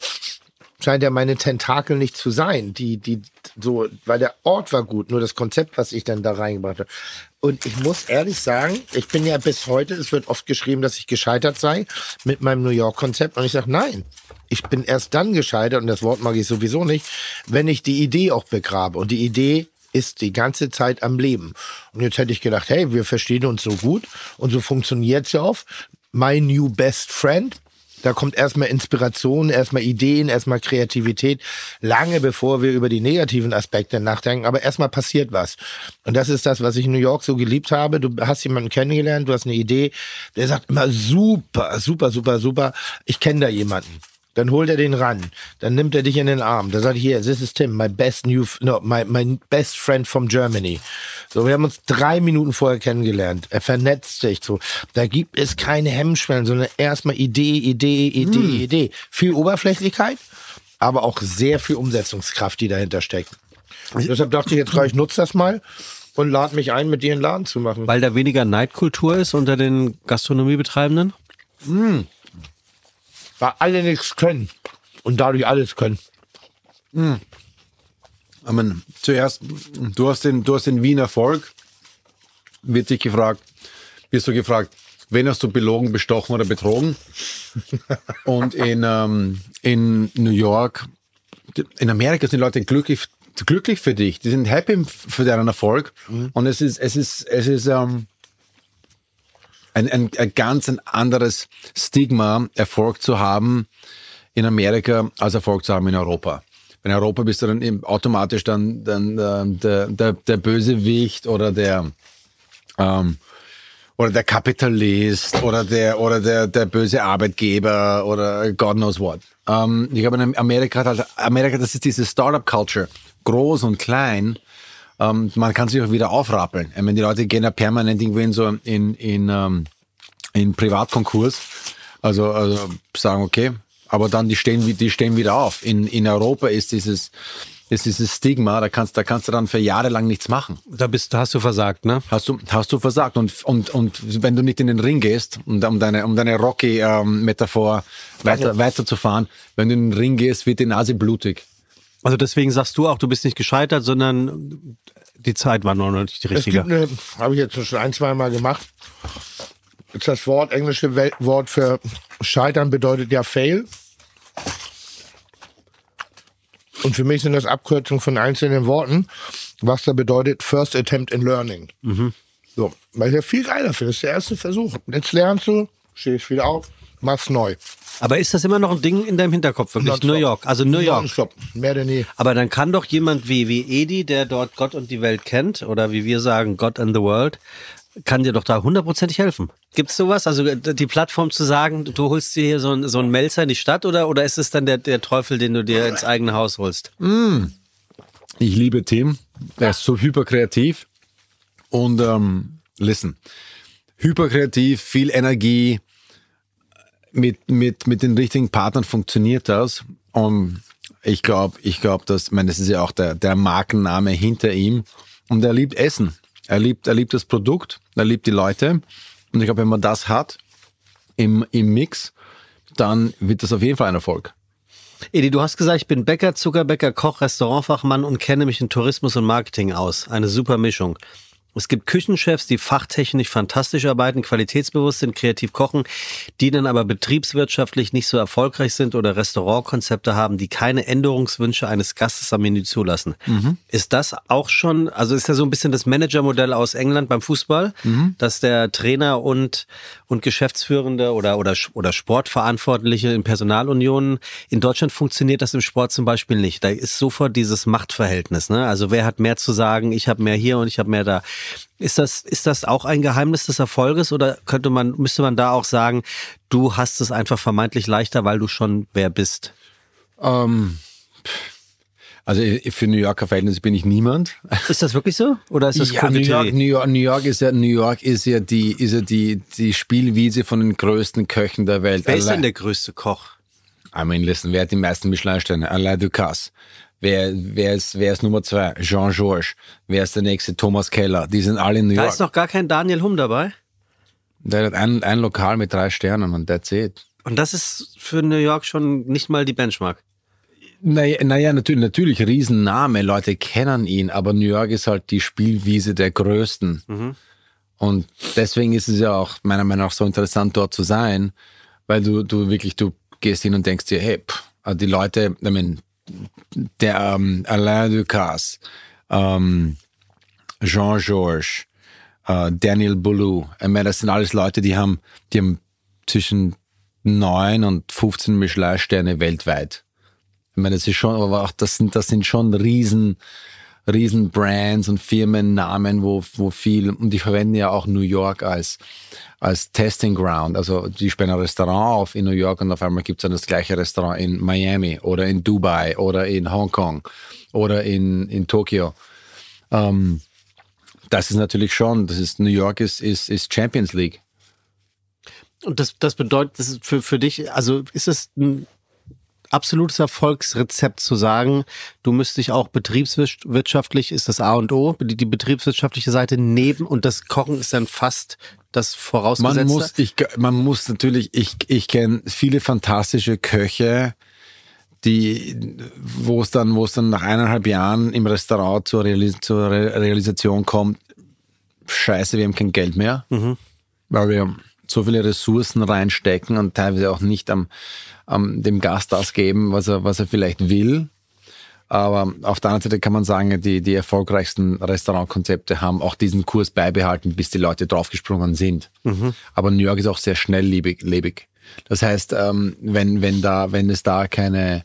S3: scheint ja meine Tentakel nicht zu sein, die, die, so, weil der Ort war gut, nur das Konzept, was ich dann da reingebracht habe. Und ich muss ehrlich sagen, ich bin ja bis heute, es wird oft geschrieben, dass ich gescheitert sei mit meinem New York-Konzept. Und ich sage, nein, ich bin erst dann gescheitert, und das Wort mag ich sowieso nicht, wenn ich die Idee auch begrabe. Und die Idee ist die ganze Zeit am Leben. Und jetzt hätte ich gedacht, hey, wir verstehen uns so gut und so funktioniert's ja oft. My new best friend, da kommt erstmal Inspiration, erstmal Ideen, erstmal Kreativität, lange bevor wir über die negativen Aspekte nachdenken. Aber erstmal passiert was. Und das ist das, was ich in New York so geliebt habe. Du hast jemanden kennengelernt, du hast eine Idee, der sagt immer super, super, super, super. Ich kenne da jemanden. Dann holt er den ran. Dann nimmt er dich in den Arm. Dann sagt er, hier, this is Tim, my best new, no, my, my best friend from Germany. So, wir haben uns drei Minuten vorher kennengelernt. Er vernetzt sich so. Da gibt es keine Hemmschwellen, sondern erstmal Idee, Idee, Idee, Idee. Viel Oberflächlichkeit, aber auch sehr viel Umsetzungskraft, die dahinter steckt. Und deshalb dachte ich jetzt gleich, nutze das mal und lade mich ein, mit dir einen Laden zu machen.
S4: Weil da weniger Neidkultur ist unter den Gastronomiebetreibenden?
S3: Weil alle nichts können und dadurch alles können.
S5: Ich meine, zuerst, du hast den, du hast den Wiener Erfolg, wird dich gefragt, wirst du gefragt, wen hast du belogen, bestochen oder betrogen? Und in, ähm, in New York, in Amerika sind die Leute glücklich, glücklich für dich, die sind happy für deinen Erfolg. Und es ist, es ist, es ist, ähm, ein, ein, ein ganz ein anderes Stigma, Erfolg zu haben in Amerika, als Erfolg zu haben in Europa. In Europa bist du dann eben automatisch dann, dann äh, der, der, der Bösewicht oder der, ähm, oder der Kapitalist oder der, oder der, der böse Arbeitgeber oder God knows what. Ähm, ich glaube, in Amerika, hat halt, Amerika, das ist diese Startup-Culture, groß und klein. Ähm, man kann sich auch wieder aufrappeln. Ich meine, die Leute gehen ja permanent irgendwie in so in, in, ähm, in Privatkonkurs. Also, also sagen, okay, aber dann die stehen, wie- die stehen wieder auf. In, in Europa ist dieses, ist dieses Stigma, da kannst, da kannst du dann für Jahre lang nichts machen.
S4: Da bist, da hast du versagt, ne?
S5: Hast du, hast du versagt. Und, und, und wenn du nicht in den Ring gehst, um, um deine, um deine Rocky-Metaphor weiter, weiterzufahren, wenn du in den Ring gehst, wird die Nase blutig.
S4: Also deswegen sagst du auch, du bist nicht gescheitert, sondern die Zeit war noch nicht die
S3: Es gibt
S4: richtige.
S3: eine, habe ich jetzt schon ein, zwei Mal gemacht. Ist das Wort, englische Wel- Wort für Scheitern bedeutet ja Fail. Und für mich sind das Abkürzungen von einzelnen Worten, was da bedeutet First Attempt in Learning.
S4: Mhm.
S3: So, weil ich ja viel geiler finde. Das ist der erste Versuch. Jetzt lernst du, stehst wieder auf, machst neu.
S4: Aber ist das immer noch ein Ding in deinem Hinterkopf, wirklich?
S3: Nonstop.
S4: New York, also New York.
S3: Nonstop. Mehr denn je.
S4: Aber dann kann doch jemand wie, wie Edi, der dort Gott und die Welt kennt, oder wie wir sagen, God and the World, kann dir doch da hundertprozentig helfen. Gibt's sowas? Also äh, die Plattform zu sagen, du holst dir hier so einen so einen Melzer in die Stadt oder, oder ist es dann der, der Teufel, den du dir ins eigene Haus holst?
S5: Ich liebe Tim. Er ist so hyperkreativ. Und ähm, listen, hyperkreativ, viel Energie. Mit, mit, mit den richtigen Partnern funktioniert das. Und ich glaube, ich glaube, dass, ich meine, das ist ja auch der, der Markenname hinter ihm. Und er liebt Essen. Er liebt, er liebt das Produkt. Er liebt die Leute. Und ich glaube, wenn man das hat im, im Mix, dann wird das auf jeden Fall ein Erfolg.
S4: Edi, du hast gesagt, ich bin Bäcker, Zuckerbäcker, Koch, Restaurantfachmann und kenne mich in Tourismus und Marketing aus. Eine super Mischung. Es gibt Küchenchefs, die fachtechnisch fantastisch arbeiten, qualitätsbewusst sind, kreativ kochen, die dann aber betriebswirtschaftlich nicht so erfolgreich sind oder Restaurantkonzepte haben, die keine Änderungswünsche eines Gastes am Menü zulassen. Ist das auch schon, also ist ja so ein bisschen das Managermodell aus England beim Fußball,
S5: Mhm.
S4: dass der Trainer und, und Geschäftsführende oder, oder, oder Sportverantwortliche in Personalunionen, in Deutschland funktioniert das im Sport zum Beispiel nicht. Da ist sofort dieses Machtverhältnis. Ne? Also wer hat mehr zu sagen, ich habe mehr hier und ich habe mehr da. Ist das, ist das auch ein Geheimnis des Erfolges oder könnte man, müsste man da auch sagen, du hast es einfach vermeintlich leichter, weil du schon wer bist?
S5: Ähm, also ich- für New Yorker Verhältnisse bin ich niemand.
S4: Ist das wirklich so? Oder ist das
S5: ja, New York, New York, New York ist ja New York ist ja die ist ja die die Spielwiese von den größten Köchen der Welt.
S4: Wer ist
S5: Allein-
S4: denn der größte Koch?
S5: I mean, listen, wer hat die meisten Michelin-Sterne? Alain Ducasse. Wer, wer, ist, wer ist Nummer zwei? Jean-Georges. Wer ist der nächste? Thomas Keller. Die sind alle in New
S4: Da
S5: York.
S4: ist noch gar kein Daniel Hum dabei.
S5: Der hat ein, ein Lokal mit drei Sternen und that's it.
S4: Und das ist für New York schon nicht mal die Benchmark.
S5: Naja, naja natürlich, natürlich, Riesenname. Leute kennen ihn, aber New York ist halt die Spielwiese der Größten. Und deswegen ist es ja auch meiner Meinung nach so interessant, dort zu sein, weil du, du wirklich, du gehst hin und denkst dir, hey, pff, also die Leute, I mean, der ähm, Alain Ducasse, ähm, Jean-Georges, äh, Daniel Boulou, ich meine, das sind alles Leute, die haben, die haben zwischen 9 und 15 Michelin-Sterne weltweit. Ich meine, das ist schon, aber auch das sind, das sind schon riesen, riesen Brands und Firmennamen, wo, wo viel, und die verwenden ja auch New York als, als Testing Ground. Also die sperren ein Restaurant auf in New York und auf einmal gibt es dann das gleiche Restaurant in Miami oder in Dubai oder in Hongkong oder in, in Tokio. Ähm, das ist natürlich schon, das ist, New York ist, ist, ist Champions League.
S4: Und das, das bedeutet, das ist für, für dich, also ist es ein absolutes Erfolgsrezept zu sagen, du müsst dich auch betriebswirtschaftlich, ist das A und O, die, die betriebswirtschaftliche Seite neben und das Kochen ist dann fast das vorausgesetzte.
S5: Man muss, ich, man muss natürlich, ich, ich kenne viele fantastische Köche, die, wo es dann, wo es dann nach eineinhalb Jahren im Restaurant zur, Realis zur Re Realisation kommt, scheiße, wir haben kein Geld mehr, weil wir so viele Ressourcen reinstecken und teilweise auch nicht am, am dem Gast das geben, was er, was er vielleicht will. Aber auf der anderen Seite kann man sagen, die, die erfolgreichsten Restaurantkonzepte haben auch diesen Kurs beibehalten, bis die Leute draufgesprungen sind. Aber New York ist auch sehr schnelllebig. Lebig. Das heißt, ähm, wenn, wenn, da, wenn es da keine,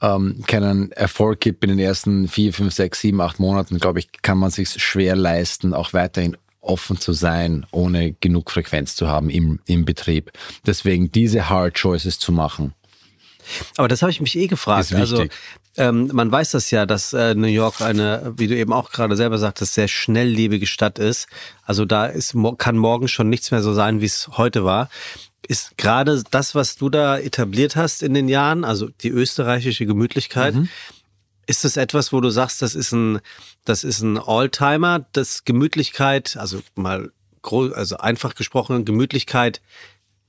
S5: ähm, keinen Erfolg gibt in den ersten vier, fünf, sechs, sieben, acht Monaten, glaube ich, kann man sich schwer leisten, auch weiterhin offen zu sein, ohne genug Frequenz zu haben im, im Betrieb. Deswegen diese Hard Choices zu machen.
S4: Aber das habe ich mich eh gefragt.
S5: Ist
S4: Also
S5: wichtig.
S4: ähm, man weiß das ja, dass äh, New York eine, wie du eben auch gerade selber sagtest, sehr schnelllebige Stadt ist. Also da ist, mo- kann morgen schon nichts mehr so sein, wie es heute war. Ist gerade das, was du da etabliert hast in den Jahren, also die österreichische Gemütlichkeit,
S5: Mhm.
S4: ist das etwas, wo du sagst, das ist ein, das ist ein Alltimer, das Gemütlichkeit, also mal gro- also einfach gesprochen, Gemütlichkeit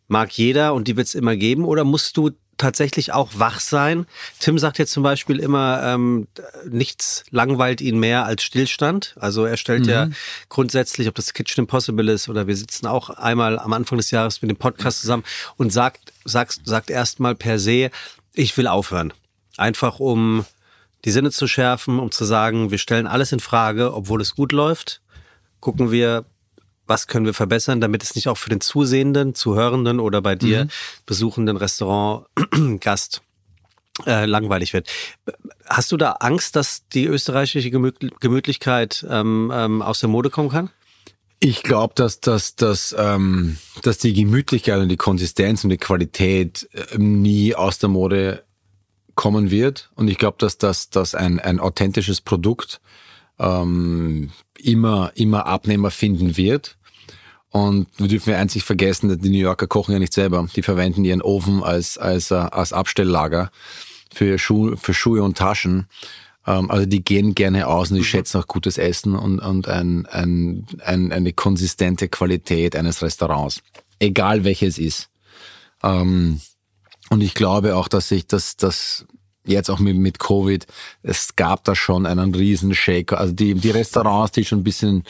S4: mag jeder und die wird es immer geben? Oder musst du tatsächlich auch wach sein? Tim sagt jetzt zum Beispiel immer, ähm, nichts langweilt ihn mehr als Stillstand. Also er stellt ja grundsätzlich, ob das Kitchen Impossible ist oder wir sitzen auch einmal am Anfang des Jahres mit dem Podcast zusammen und sagt, sagt, sagt erstmal per se, ich will aufhören. Einfach um die Sinne zu schärfen, um zu sagen, wir stellen alles in Frage, obwohl es gut läuft gucken wir, was können wir verbessern, damit es nicht auch für den Zusehenden, Zuhörenden oder bei dir besuchenden Restaurantgast äh, langweilig wird. Hast du da Angst, dass die österreichische Gemüt- Gemütlichkeit ähm, ähm, aus der Mode kommen kann?
S5: Ich glaube, dass, dass, dass, ähm, dass die Gemütlichkeit und die Konsistenz und die Qualität ähm, nie aus der Mode kommen wird. Und ich glaube, dass, dass, dass ein, ein authentisches Produkt ähm, immer, immer Abnehmer finden wird. Und wir dürfen ja einzig vergessen, dass die New Yorker kochen ja nicht selber. Die verwenden ihren Ofen als, als, äh, als Abstelllager für, Schu für Schuhe und Taschen. Ähm, also die gehen gerne aus und die schätzen auch gutes Essen und, und ein, ein, ein, eine konsistente Qualität eines Restaurants. Egal welches ist. Ähm, und ich glaube auch, dass sich das, das jetzt auch mit, mit Covid, es gab da schon einen riesen Shake. Also die, die Restaurants, die schon ein bisschen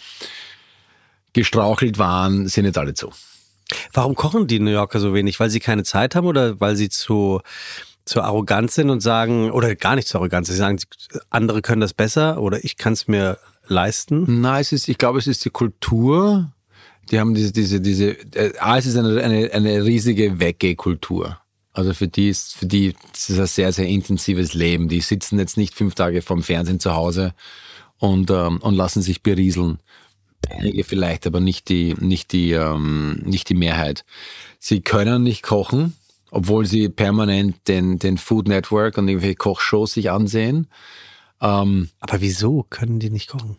S5: gestrauchelt waren, sind jetzt alle zu.
S4: Warum kochen die New Yorker so wenig? Weil sie keine Zeit haben oder weil sie zu, zu arrogant sind und sagen, oder gar nicht zu arrogant, sie sagen, andere können das besser oder ich kann es mir leisten?
S5: Na, es ist, ich glaube, es ist die Kultur. Die haben diese, diese, diese, äh, ah, es ist eine, eine, eine riesige Wegge-Kultur. Also für die ist, für die ist es ein sehr, sehr intensives Leben. Die sitzen jetzt nicht fünf Tage vom Fernsehen zu Hause und, ähm, und lassen sich berieseln. einige vielleicht, aber nicht die, nicht die, ähm, nicht die Mehrheit. Sie können nicht kochen, obwohl sie permanent den, den Food Network und irgendwelche Kochshows sich ansehen. Ähm,
S4: Aber wieso können die nicht kochen?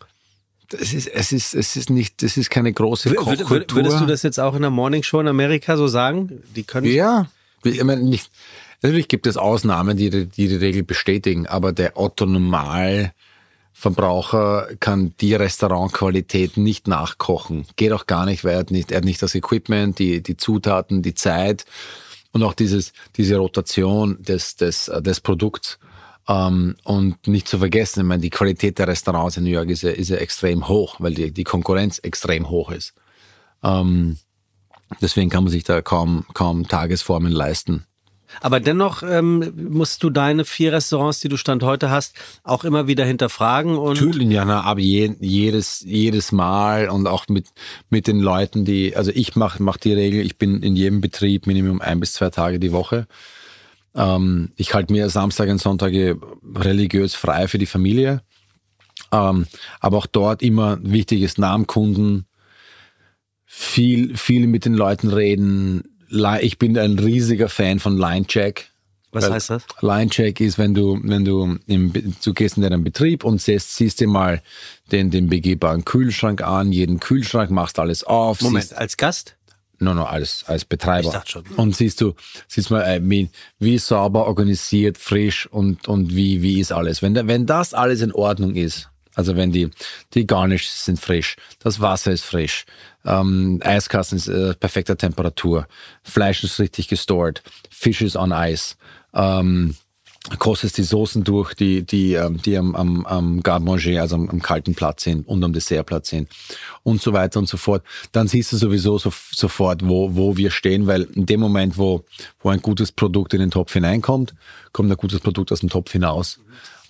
S5: es ist, es ist, es ist nicht, es ist keine große
S4: Würd,
S5: Kochkultur.
S4: würd, würdest du das jetzt auch in der Morning Show in Amerika so sagen? Die können.
S5: Ja, ich meine, nicht, natürlich gibt es Ausnahmen, die, die die Regel bestätigen, aber der Otto Normalverbraucher kann die Restaurantqualität nicht nachkochen. Geht auch gar nicht, weil er hat nicht, er hat nicht das Equipment, die, die Zutaten, die Zeit und auch dieses, diese Rotation des, des, äh, des Produkts. Ähm, und nicht zu vergessen, ich meine, die Qualität der Restaurants in New York ist ja, ist ja extrem hoch, weil die, die Konkurrenz extrem hoch ist. Ähm, Deswegen kann man sich da kaum, kaum Tagesformen leisten.
S4: Aber dennoch ähm, musst du deine vier Restaurants, die du Stand heute hast, auch immer wieder hinterfragen und.
S5: Natürlich, ja, na, aber je, jedes, jedes Mal und auch mit, mit den Leuten, die, also ich mache mach die Regel, ich bin in jedem Betrieb Minimum ein bis zwei Tage die Woche. Ähm, ich halte mir Samstag und Sonntage religiös frei für die Familie. Ähm, aber auch dort immer wichtig ist, Namenkunden, viel, viel mit den Leuten reden. Li- Ich bin ein riesiger Fan von Line Check.
S4: Was
S5: Weil
S4: heißt das?
S5: Line Check ist, wenn du, wenn du, im, Be- du gehst in deinen Betrieb und siehst, siehst dir mal den, den begehbaren Kühlschrank an, jeden Kühlschrank, machst alles auf.
S4: Moment,
S5: siehst-
S4: als Gast?
S5: No, no, als, als Betreiber.
S4: Ich dachte schon.
S5: Und siehst du, siehst mal, I mean, wie sauber, organisiert, frisch und, und wie, wie ist alles. Wenn, da, wenn das alles in Ordnung ist, also wenn die, die Garnishes sind frisch, das Wasser ist frisch, ähm, Eiskasten ist äh, perfekter Temperatur, Fleisch ist richtig gestored, Fisch ist on Eis, ähm, kostest die Soßen durch, die, die, ähm, die am, am, am Garde Manger, also am, am kalten Platz sind und am Dessertplatz sind und so weiter und so fort, dann siehst du sowieso so, sofort, wo, wo wir stehen, weil in dem Moment, wo, wo ein gutes Produkt in den Topf hineinkommt, kommt ein gutes Produkt aus dem Topf hinaus.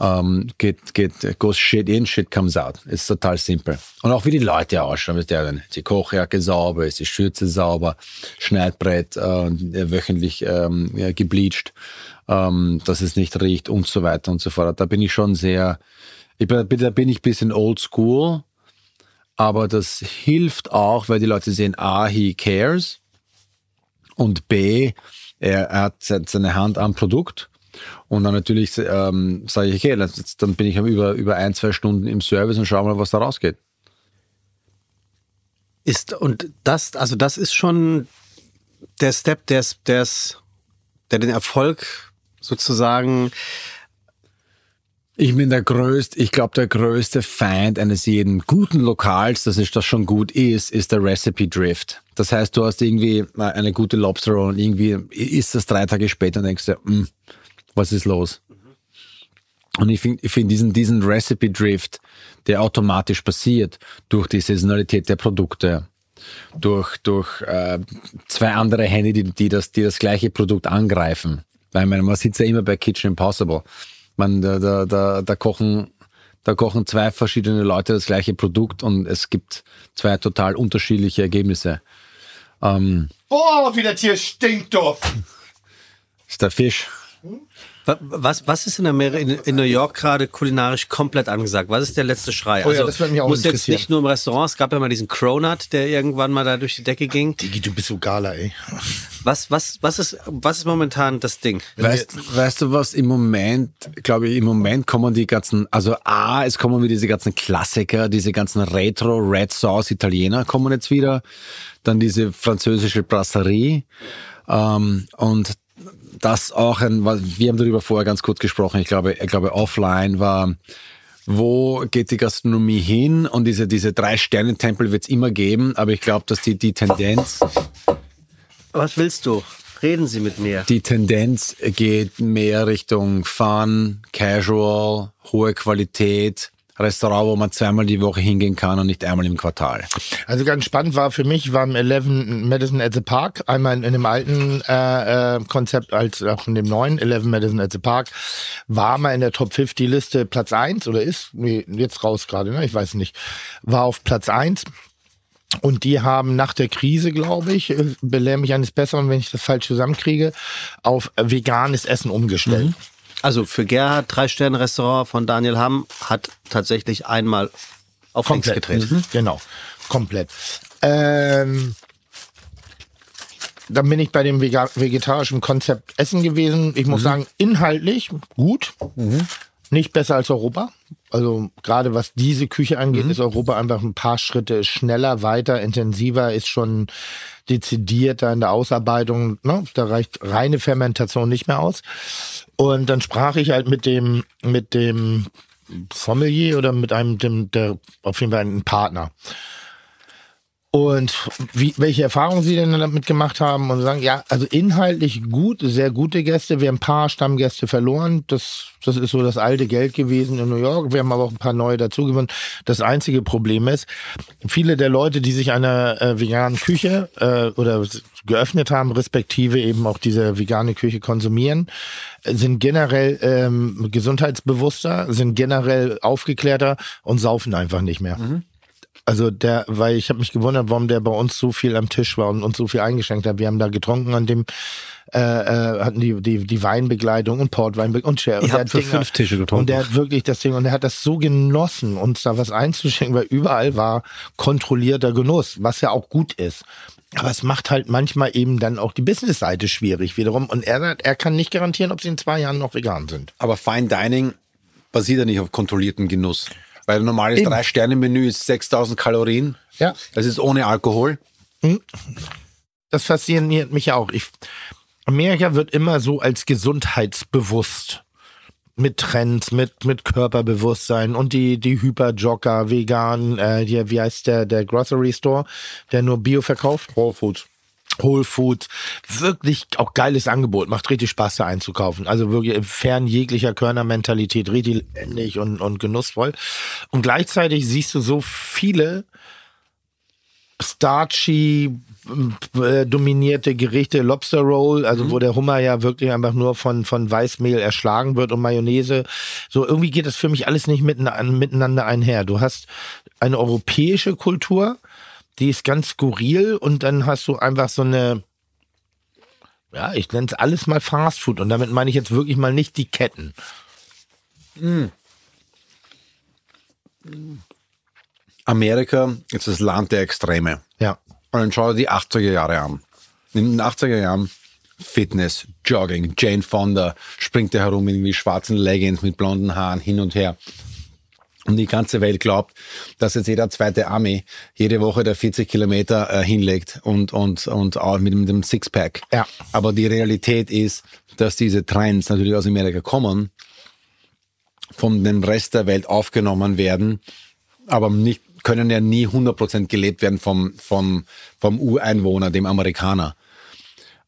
S5: Ähm, geht, geht, goes shit in, shit comes out. Ist total simpel. Und auch wie die Leute ausschauen. Ist der, ist die Kochjacke sauber, ist die Schürze sauber, Schneidbrett äh, wöchentlich ähm, ja, gebleached ähm, dass es nicht riecht und so weiter und so fort. Da bin ich schon sehr, ich bin, da bin ich ein bisschen old school, aber das hilft auch, weil die Leute sehen, A, he cares und B, er, er hat se- seine Hand am Produkt. Und dann natürlich ähm, sage ich, okay, lass- jetzt, dann bin ich über, über ein, zwei Stunden im Service und schau mal, was da rausgeht.
S4: Ist, und das, also das ist schon der Step, der's, der's, der den Erfolg sozusagen
S5: Ich bin der größte, ich glaube, der größte Feind eines jeden guten Lokals, dass es das schon gut ist, ist der Recipe Drift. Das heißt, du hast irgendwie mal eine gute Lobster Roll und irgendwie ist das drei Tage später und denkst dir, "Hm, was ist los? Und ich finde ich find diesen, diesen Recipe Drift, der automatisch passiert durch die Saisonalität der Produkte, durch, durch äh, zwei andere Hände, die, die, das, die das gleiche Produkt angreifen. Weil man, man sitzt ja immer bei Kitchen Impossible. Man, da, da, da, da, kochen, da kochen zwei verschiedene Leute das gleiche Produkt und es gibt zwei total unterschiedliche Ergebnisse. Ähm,
S3: Boah, wie das hier stinkt doch.
S5: ist der Fisch.
S4: Wa- Was, was ist in, Amerika, in, in New York gerade kulinarisch komplett angesagt? Was ist der letzte Schrei? Also,
S3: Oh ja, das würde mich auch
S4: muss jetzt
S3: interessieren.
S4: nicht nur im Restaurant, es gab ja mal diesen Cronut, der irgendwann mal da durch die Decke ging.
S3: Digi, du bist so gala, ey.
S4: Was, was, was, ist, was ist momentan das Ding?
S5: Weißt, weißt du was, im Moment, glaube ich, im Moment kommen die ganzen, also A, es kommen wieder diese ganzen Klassiker, diese ganzen Retro, Red Sauce, Italiener kommen jetzt wieder, dann diese französische Brasserie ähm, und das auch ein, was- wir haben darüber vorher ganz kurz gesprochen, ich glaube, ich glaube offline war, wo geht die Gastronomie hin und diese, diese Drei-Sterne-Tempel wird es immer geben, aber ich glaube, dass die, die Tendenz...
S4: Was willst du? Reden Sie mit mir.
S5: Die Tendenz geht mehr Richtung Fun, Casual, hohe Qualität, Restaurant, wo man zweimal die Woche hingehen kann und nicht einmal im Quartal.
S3: Also ganz spannend war für mich, war im 11 Madison at the Park, einmal in, in dem alten äh, äh, Konzept als auch in dem neuen 11 Madison at the Park, war mal in der Top 50 Liste Platz 1 oder ist, nee, jetzt raus gerade, ne? ich weiß nicht, war auf Platz 1. Und die haben nach der Krise, glaube ich, äh, belehre mich eines Besseren, wenn ich das falsch zusammenkriege, auf äh, veganes Essen umgestellt.
S4: Also für Gerhard, Drei-Sterne-Restaurant von Daniel Hamm, hat tatsächlich einmal auf links
S3: Komplett.
S4: getreten.
S3: Mhm. Genau. komplett. Ähm, dann bin ich bei dem Vega- vegetarischen Konzept Essen gewesen. Ich muss
S4: Mhm.
S3: sagen, inhaltlich gut. Nicht besser als Europa. Also gerade was diese Küche
S4: Mhm.
S3: angeht, ist Europa einfach ein paar Schritte schneller, weiter, intensiver, ist schon dezidierter in der Ausarbeitung. Ne? Da reicht reine Fermentation nicht mehr aus. Und dann sprach ich halt mit dem, mit dem Sommelier oder mit einem, dem, der auf jeden Fall einen Partner und wie, welche Erfahrungen sie denn damit gemacht haben und sagen, ja, also inhaltlich gut, sehr gute Gäste. Wir haben ein paar Stammgäste verloren. Das, das ist so das alte Geld gewesen in New York. Wir haben aber auch ein paar neue dazugewonnen. Das einzige Problem ist, viele der Leute, die sich einer äh, veganen Küche äh, oder s- geöffnet haben, respektive eben auch diese vegane Küche konsumieren, äh, sind generell ähm, gesundheitsbewusster, sind generell aufgeklärter und saufen einfach nicht mehr. Also der, weil ich habe mich gewundert, warum der bei uns so viel am Tisch war und uns so viel eingeschenkt hat. Wir haben da getrunken an dem, äh, äh, hatten die, die, die Weinbegleitung und Portwein und Sherry. Und der
S4: habt
S3: hat
S4: für
S3: Dinger-
S4: fünf Tische getrunken.
S3: Und der hat wirklich das Ding, und er hat das so genossen, uns da was einzuschenken, weil überall war kontrollierter Genuss, was ja auch gut ist. Aber es macht halt manchmal eben dann auch die Businessseite schwierig wiederum. Und er sagt, er kann nicht garantieren, ob sie in zwei Jahren noch vegan sind.
S5: Aber Fine Dining basiert ja nicht auf kontrolliertem Genuss. Weil ein normales
S3: Eben.
S5: Drei-Sterne-Menü ist 6000 Kalorien.
S3: Ja.
S5: Das ist ohne Alkohol.
S3: das fasziniert mich auch. Ich, Amerika wird immer so als gesundheitsbewusst mit Trends, mit, mit Körperbewusstsein und die, die Hyperjogger, vegan, äh, hier, wie heißt der, der Grocery Store, der nur Bio verkauft? Whole Foods. Whole Foods. Wirklich auch geiles Angebot. Macht richtig Spaß, da einzukaufen. Also wirklich fern jeglicher Körnermentalität, richtig lebendig und, und genussvoll. Und gleichzeitig siehst du so viele starchy äh, dominierte Gerichte, Lobster Roll, also wo der Hummer ja wirklich einfach nur von, von Weißmehl erschlagen wird und Mayonnaise. So irgendwie geht das für mich alles nicht miteinander miteinander einher. Du hast eine europäische Kultur, die ist ganz skurril und dann hast du einfach so eine ja, ich nenne es alles mal Fast Food und damit meine ich jetzt wirklich mal nicht die Ketten.
S5: Amerika ist das Land der Extreme.
S3: Ja.
S5: Und dann schau dir die 80er Jahre an. In den 80er Jahren Fitness, Jogging, Jane Fonda springt da herum in irgendwie schwarzen Leggings mit blonden Haaren hin und her. Und die ganze Welt glaubt, dass jetzt jeder zweite Army jede Woche der 40 Kilometer äh, hinlegt und, und, und auch mit dem- dem Sixpack.
S3: Ja.
S5: Aber die Realität ist, dass diese Trends natürlich aus Amerika kommen, von dem Rest der Welt aufgenommen werden aber nicht, können ja nie 100% gelebt werden vom, vom, vom Ureinwohner, dem Amerikaner.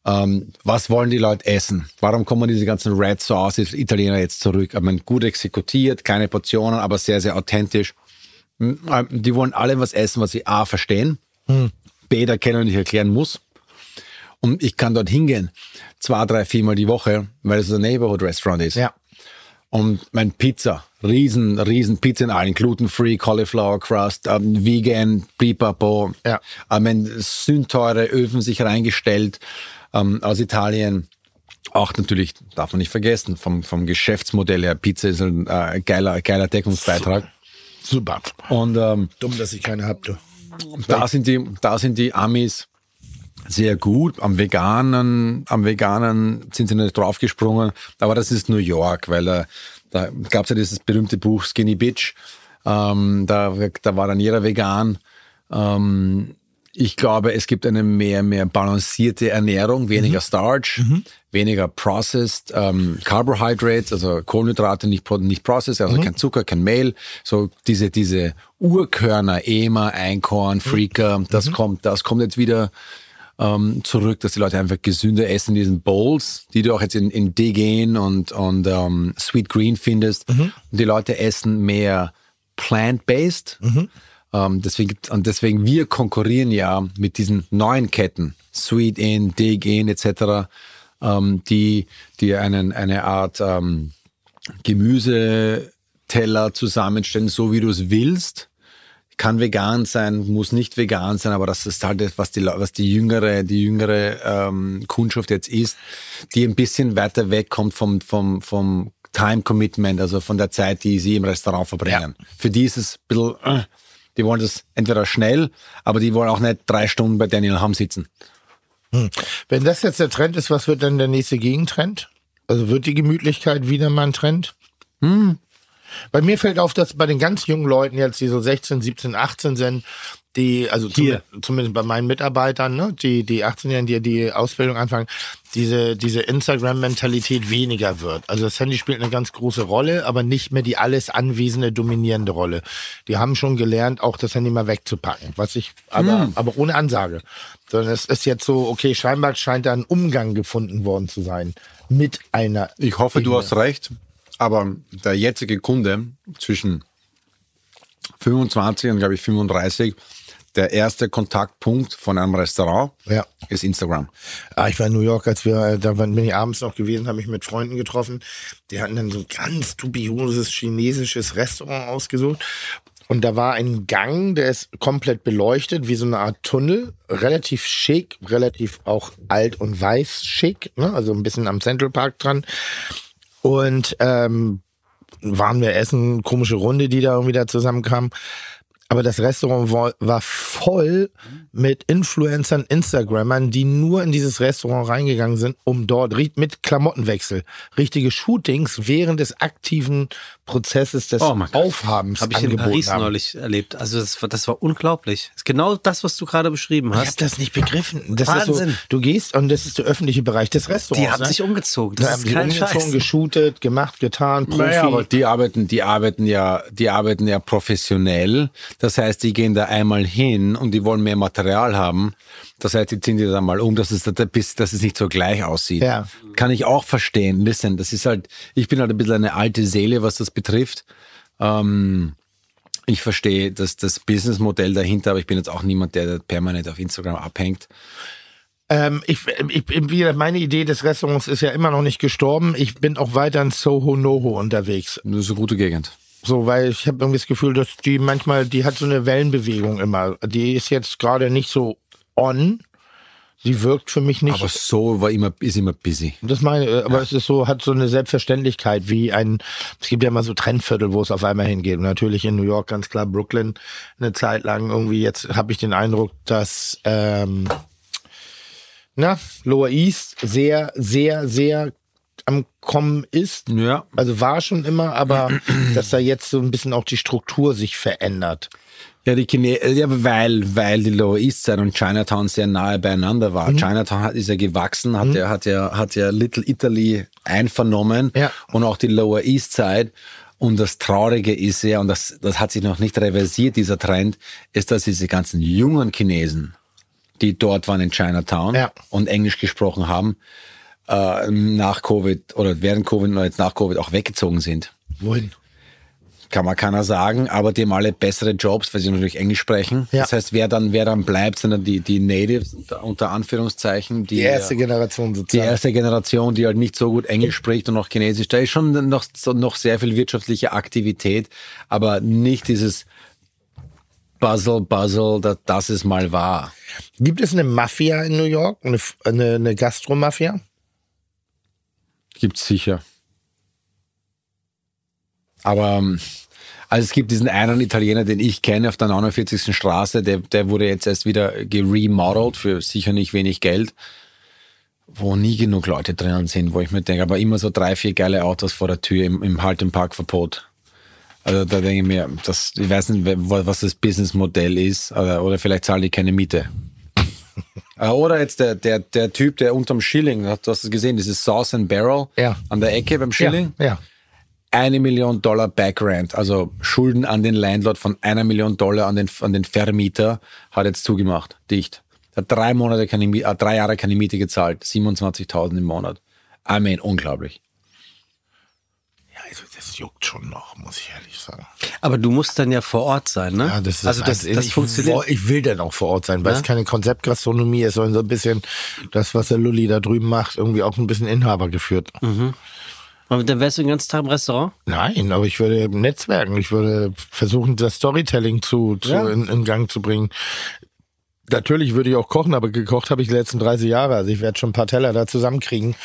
S5: Ähm, was wollen die Leute essen? Warum kommen diese ganzen Red Sauce Italiener jetzt zurück? Ich meine, gut exekutiert, kleine Portionen, aber sehr, sehr authentisch. M- ähm, Die wollen alle was essen, was sie A verstehen, B da kennen und ich erklären muss. Und ich kann dort hingehen, zwei, drei, viermal die Woche, weil es ein Neighborhood Restaurant ist.
S3: Ja.
S5: Und mein Pizza, riesen, riesen Pizza in allen, glutenfree, Cauliflower Crust, ähm, vegan, pipapo.
S3: Ja.
S5: Ich meine, sündteure Öfen sich reingestellt ähm, aus Italien. Auch natürlich, darf man nicht vergessen, vom, vom Geschäftsmodell her, Pizza ist ein äh, geiler, geiler Deckungsbeitrag.
S3: Super.
S5: Und ähm,
S3: Dumm, dass ich keine habe.
S5: da sind die, da sind die Amis sehr gut. Am Veganen, am Veganen sind sie nicht draufgesprungen. Aber das ist New York, weil da, da gab es ja dieses berühmte Buch Skinny Bitch. Ähm, da, da war dann jeder vegan. Ähm, ich glaube, es gibt eine mehr, mehr balancierte Ernährung, weniger Starch, weniger Processed ähm, Carbohydrates, also Kohlenhydrate nicht, pro- nicht processed, also kein Zucker, kein Mehl. So diese, diese Urkörner, Ema, Einkorn, Freaker, das kommt, das kommt jetzt wieder ähm, zurück, dass die Leute einfach gesünder essen, in diesen Bowls, die du auch jetzt in, in Diggin und, und ähm, Sweet Green findest. Und die Leute essen mehr plant-based. Ähm, deswegen, gibt's- und deswegen, wir konkurrieren ja mit diesen neuen Ketten, Sweet In, Dig In etc., ähm, die, die einen, eine Art ähm, Gemüseteller zusammenstellen, so wie du es willst kann vegan sein, muss nicht vegan sein, aber das ist halt das, was die, Leu- was die jüngere, die jüngere ähm, Kundschaft jetzt ist, die ein bisschen weiter wegkommt vom, vom, vom Time Commitment, also von der Zeit, die sie im Restaurant verbringen. Für die ist es ein bisschen, äh, Die wollen das entweder schnell, aber die wollen auch nicht drei Stunden bei Daniel Hamm sitzen.
S3: Wenn das jetzt der Trend ist, was wird dann der nächste Gegentrend? Also wird die Gemütlichkeit wieder mal ein Trend? Bei mir fällt auf, dass bei den ganz jungen Leuten jetzt, die so 16, 17, 18 sind, die, also
S4: Hier.
S3: zum- zumindest bei meinen Mitarbeitern, ne, die, die 18-Jährigen, die die Ausbildung anfangen, diese, diese Instagram-Mentalität weniger wird. Also das Handy spielt eine ganz große Rolle, aber nicht mehr die alles anwesende, dominierende Rolle. Die haben schon gelernt, auch das Handy mal wegzupacken, was ich,
S5: Hm.
S3: aber, aber ohne Ansage. Sondern es ist jetzt so, okay, scheinbar scheint da ein Umgang gefunden worden zu sein mit einer.
S5: Ich hoffe, du
S3: Ebene.
S5: hast recht, aber der jetzige Kunde zwischen 25 und, glaube ich, 35, der erste Kontaktpunkt von einem Restaurant
S3: Ja.
S5: ist Instagram.
S3: Ah, ich war in New York, als wir, äh, da waren- bin ich abends noch gewesen, habe mich mit Freunden getroffen. Die hatten dann so ein ganz dubioses chinesisches Restaurant ausgesucht. Und da war ein Gang, der ist komplett beleuchtet, wie so eine Art Tunnel. Relativ schick, relativ auch alt und weiß schick. Ne? Also ein bisschen am Central Park dran. Und ähm, waren wir essen, komische Runde, die da irgendwie da zusammenkam. Aber das Restaurant war, war voll mit Influencern, Instagrammern, die nur in dieses Restaurant reingegangen sind, um dort ri- mit Klamottenwechsel, richtige Shootings während des aktiven Prozesses des
S5: Oh mein Gott.
S3: Aufhabens
S4: Habe ich in
S3: angeboten
S4: Paris
S3: haben.
S4: neulich erlebt. Also das war, das war unglaublich. Ist genau das, was du gerade beschrieben
S3: Ich habe
S4: hast.
S3: das nicht begriffen. Das Ist
S4: Wahnsinn.
S3: so, du gehst und das ist der öffentliche Bereich des Restaurants.
S4: Die haben
S3: ne?
S4: sich umgezogen.
S3: Da
S4: Das
S3: haben
S4: ist
S3: die
S4: kein
S3: umgezogen,
S4: Scheiß.
S3: geshootet, gemacht, getan, Profi.
S5: Naja, aber die arbeiten, die arbeiten ja, die arbeiten ja professionell. Das heißt, die gehen da einmal hin und die wollen mehr Material haben. Das heißt, die ziehen die dann mal um, dass es, da- da- bis- dass es nicht so gleich aussieht.
S3: Ja.
S5: Kann ich auch verstehen. Listen, das ist halt, ich bin halt ein bisschen eine alte Seele, was das betrifft. Ähm, ich verstehe das, das Businessmodell dahinter, aber ich bin jetzt auch niemand, der permanent auf Instagram abhängt.
S3: Ähm, ich, ich, wie gesagt, meine Idee des Restaurants ist ja immer noch nicht gestorben. Ich bin auch weiter in Soho Noho unterwegs.
S5: Das ist eine gute Gegend.
S3: So, weil ich habe irgendwie das Gefühl, dass die manchmal, die hat so eine Wellenbewegung immer. Die ist jetzt gerade nicht so on. Sie wirkt für mich nicht.
S5: Aber so war immer, ist immer busy.
S3: das meine, ich, aber es ist so, hat so eine Selbstverständlichkeit wie ein, es gibt ja immer so Trendviertel, wo es auf einmal hingeht. Und natürlich in New York ganz klar Brooklyn eine Zeit lang irgendwie. Jetzt habe ich den Eindruck, dass ähm, na, Lower East sehr, sehr, sehr am Kommen ist.
S5: Ja.
S3: Also war schon immer, aber dass da jetzt so ein bisschen auch die Struktur sich verändert.
S5: Ja, die Chine äh, ja, weil, weil die Lower East Side und Chinatown sehr nahe beieinander war.
S3: Mhm.
S5: Chinatown hat, ist ja gewachsen, hat, ja, hat, ja, hat ja Little Italy einvernommen
S3: Ja.
S5: und auch die Lower East Side. Und das Traurige ist ja, und das, das hat sich noch nicht reversiert, dieser Trend, ist, dass diese ganzen jungen Chinesen, die dort waren in Chinatown
S3: Ja.
S5: und Englisch gesprochen haben, äh, nach Covid oder während Covid oder jetzt nach Covid auch weggezogen sind
S3: Wohin?
S5: kann man keiner sagen, aber die haben alle bessere Jobs, weil sie natürlich Englisch sprechen.
S3: Ja.
S5: Das heißt, wer dann, wer dann bleibt, sind dann die, die Natives unter, unter Anführungszeichen, die,
S3: Die erste Generation
S5: die
S3: sozusagen.
S5: erste Generation, die halt nicht so gut Englisch spricht und auch Chinesisch. Da ist schon noch, so, noch sehr viel wirtschaftliche Aktivität, aber nicht dieses Puzzle, Puzzle, das, das es mal war.
S3: Gibt es eine Mafia in New York? Eine, F- eine, eine Gastromafia?
S5: Gibt's sicher. Aber ähm, also es gibt diesen einen Italiener, den ich kenne, auf der 49. Straße, der, der wurde jetzt erst wieder geremodelt für sicher nicht wenig Geld, wo nie genug Leute drinnen sind, wo ich mir denke, aber immer so drei, vier geile Autos vor der Tür im, im Halt- und Parkverbot. Also da denke ich mir, das, ich weiß nicht, wer- was das Businessmodell ist, oder, oder vielleicht zahlen die keine Miete. Äh, Oder jetzt der, der, der Typ, der unterm Schilling, du hast es gesehen, dieses Sauce and Barrel
S3: Ja.
S5: an der Ecke beim Schilling.
S3: Ja, ja.
S5: Eine Million Dollar Backrent, also Schulden an den Landlord von einer Million Dollar an den, an den Vermieter, hat jetzt zugemacht, dicht. Hat drei Monate keine Miete, äh, drei Jahre keine Miete gezahlt, 27.000 im Monat. I mean, unglaublich.
S3: Ja, also das juckt schon noch, muss ich ehrlich sagen.
S4: Aber du musst dann ja vor Ort sein, ne?
S3: Ja, das ist
S4: also das,
S3: also
S4: das
S3: ich,
S4: funktioniert. Ne?
S3: woll- ich will dann auch vor Ort sein, weil
S4: Ja.
S3: es keine Konzeptgastronomie ist, sondern so ein bisschen das, was der Lulli da drüben macht, irgendwie auch ein bisschen Inhaber geführt.
S4: Mhm. Aber dann wärst du den ganzen Tag im Restaurant?
S3: Nein, aber ich würde netzwerken, ich würde versuchen, das Storytelling zu, zu
S5: Ja.
S3: in, in Gang zu bringen. Natürlich würde ich auch kochen, aber gekocht habe ich die letzten 30 Jahre. Also ich werde schon ein paar Teller da zusammenkriegen,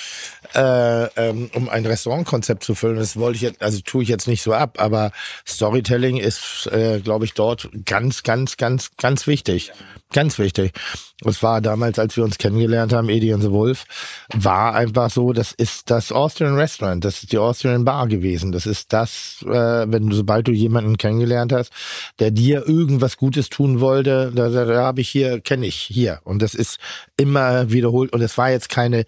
S3: äh, ähm, um ein Restaurantkonzept zu füllen. Das wollte ich jetzt, also tue ich jetzt nicht so ab, aber Storytelling ist, äh, glaube ich, dort ganz, ganz, ganz, ganz wichtig. Ganz wichtig. Es war damals, als wir uns kennengelernt haben, Eddie und the Wolf, war einfach so, das ist das Austrian Restaurant, das ist die Austrian Bar gewesen. Das ist das, äh, wenn du, sobald du jemanden kennengelernt hast, der dir irgendwas Gutes tun wollte, da, da, da habe ich hier, kenne ich hier. Und das ist immer wiederholt. Und es war jetzt keine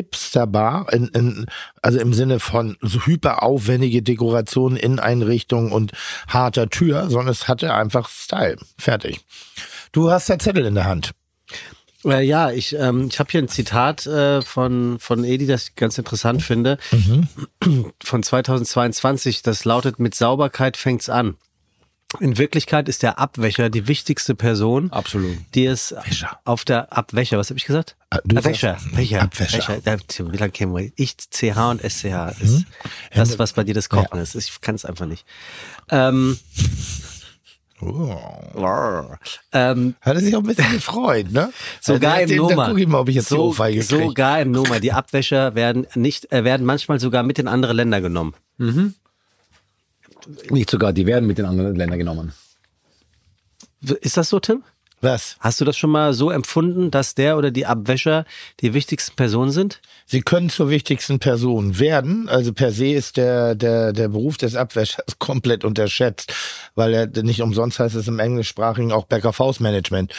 S3: Hipster-Bar, in, in, also im Sinne von so hyperaufwendige Dekorationen in Einrichtungen und harter Tür, sondern es hatte einfach Style. Fertig. Du hast der Zettel in der Hand.
S4: Äh, ja, ich, ähm, ich habe hier ein Zitat äh, von, von Edi, das ich ganz interessant finde,
S3: Mhm.
S4: von 2022. Das lautet, mit Sauberkeit fängt's an. In Wirklichkeit ist der Abwächer die wichtigste Person,
S5: Absolut.
S4: die es auf der Abwächer, was habe ich gesagt?
S3: Ah, du
S4: Abwächer.
S3: sagst
S4: Wächer.
S3: Abwäscher.
S4: Wächer. Ja, Tim, Wie lange kennen wir? Ich, CH und SCH ist
S3: Mhm.
S4: das, was bei dir das Kochen ist. Ich kann es einfach nicht. Ähm, ähm,
S3: Oh. Hat er sich auch ein bisschen gefreut, ne?
S4: Sogar
S3: Also,
S4: im
S3: den- Da
S4: Noma.
S3: guck ich mal, ob ich jetzt die Ohrfeige krieg.
S4: sogar im Noma. Die Abwäscher werden nicht, äh, werden manchmal sogar mit in andere Länder genommen.
S5: Nicht sogar, die werden mit den anderen Ländern genommen.
S4: W- Ist das so, Tim?
S3: Was?
S4: Hast du das schon mal so empfunden, dass der oder die Abwäscher die wichtigsten Personen sind?
S3: Sie können zur wichtigsten Person werden. Also per se ist der, der, der Beruf des Abwäschers komplett unterschätzt, weil er nicht umsonst heißt es im Englischsprachigen auch Back of House Management.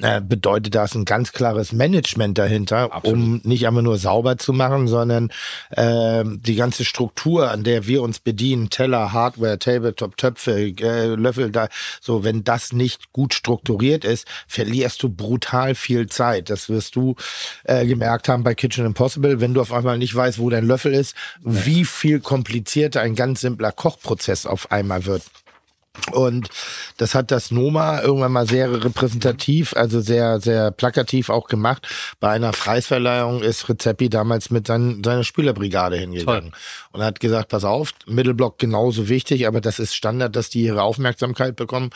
S3: Äh, bedeutet, da ist ein ganz klares Management dahinter, um nicht einmal nur sauber zu machen, sondern ähm, die ganze Struktur, an der wir uns bedienen, Teller, Hardware, Tabletop, Töpfe, äh, Löffel, da, so, wenn das nicht gut strukturiert ist, verlierst du brutal viel Zeit. Das wirst du äh, gemerkt haben bei Kitchen Impossible, wenn du auf einmal nicht weißt, wo dein Löffel ist, wie viel komplizierter ein ganz simpler Kochprozess auf einmal wird. Und das hat das Noma irgendwann mal sehr repräsentativ, also sehr, sehr plakativ auch gemacht. Bei einer Preisverleihung ist Rezepi damals mit sein, seiner Spülerbrigade hingegangen und hat gesagt, pass auf, Mittelblock genauso wichtig, aber das ist Standard, dass die ihre Aufmerksamkeit bekommen.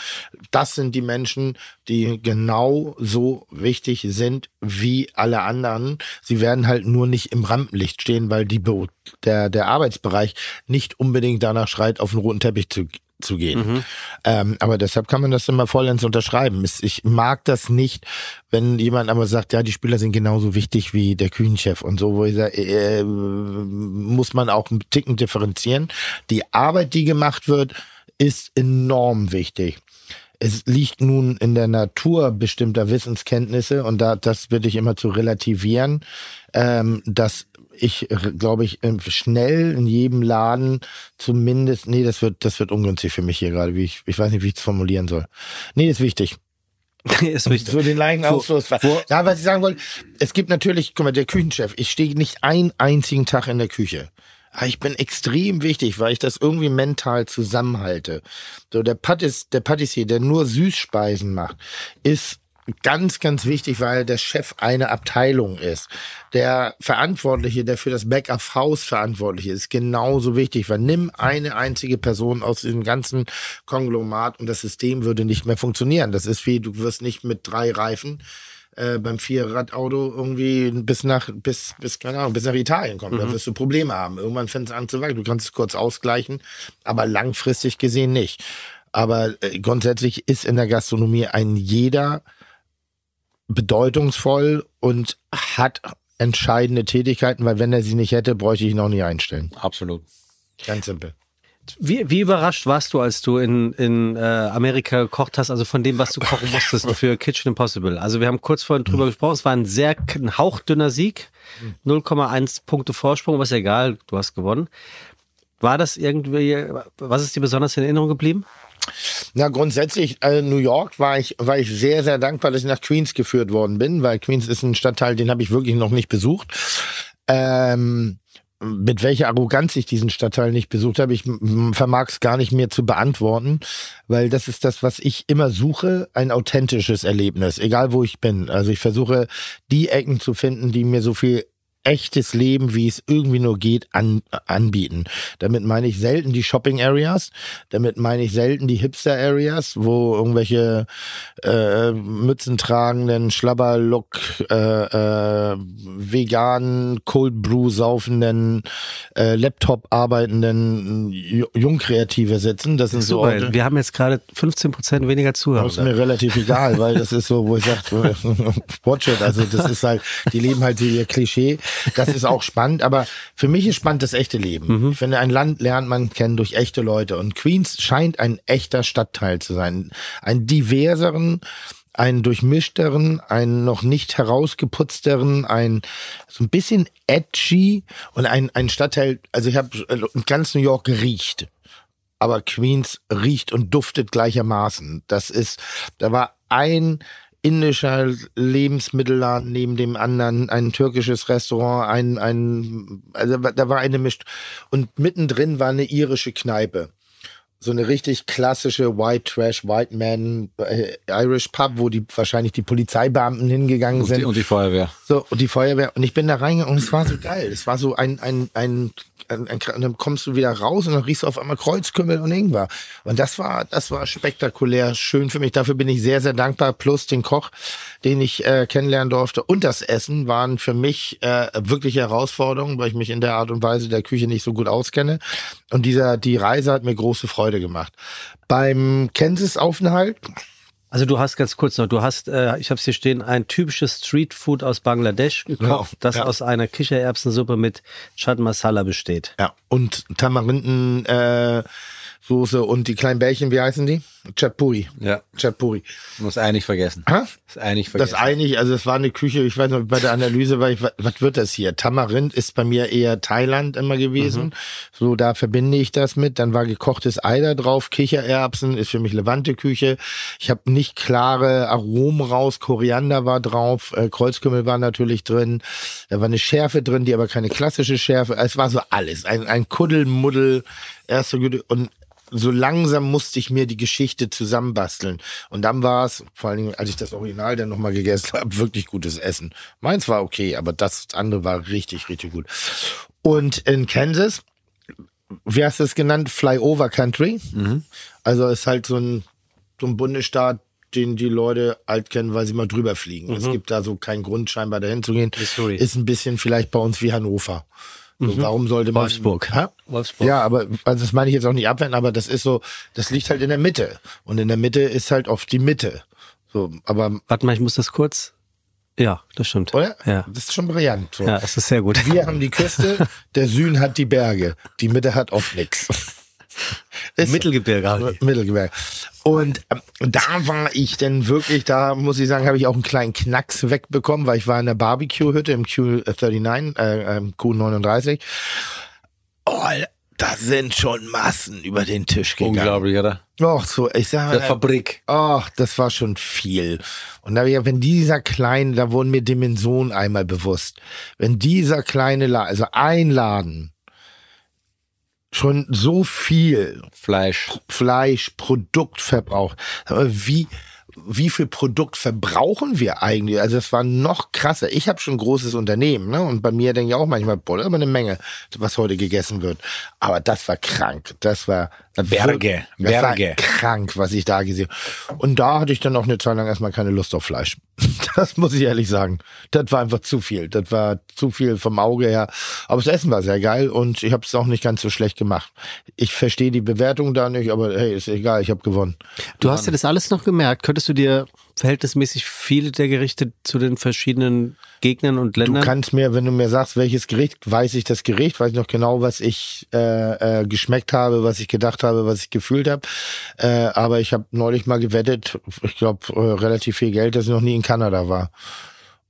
S3: Das sind die Menschen, die genau so wichtig sind wie alle anderen. Sie werden halt nur nicht im Rampenlicht stehen, weil die, Be- der, der Arbeitsbereich nicht unbedingt danach schreit, auf den roten Teppich zu zu gehen. Ähm, aber deshalb kann man das immer vollends unterschreiben. Es- Ich mag das nicht, wenn jemand aber sagt, ja, die Spieler sind genauso wichtig wie der Küchenchef und so, wo ich sage, äh, muss man auch einen Ticken differenzieren. Die Arbeit, die gemacht wird, ist enorm wichtig. Es liegt nun in der Natur bestimmter Wissenskenntnisse und da, das bitte ich immer zu relativieren, ähm, dass ich glaube ich ähm, schnell in jedem Laden zumindest nee das wird das wird ungünstig für mich hier gerade wie ich ich weiß nicht wie ich es formulieren soll nee ist wichtig
S4: ist wichtig.
S3: so den Leichenausfluss. Ja, was ich sagen wollte, es gibt natürlich, guck mal, der Küchenchef, ich stehe nicht einen einzigen Tag in der Küche. Aber ich bin extrem wichtig, weil ich das irgendwie mental zusammenhalte. So, der Patis, der Patissier, der nur Süßspeisen macht, ist ganz, ganz wichtig, weil der Chef eine Abteilung ist. Der Verantwortliche, der für das Back of House verantwortlich ist, genau genauso wichtig, weil nimm eine einzige Person aus diesem ganzen Konglomerat und das System würde nicht mehr funktionieren. Das ist wie, du wirst nicht mit drei Reifen äh, beim Vierradauto irgendwie bis nach, bis, bis, keine Ahnung, bis nach Italien kommen. Da wirst du Probleme haben. Irgendwann fängt es an zu wackeln. Du kannst es kurz ausgleichen, aber langfristig gesehen nicht. Aber äh, grundsätzlich ist in der Gastronomie ein jeder bedeutungsvoll und hat entscheidende Tätigkeiten, weil wenn er sie nicht hätte, bräuchte ich ihn auch nicht einstellen.
S5: Absolut.
S3: Ganz simpel.
S4: Wie, wie überrascht warst du, als du in, in äh, Amerika gekocht hast, also von dem, was du kochen musstest für Kitchen Impossible? Also wir haben kurz vorhin drüber gesprochen, es war ein sehr k- ein hauchdünner Sieg, 0,1 Punkte Vorsprung, was egal, du hast gewonnen. War das irgendwie, was ist dir besonders in Erinnerung geblieben?
S3: Na, grundsätzlich, äh, New York war ich, war ich sehr, sehr dankbar, dass ich nach Queens geführt worden bin, weil Queens ist ein Stadtteil, den habe ich wirklich noch nicht besucht. Ähm, mit welcher Arroganz ich diesen Stadtteil nicht besucht habe, ich vermag es gar nicht mehr zu beantworten, weil das ist das, was ich immer suche, ein authentisches Erlebnis, egal wo ich bin. Also ich versuche, die Ecken zu finden, die mir so viel echtes Leben, wie es irgendwie nur geht, an, anbieten. Damit meine ich selten die Shopping Areas, damit meine ich selten die Hipster Areas, wo irgendwelche äh, Mützen tragenden, Schlabberlook, äh, äh, veganen, Cold Brew saufenden, äh, Laptop arbeitenden Ju- Jungkreative sitzen. Das sind so
S4: Super,
S3: Orte-
S4: wir haben jetzt gerade 15% weniger Zuhörer.
S3: das ist mir relativ egal, weil das ist so, wo ich sage, watch it. Also das ist halt, die leben halt ihr Klischee. Das ist auch spannend, aber für mich ist spannend das echte Leben. Ich finde, ein Land lernt man kennen durch echte Leute. Und Queens scheint ein echter Stadtteil zu sein. Ein diverseren, einen durchmischteren, einen noch nicht herausgeputzteren, einen so ein bisschen edgy und ein, ein Stadtteil, also ich habe ganz New York geriecht aber Queens riecht und duftet gleichermaßen. Das ist, da war ein indischer Lebensmittelladen neben dem anderen, ein türkisches Restaurant, ein, ein, also da war eine Misch und mittendrin war eine irische Kneipe. So eine richtig klassische White Trash, White Man, äh, Irish Pub, wo die wahrscheinlich die Polizeibeamten hingegangen
S5: Und
S3: sind.
S5: die, und die Feuerwehr.
S3: So, und die Feuerwehr. Und ich bin da reingegangen und es war so geil. Es war so ein, ein, ein, ein, ein und dann kommst du wieder raus und dann riechst du auf einmal Kreuzkümmel und Ingwer. Und das war, das war spektakulär schön für mich. Dafür bin ich sehr, sehr dankbar. Plus den Koch, den ich äh, kennenlernen durfte. Und das Essen waren für mich äh, wirkliche Herausforderungen, weil ich mich in der Art und Weise der Küche nicht so gut auskenne. Und dieser, die Reise hat mir große Freude gemacht. Beim Kansas-Aufenthalt,
S4: Also du hast ganz kurz noch, du hast, äh, ich habe es hier stehen, ein typisches Streetfood aus Bangladesch gekocht,
S3: Ja,
S4: das
S3: ja.
S4: aus einer Kichererbsensuppe mit Chat Masala besteht.
S3: Ja, und Tamarinden äh, Soße und die kleinen Bällchen, wie heißen die? Chapuri.
S5: Ja.
S3: Chapuri.
S5: Muss eigentlich vergessen.
S3: Ha?
S5: Ist eigentlich
S3: Das
S5: vergessen.
S3: eigentlich, also es war eine Küche, ich weiß noch, bei der Analyse war ich, wa- was wird das hier? Tamarind ist bei mir eher Thailand immer gewesen. So, da verbinde ich das mit. Dann war gekochtes Ei da drauf, Kichererbsen ist für mich Levante-Küche. Ich habe nicht klare Aromen raus, Koriander war drauf, äh, Kreuzkümmel war natürlich drin. Da war eine Schärfe drin, die aber keine klassische Schärfe. Es war so alles. Ein, ein Kuddelmuddel, erste Güte. Und so langsam musste ich mir die Geschichte zusammenbasteln. Und dann war es, vor allen Dingen, als ich das Original dann nochmal gegessen habe, wirklich gutes Essen. Meins war okay, aber das andere war richtig, richtig gut. Und in Kansas, wie hast du es genannt? Flyover Country.
S4: Mhm.
S3: Also ist halt so ein, so ein Bundesstaat, den die Leute alt kennen, weil sie mal drüber fliegen. Es gibt da so keinen Grund, scheinbar dahin zu gehen.
S4: Mhm. Missouri. Mhm.
S3: Ist ein bisschen vielleicht bei uns wie Hannover. So, Warum sollte man.
S4: Wolfsburg.
S3: Hä?
S4: Wolfsburg.
S3: Ja, aber also das meine ich jetzt auch nicht abwenden, aber das ist so, das liegt halt in der Mitte. Und in der Mitte ist halt oft die Mitte. So, aber,
S4: Warte mal, ich muss das kurz. Ja, das stimmt.
S3: oder?
S4: Ja.
S3: Das ist schon brillant. So.
S4: Ja, das ist sehr gut.
S3: Wir haben die Küste, der Süden hat die Berge, die Mitte hat oft nix. Ist so.
S4: Mittelgebirge. Hardy.
S3: Mittelgebirge. Und ähm, da war ich dann wirklich, da muss ich sagen, habe ich auch einen kleinen Knacks wegbekommen, weil ich war in der Barbecue-Hütte im Q39, äh, ähm, Q39. Oh, da sind schon Massen über den Tisch gegangen.
S5: Unglaublich, oder?
S3: Och, so, ich sage,
S5: Der Fabrik.
S3: Ach, das war schon viel. Und da hab ich gedacht, wenn dieser kleine, da wurden mir Dimensionen einmal bewusst. Wenn dieser kleine Laden, also ein Laden, schon so viel
S5: Fleisch.
S3: Fleisch, Produktverbrauch. Aber Wie, wie viel Produkt verbrauchen wir eigentlich? Also es war noch krasser. Ich habe schon ein großes Unternehmen, ne? Und bei mir denke ich auch manchmal, boah, das ist aber eine Menge, was heute gegessen wird. Aber das war krank. Das war
S5: Berge,
S3: das
S5: Berge.
S3: War krank, was ich da gesehen. habe. Und da hatte ich dann auch eine Zeit lang erstmal keine Lust auf Fleisch. Das muss ich ehrlich sagen. Das war einfach zu viel. Das war zu viel vom Auge her. Aber das Essen war sehr geil und ich habe es auch nicht ganz so schlecht gemacht. Ich verstehe die Bewertung da nicht, aber hey, ist egal, ich habe gewonnen.
S4: Du hast dir das alles noch gemerkt. Könntest du dir verhältnismäßig viele der Gerichte zu den verschiedenen Gegnern und
S3: Du
S4: Ländern?
S3: kannst mir, wenn du mir sagst, welches Gericht, weiß ich das Gericht, weiß ich noch genau, was ich äh, äh, geschmeckt habe, was ich gedacht habe, was ich gefühlt habe. Äh, aber ich habe neulich mal gewettet, ich glaube, äh, relativ viel Geld, dass ich noch nie in Kanada war.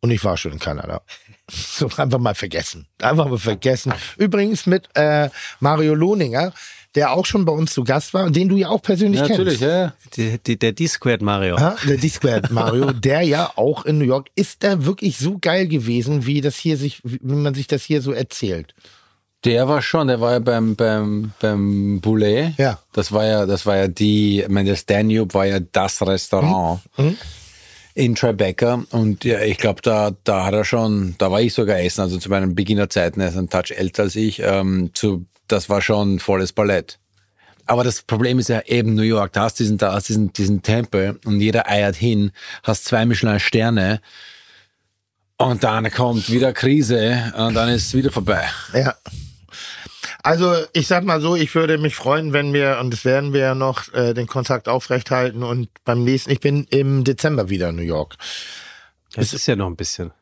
S3: Und ich war schon in Kanada. So, einfach mal vergessen. Einfach mal vergessen. Übrigens mit äh, Mario Lohninger, der auch schon bei uns zu Gast war und den du ja auch persönlich
S5: Ja,
S3: kennst.
S5: natürlich, ja.
S4: die, die, der D-Squared Mario.
S3: Ha? Der D-Squared Mario, der ja auch in New York, ist da wirklich so geil gewesen, wie das hier sich, wie man sich das hier so erzählt.
S5: Der war schon, der war ja beim, beim, beim Boulet.
S3: Ja.
S5: Hm? Das war ja, das war ja die, ich meine, das Danube war ja das Restaurant in Tribeca. Und ja, ich glaube, da, da hat er schon, da war ich sogar essen, also zu meinen Beginnerzeiten, er ist ein Touch älter als ich. Ähm, zu, das war schon volles Ballett. Aber das Problem ist ja eben New York, da hast diesen, da hast diesen, diesen Tempel und jeder eiert hin, hast zwei Michelin-Sterne und dann kommt wieder Krise und dann ist es wieder vorbei.
S3: Ja. Also ich sag mal so, ich würde mich freuen, wenn wir, und das werden wir ja noch, äh, den Kontakt aufrechthalten und beim nächsten, ich bin im Dezember wieder in New York.
S4: Es ist ja noch ein bisschen.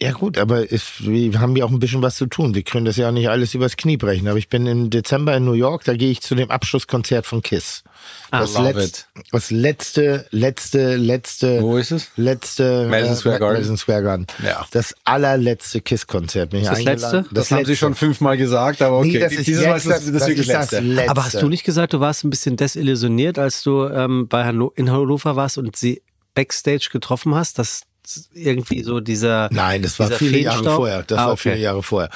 S3: Ja gut, aber ist, wir haben ja auch ein bisschen was zu tun. Wir können das ja auch nicht alles übers Knie brechen. Aber ich bin im Dezember in New York, da gehe ich zu dem Abschlusskonzert von KISS.
S4: Ah,
S3: das,
S5: love
S3: letz- das letzte, letzte, letzte,
S5: Wo ist es?
S3: letzte äh,
S5: Madison Square Garden?
S3: Madison Square Garden.
S5: Ja.
S3: Das allerletzte KISS-Konzert. Bin ich
S4: das
S3: eingeladen.
S4: letzte?
S5: Das, haben sie
S3: letzte.
S5: schon fünfmal gesagt, aber okay,
S3: Nee, das ist
S5: dieses Mal
S3: jetzt
S5: ist das, das, wirklich
S3: ist das
S5: letzte.
S3: letzte.
S4: Aber hast du nicht gesagt, du warst ein bisschen desillusioniert, als du ähm, bei Hanno in Hannover warst und sie backstage getroffen hast, dass irgendwie so dieser
S3: Nein, das war
S4: dieser
S3: viele Jahre
S4: Feenstaub-
S3: vorher. Das
S4: Ah,
S3: war
S4: okay.
S3: viele Jahre vorher.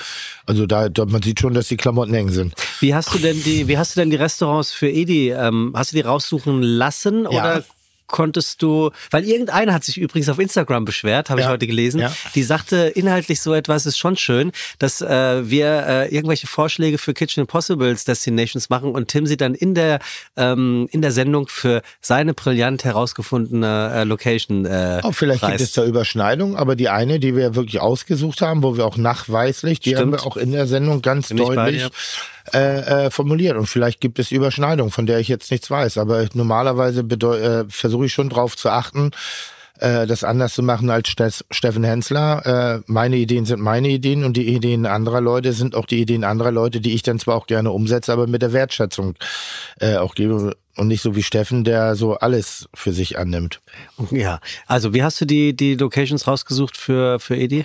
S3: Also da, da man sieht schon, dass die Klamotten eng sind.
S4: Wie hast du denn die, wie hast du denn die Restaurants für Edi? Ähm, hast du die raussuchen lassen oder konntest du? Weil irgendeiner hat sich übrigens auf Instagram beschwert, habe ich
S3: Ja.
S4: heute gelesen.
S3: Ja.
S4: Die sagte inhaltlich so etwas ist schon schön, dass äh, wir äh, irgendwelche Vorschläge für Kitchen Impossibles Destinations machen und Tim sie dann in der ähm, in der Sendung für seine brillant herausgefundene äh, Location äh,
S3: Oh, vielleicht
S4: preist.
S3: gibt es da Überschneidungen, aber die eine, die wir wirklich ausgesucht haben, wo wir auch nachweislich, die haben wir auch in der Sendung ganz
S4: ich bei
S3: deutlich äh, äh, formuliert. Und vielleicht gibt es Überschneidungen, von der ich jetzt nichts weiß. Aber normalerweise bedeu- äh, versuche ich schon drauf zu achten, äh, das anders zu machen als Ste Steffen Hensler. Äh, meine Ideen sind meine Ideen und die Ideen anderer Leute sind auch die Ideen anderer Leute, die ich dann zwar auch gerne umsetze, aber mit der Wertschätzung äh, auch gebe. Und nicht so wie Steffen, der so alles für sich annimmt.
S4: Ja, also wie hast du die die Locations rausgesucht für für Edi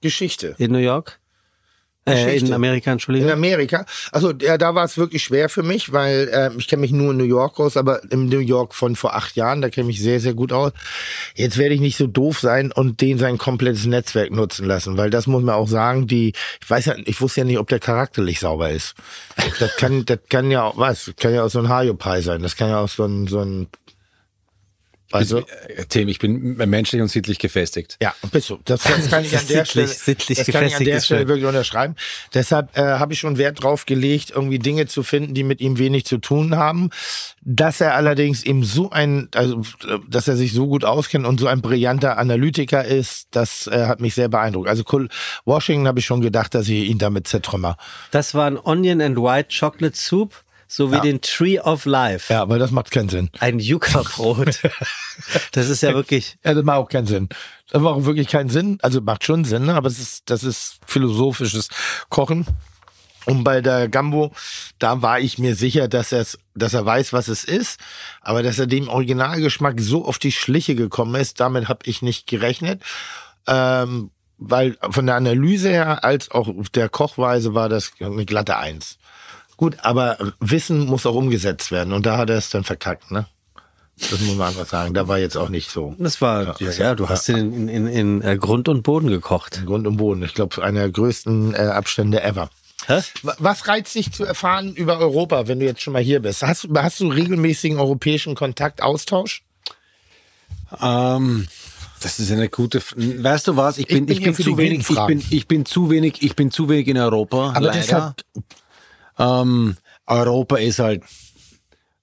S3: Geschichte.
S4: in New York? Äh, in
S3: Geschichte.
S4: Amerika, Entschuldigung.
S3: In Amerika. Also ja, da war es wirklich schwer für mich, weil äh, ich kenne mich nur in New York aus, aber im New York von vor acht Jahren, da kenne ich mich sehr, sehr gut aus. Jetzt werde ich nicht so doof sein und den sein komplettes Netzwerk nutzen lassen, weil das muss man auch sagen, die, ich weiß ja, ich wusste ja nicht, ob der charakterlich sauber ist. Das kann, das kann ja auch was, kann ja auch so ein Hajo-Pie sein, das kann ja auch so ein, so ein also,
S5: Äh, Tim, ich bin menschlich und sittlich gefestigt.
S3: ja, bist du. Das, das kann ich an der
S4: Sittlich-
S3: Stelle,
S4: sittlich
S3: das kann ich an
S4: gefestigt
S3: der
S4: ist
S3: Stelle
S4: schön.
S3: wirklich unterschreiben. Deshalb äh, habe ich schon Wert drauf gelegt, irgendwie Dinge zu finden, die mit ihm wenig zu tun haben. Dass er allerdings eben so ein, also äh, dass er sich so gut auskennt und so ein brillanter Analytiker ist, das äh, hat mich sehr beeindruckt. Also Col- Washington habe ich schon gedacht, dass ich ihn damit zertrümmer.
S4: Das war ein Onion and White Chocolate Soup sowie den Tree of Life.
S3: Ja, aber das macht keinen Sinn.
S4: Ein Yucca-Brot. das ist ja wirklich.
S3: Ja, das macht auch keinen Sinn. Das macht auch wirklich keinen Sinn. Also macht schon Sinn, ne? aber es ist, das ist philosophisches Kochen. Und bei der Gambo, da war ich mir sicher, dass, er's, dass er weiß, was es ist. Aber dass er dem Originalgeschmack so auf die Schliche gekommen ist, damit habe ich nicht gerechnet. Ähm, weil von der Analyse her als auch der Kochweise war das eine glatte Eins. Gut, aber Wissen muss auch umgesetzt werden. Und da hat er es dann verkackt, ne? Das muss man einfach sagen. Da war jetzt auch nicht so.
S4: Das war. Ja,
S3: Ja,
S4: du
S3: ja.
S4: hast den in, in, in äh, Grund und Boden gekocht.
S3: Grund und Boden. Ich glaube, einer der größten äh, Abstände ever.
S4: Hä?
S3: W- Was reizt dich zu erfahren über Europa, wenn du jetzt schon mal hier bist? Hast, du- hast du regelmäßigen europäischen Kontakt, Austausch?
S5: Ähm, das ist eine gute. F weißt du was? Ich bin,
S3: bin
S5: ich
S3: hier
S5: bin,
S3: für die
S5: zu wenig. Ich
S3: Gegenfragen.
S5: bin, ich bin zu wenig. Ich bin zu wenig in Europa.
S3: Aber
S5: leider.
S3: deshalb-
S5: ähm, Europa ist halt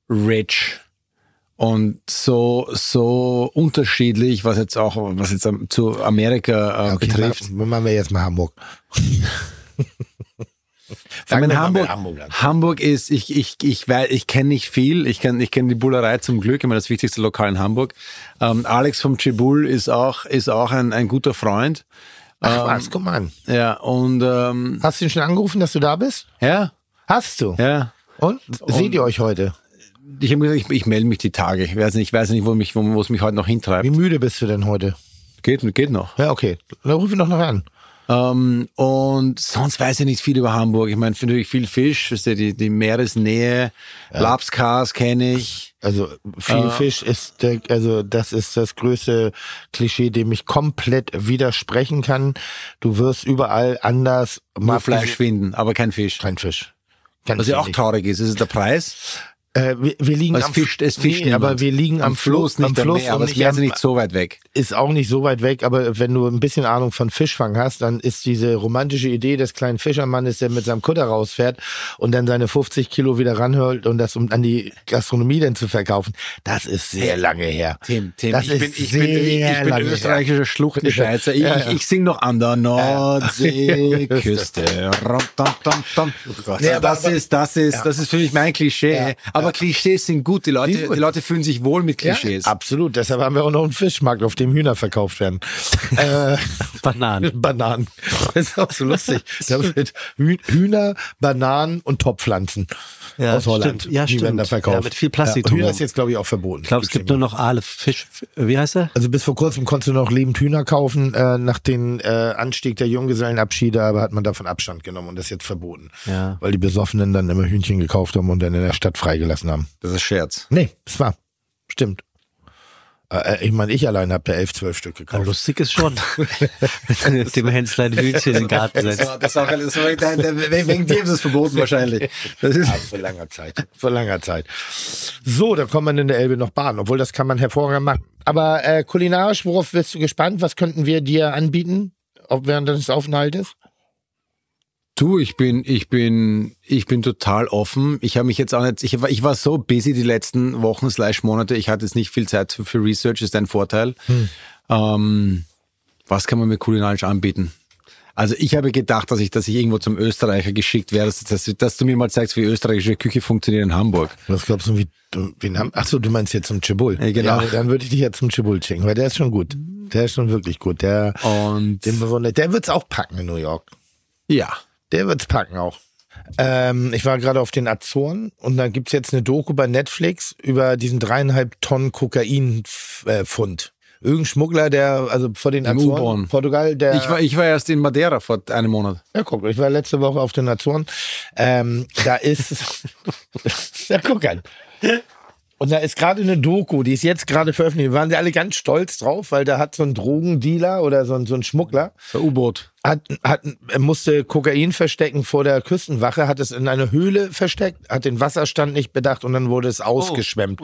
S5: rich und so so unterschiedlich, was jetzt auch was jetzt am- zu Amerika äh, betrifft.
S3: ma- machen wir jetzt mal Hamburg.
S5: Ich
S3: Sagen wir
S5: meine,
S3: mal
S5: Hamburg,
S3: Hamburg an.
S5: Hamburg ist, ich, ich, ich, wei- ich kenne nicht viel. Ich kenne ich kenn die Bullerei zum Glück, immer das wichtigste Lokal in Hamburg. Ähm, Alex vom Cebul ist auch, ist auch ein, ein guter Freund. Ähm,
S3: Ach was, guck mal an.
S5: Ja, und ähm,
S3: Hast du ihn schon angerufen, dass du da bist?
S5: ja,
S3: Hast du?
S5: ja.
S3: Und? Seht ihr euch heute?
S5: Ich habe gesagt, ich, ich melde mich die Tage. Ich weiß nicht, ich weiß nicht, wo mich, wo wo es mich heute noch
S3: Wie
S5: hintreibt.
S3: müde bist du denn heute?
S5: Geht, geht noch.
S3: Ja, okay. Dann ruf ihn doch noch an.
S5: Ähm, und sonst weiß ich nicht viel über Hamburg. Ich meine, natürlich viel Fisch, weißt du, die, die Meeresnähe, Labskars kenne ich.
S3: Also viel Fisch ist der, also das ist das größte Klischee, dem ich komplett widersprechen kann. Du wirst überall anders
S5: Nur
S3: mal
S5: Fleisch finden, aber kein Fisch.
S3: Kein Fisch. Ganz
S5: Was ja auch
S3: wenig.
S5: traurig ist, ist es der Preis.
S3: Äh, wir, wir liegen
S5: Es
S3: am
S5: fischt, es
S3: Fl-
S5: fischt
S3: nee,
S5: niemand.
S3: aber wir liegen am, Fluss,
S5: nicht
S3: am
S5: am
S3: Fluss
S5: Meer, aber
S3: und
S5: es
S3: nicht
S5: wäre
S3: am,
S5: nicht so weit weg.
S3: ist auch nicht so weit weg, aber wenn du ein bisschen Ahnung von Fischfang hast, dann ist diese romantische Idee des kleinen Fischermannes, der mit seinem Kutter rausfährt und dann seine 50 Kilo wieder ranhört und das um an die Gastronomie denn zu verkaufen, das ist sehr lange her.
S5: Tim, Tim,
S3: das
S5: ich,
S3: ist
S5: bin, ich,
S3: sehr
S5: bin, ich bin
S3: lange her.
S5: österreichischer Schluchtenscheißer. Ich,
S3: Ja,
S5: ich,
S3: ja.
S5: ich sing noch an der Nordseeküste. Rom, tom, tom, tom.
S3: Nee, aber-
S5: das,
S3: aber-
S5: ist, das, ist, das ist für mich mein Klischee. aber Klischees sind gut. Die Leute,
S3: Die sind gut.
S5: die Leute fühlen sich wohl mit
S3: Ja,
S5: Klischees.
S3: absolut, deshalb haben wir auch noch einen Fischmarkt, auf dem Hühner verkauft werden. äh,
S4: Bananen.
S3: Bananen. Das ist auch so lustig. Damit Hü- Hühner, Bananen und Topfpflanzen
S4: Ja,
S3: aus Holland.
S4: stimmt. Ja,
S3: die werden
S4: stimmt.
S3: da verkauft.
S4: Ja, mit viel Plastik
S3: Hühner
S4: drumherum.
S3: ist jetzt, glaube ich, auch verboten.
S4: Ich glaube, es gibt nur noch Aale. Fisch, wie heißt er?
S3: also bis vor kurzem konntest du noch lebend Hühner kaufen äh, nach dem äh, Anstieg der Junggesellenabschiede, aber hat man davon Abstand genommen und das ist jetzt verboten.
S4: Ja.
S3: Weil die Besoffenen dann immer Hühnchen gekauft haben und dann in der Stadt freigelassen haben.
S5: Das ist Scherz.
S3: Nee, es war. Stimmt. Äh, ich meine, ich allein habe da elf, zwölf Stück
S4: Ja,
S3: gekauft.
S4: Äh, lustig ist schon. Mit dem Hänsler ein Hühnchen in den Garten
S5: Das
S4: setzt.
S5: war, das war, das war, wegen wegen dem ist es verboten wahrscheinlich. Das ist,
S3: Ja, vor langer Zeit. Vor langer Zeit. So, da kann man in der Elbe noch baden, obwohl das kann man hervorragend machen. Aber äh, kulinarisch, worauf bist du gespannt? Was könnten wir dir anbieten, ob während deines Aufenthaltes?
S5: Du, ich bin, ich bin, ich bin total offen. Ich habe mich jetzt auch nicht, ich war, ich war so busy die letzten Wochen slash Monate. Ich hatte jetzt nicht viel Zeit für, für Research, ist ein Vorteil.
S3: Hm.
S5: Ähm, was kann man mir kulinarisch anbieten? Also ich habe gedacht, dass ich, dass ich irgendwo zum Österreicher geschickt wäre, dass, dass, dass du mir mal zeigst, wie österreichische Küche funktioniert in Hamburg.
S3: Was glaubst du, wie, wen haben? Achso, du meinst jetzt zum Chibul.
S5: Ja, genau.
S3: Ja, dann würde ich dich jetzt zum Chibul schicken, weil der ist schon gut. Der ist schon wirklich gut. Der,
S5: Und
S3: den bewundert. Der wird's auch packen in New York.
S5: ja,
S3: Der wird's packen auch. Ähm, ich war gerade auf den Azoren und da gibt's jetzt eine Doku bei Netflix über diesen dreieinhalb Tonnen Kokainfund. Irgendein Schmuggler, der, also vor den
S5: Im
S3: Azoren,
S5: U-Bahn.
S3: Portugal, der.
S5: ich war, ich war erst in Madeira vor einem Monat.
S3: ja, guck, ich war letzte Woche auf den Azoren. Ähm, da ist. ja, guck an. Und da ist gerade eine Doku, die ist jetzt gerade veröffentlicht. Waren sie alle ganz stolz drauf, weil da hat so ein Drogendealer oder so ein, so ein Schmuggler
S5: Der U-Boot.
S3: hat, hat, er musste Kokain verstecken vor der Küstenwache, hat es in einer Höhle versteckt, hat den Wasserstand nicht bedacht und dann wurde es ausgeschwemmt.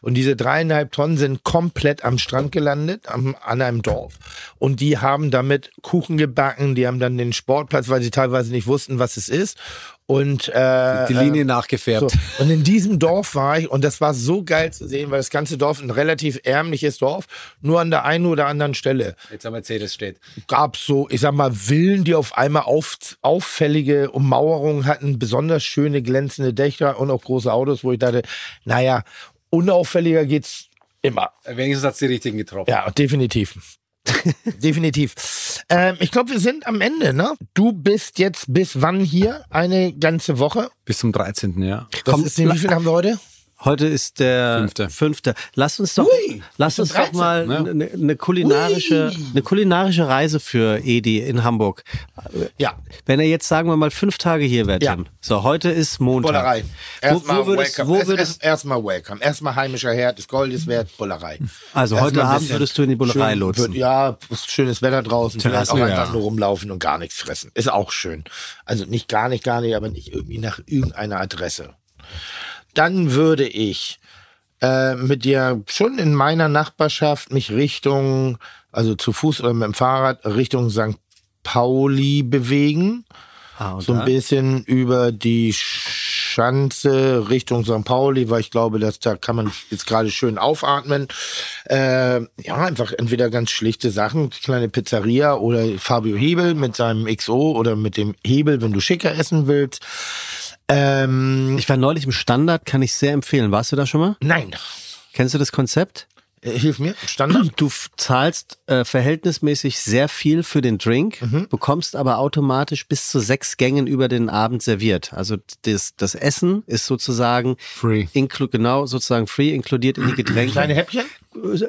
S3: Und diese dreieinhalb Tonnen sind komplett am Strand gelandet, am, an einem Dorf. Und die haben damit Kuchen gebacken, die haben dann den Sportplatz, weil sie teilweise nicht wussten, was es ist. Und äh,
S5: Die Linie nachgefärbt.
S3: so. Und in diesem Dorf war ich und das war so geil zu sehen, weil das ganze Dorf ein relativ ärmliches Dorf, nur an der einen oder anderen Stelle
S5: Jetzt am Mercedes steht.
S3: gab so, ich sag mal, Villen, die auf einmal auf, auffällige Ummauerungen hatten, besonders schöne glänzende Dächer und auch große Autos, wo ich dachte, naja, unauffälliger geht's immer.
S5: Wenigstens hat sie die richtigen getroffen.
S3: Ja, definitiv. definitiv. Ähm, ich glaube, wir sind am Ende, ne? Du bist jetzt bis wann hier? Eine ganze Woche?
S5: Bis zum 13. Jahr.
S3: Das
S4: Komm,
S3: ist, wie viel haben wir heute?
S4: Heute ist der
S5: Fünfte.
S4: fünfte. Lass uns doch, lass uns doch
S3: 13,
S4: mal
S5: ne?
S4: eine ne kulinarische, eine kulinarische Reise für Edi in Hamburg.
S3: Ja.
S4: Wenn er jetzt sagen wir mal fünf Tage hier wäre,
S3: Ja.
S4: Tim. So, heute ist Montag.
S3: Bullerei. Erstmal
S4: wo, wo würdest,
S3: welcome.
S4: wo
S3: Erst-
S4: würdest,
S3: erst- erstmal welcome. Erstmal heimischer Herd des Goldes wert, Bullerei.
S4: Also
S3: Erstmal
S4: heute
S3: ein
S4: Abend
S3: bisschen
S4: würdest du in die Bullerei
S3: schön,
S4: lotsen.
S3: Wird, ja, ist schönes Wetter draußen. Vielleicht auch
S5: ja.
S3: einfach nur rumlaufen und gar nichts fressen. Ist auch schön. Also nicht gar nicht, gar nicht, aber nicht irgendwie nach irgendeiner Adresse. Dann würde ich äh, mit dir schon in meiner Nachbarschaft mich Richtung, also zu Fuß oder mit dem Fahrrad, Richtung St. Pauli bewegen.
S4: Ah, und
S3: So ein
S4: da?
S3: bisschen über die Schanze Richtung St. Pauli, weil ich glaube, dass da kann man jetzt gerade schön aufatmen. Äh, ja, einfach entweder ganz schlichte Sachen, kleine Pizzeria oder Fabio Hebel mit seinem XO oder mit dem Hebel, wenn du schicker essen willst. Ähm,
S4: Ich war neulich im Standard, kann ich sehr empfehlen. Warst du da schon mal?
S3: nein,
S4: Kennst du das Konzept?
S3: Äh, hilf mir, Standard.
S4: Du f- zahlst äh, verhältnismäßig sehr viel für den Drink,
S3: Mhm.
S4: bekommst aber automatisch bis zu sechs Gängen über den Abend serviert. Also das, das Essen ist sozusagen
S5: Free.
S4: Inklu genau, sozusagen free, inkludiert in die Getränke.
S3: Kleine Häppchen?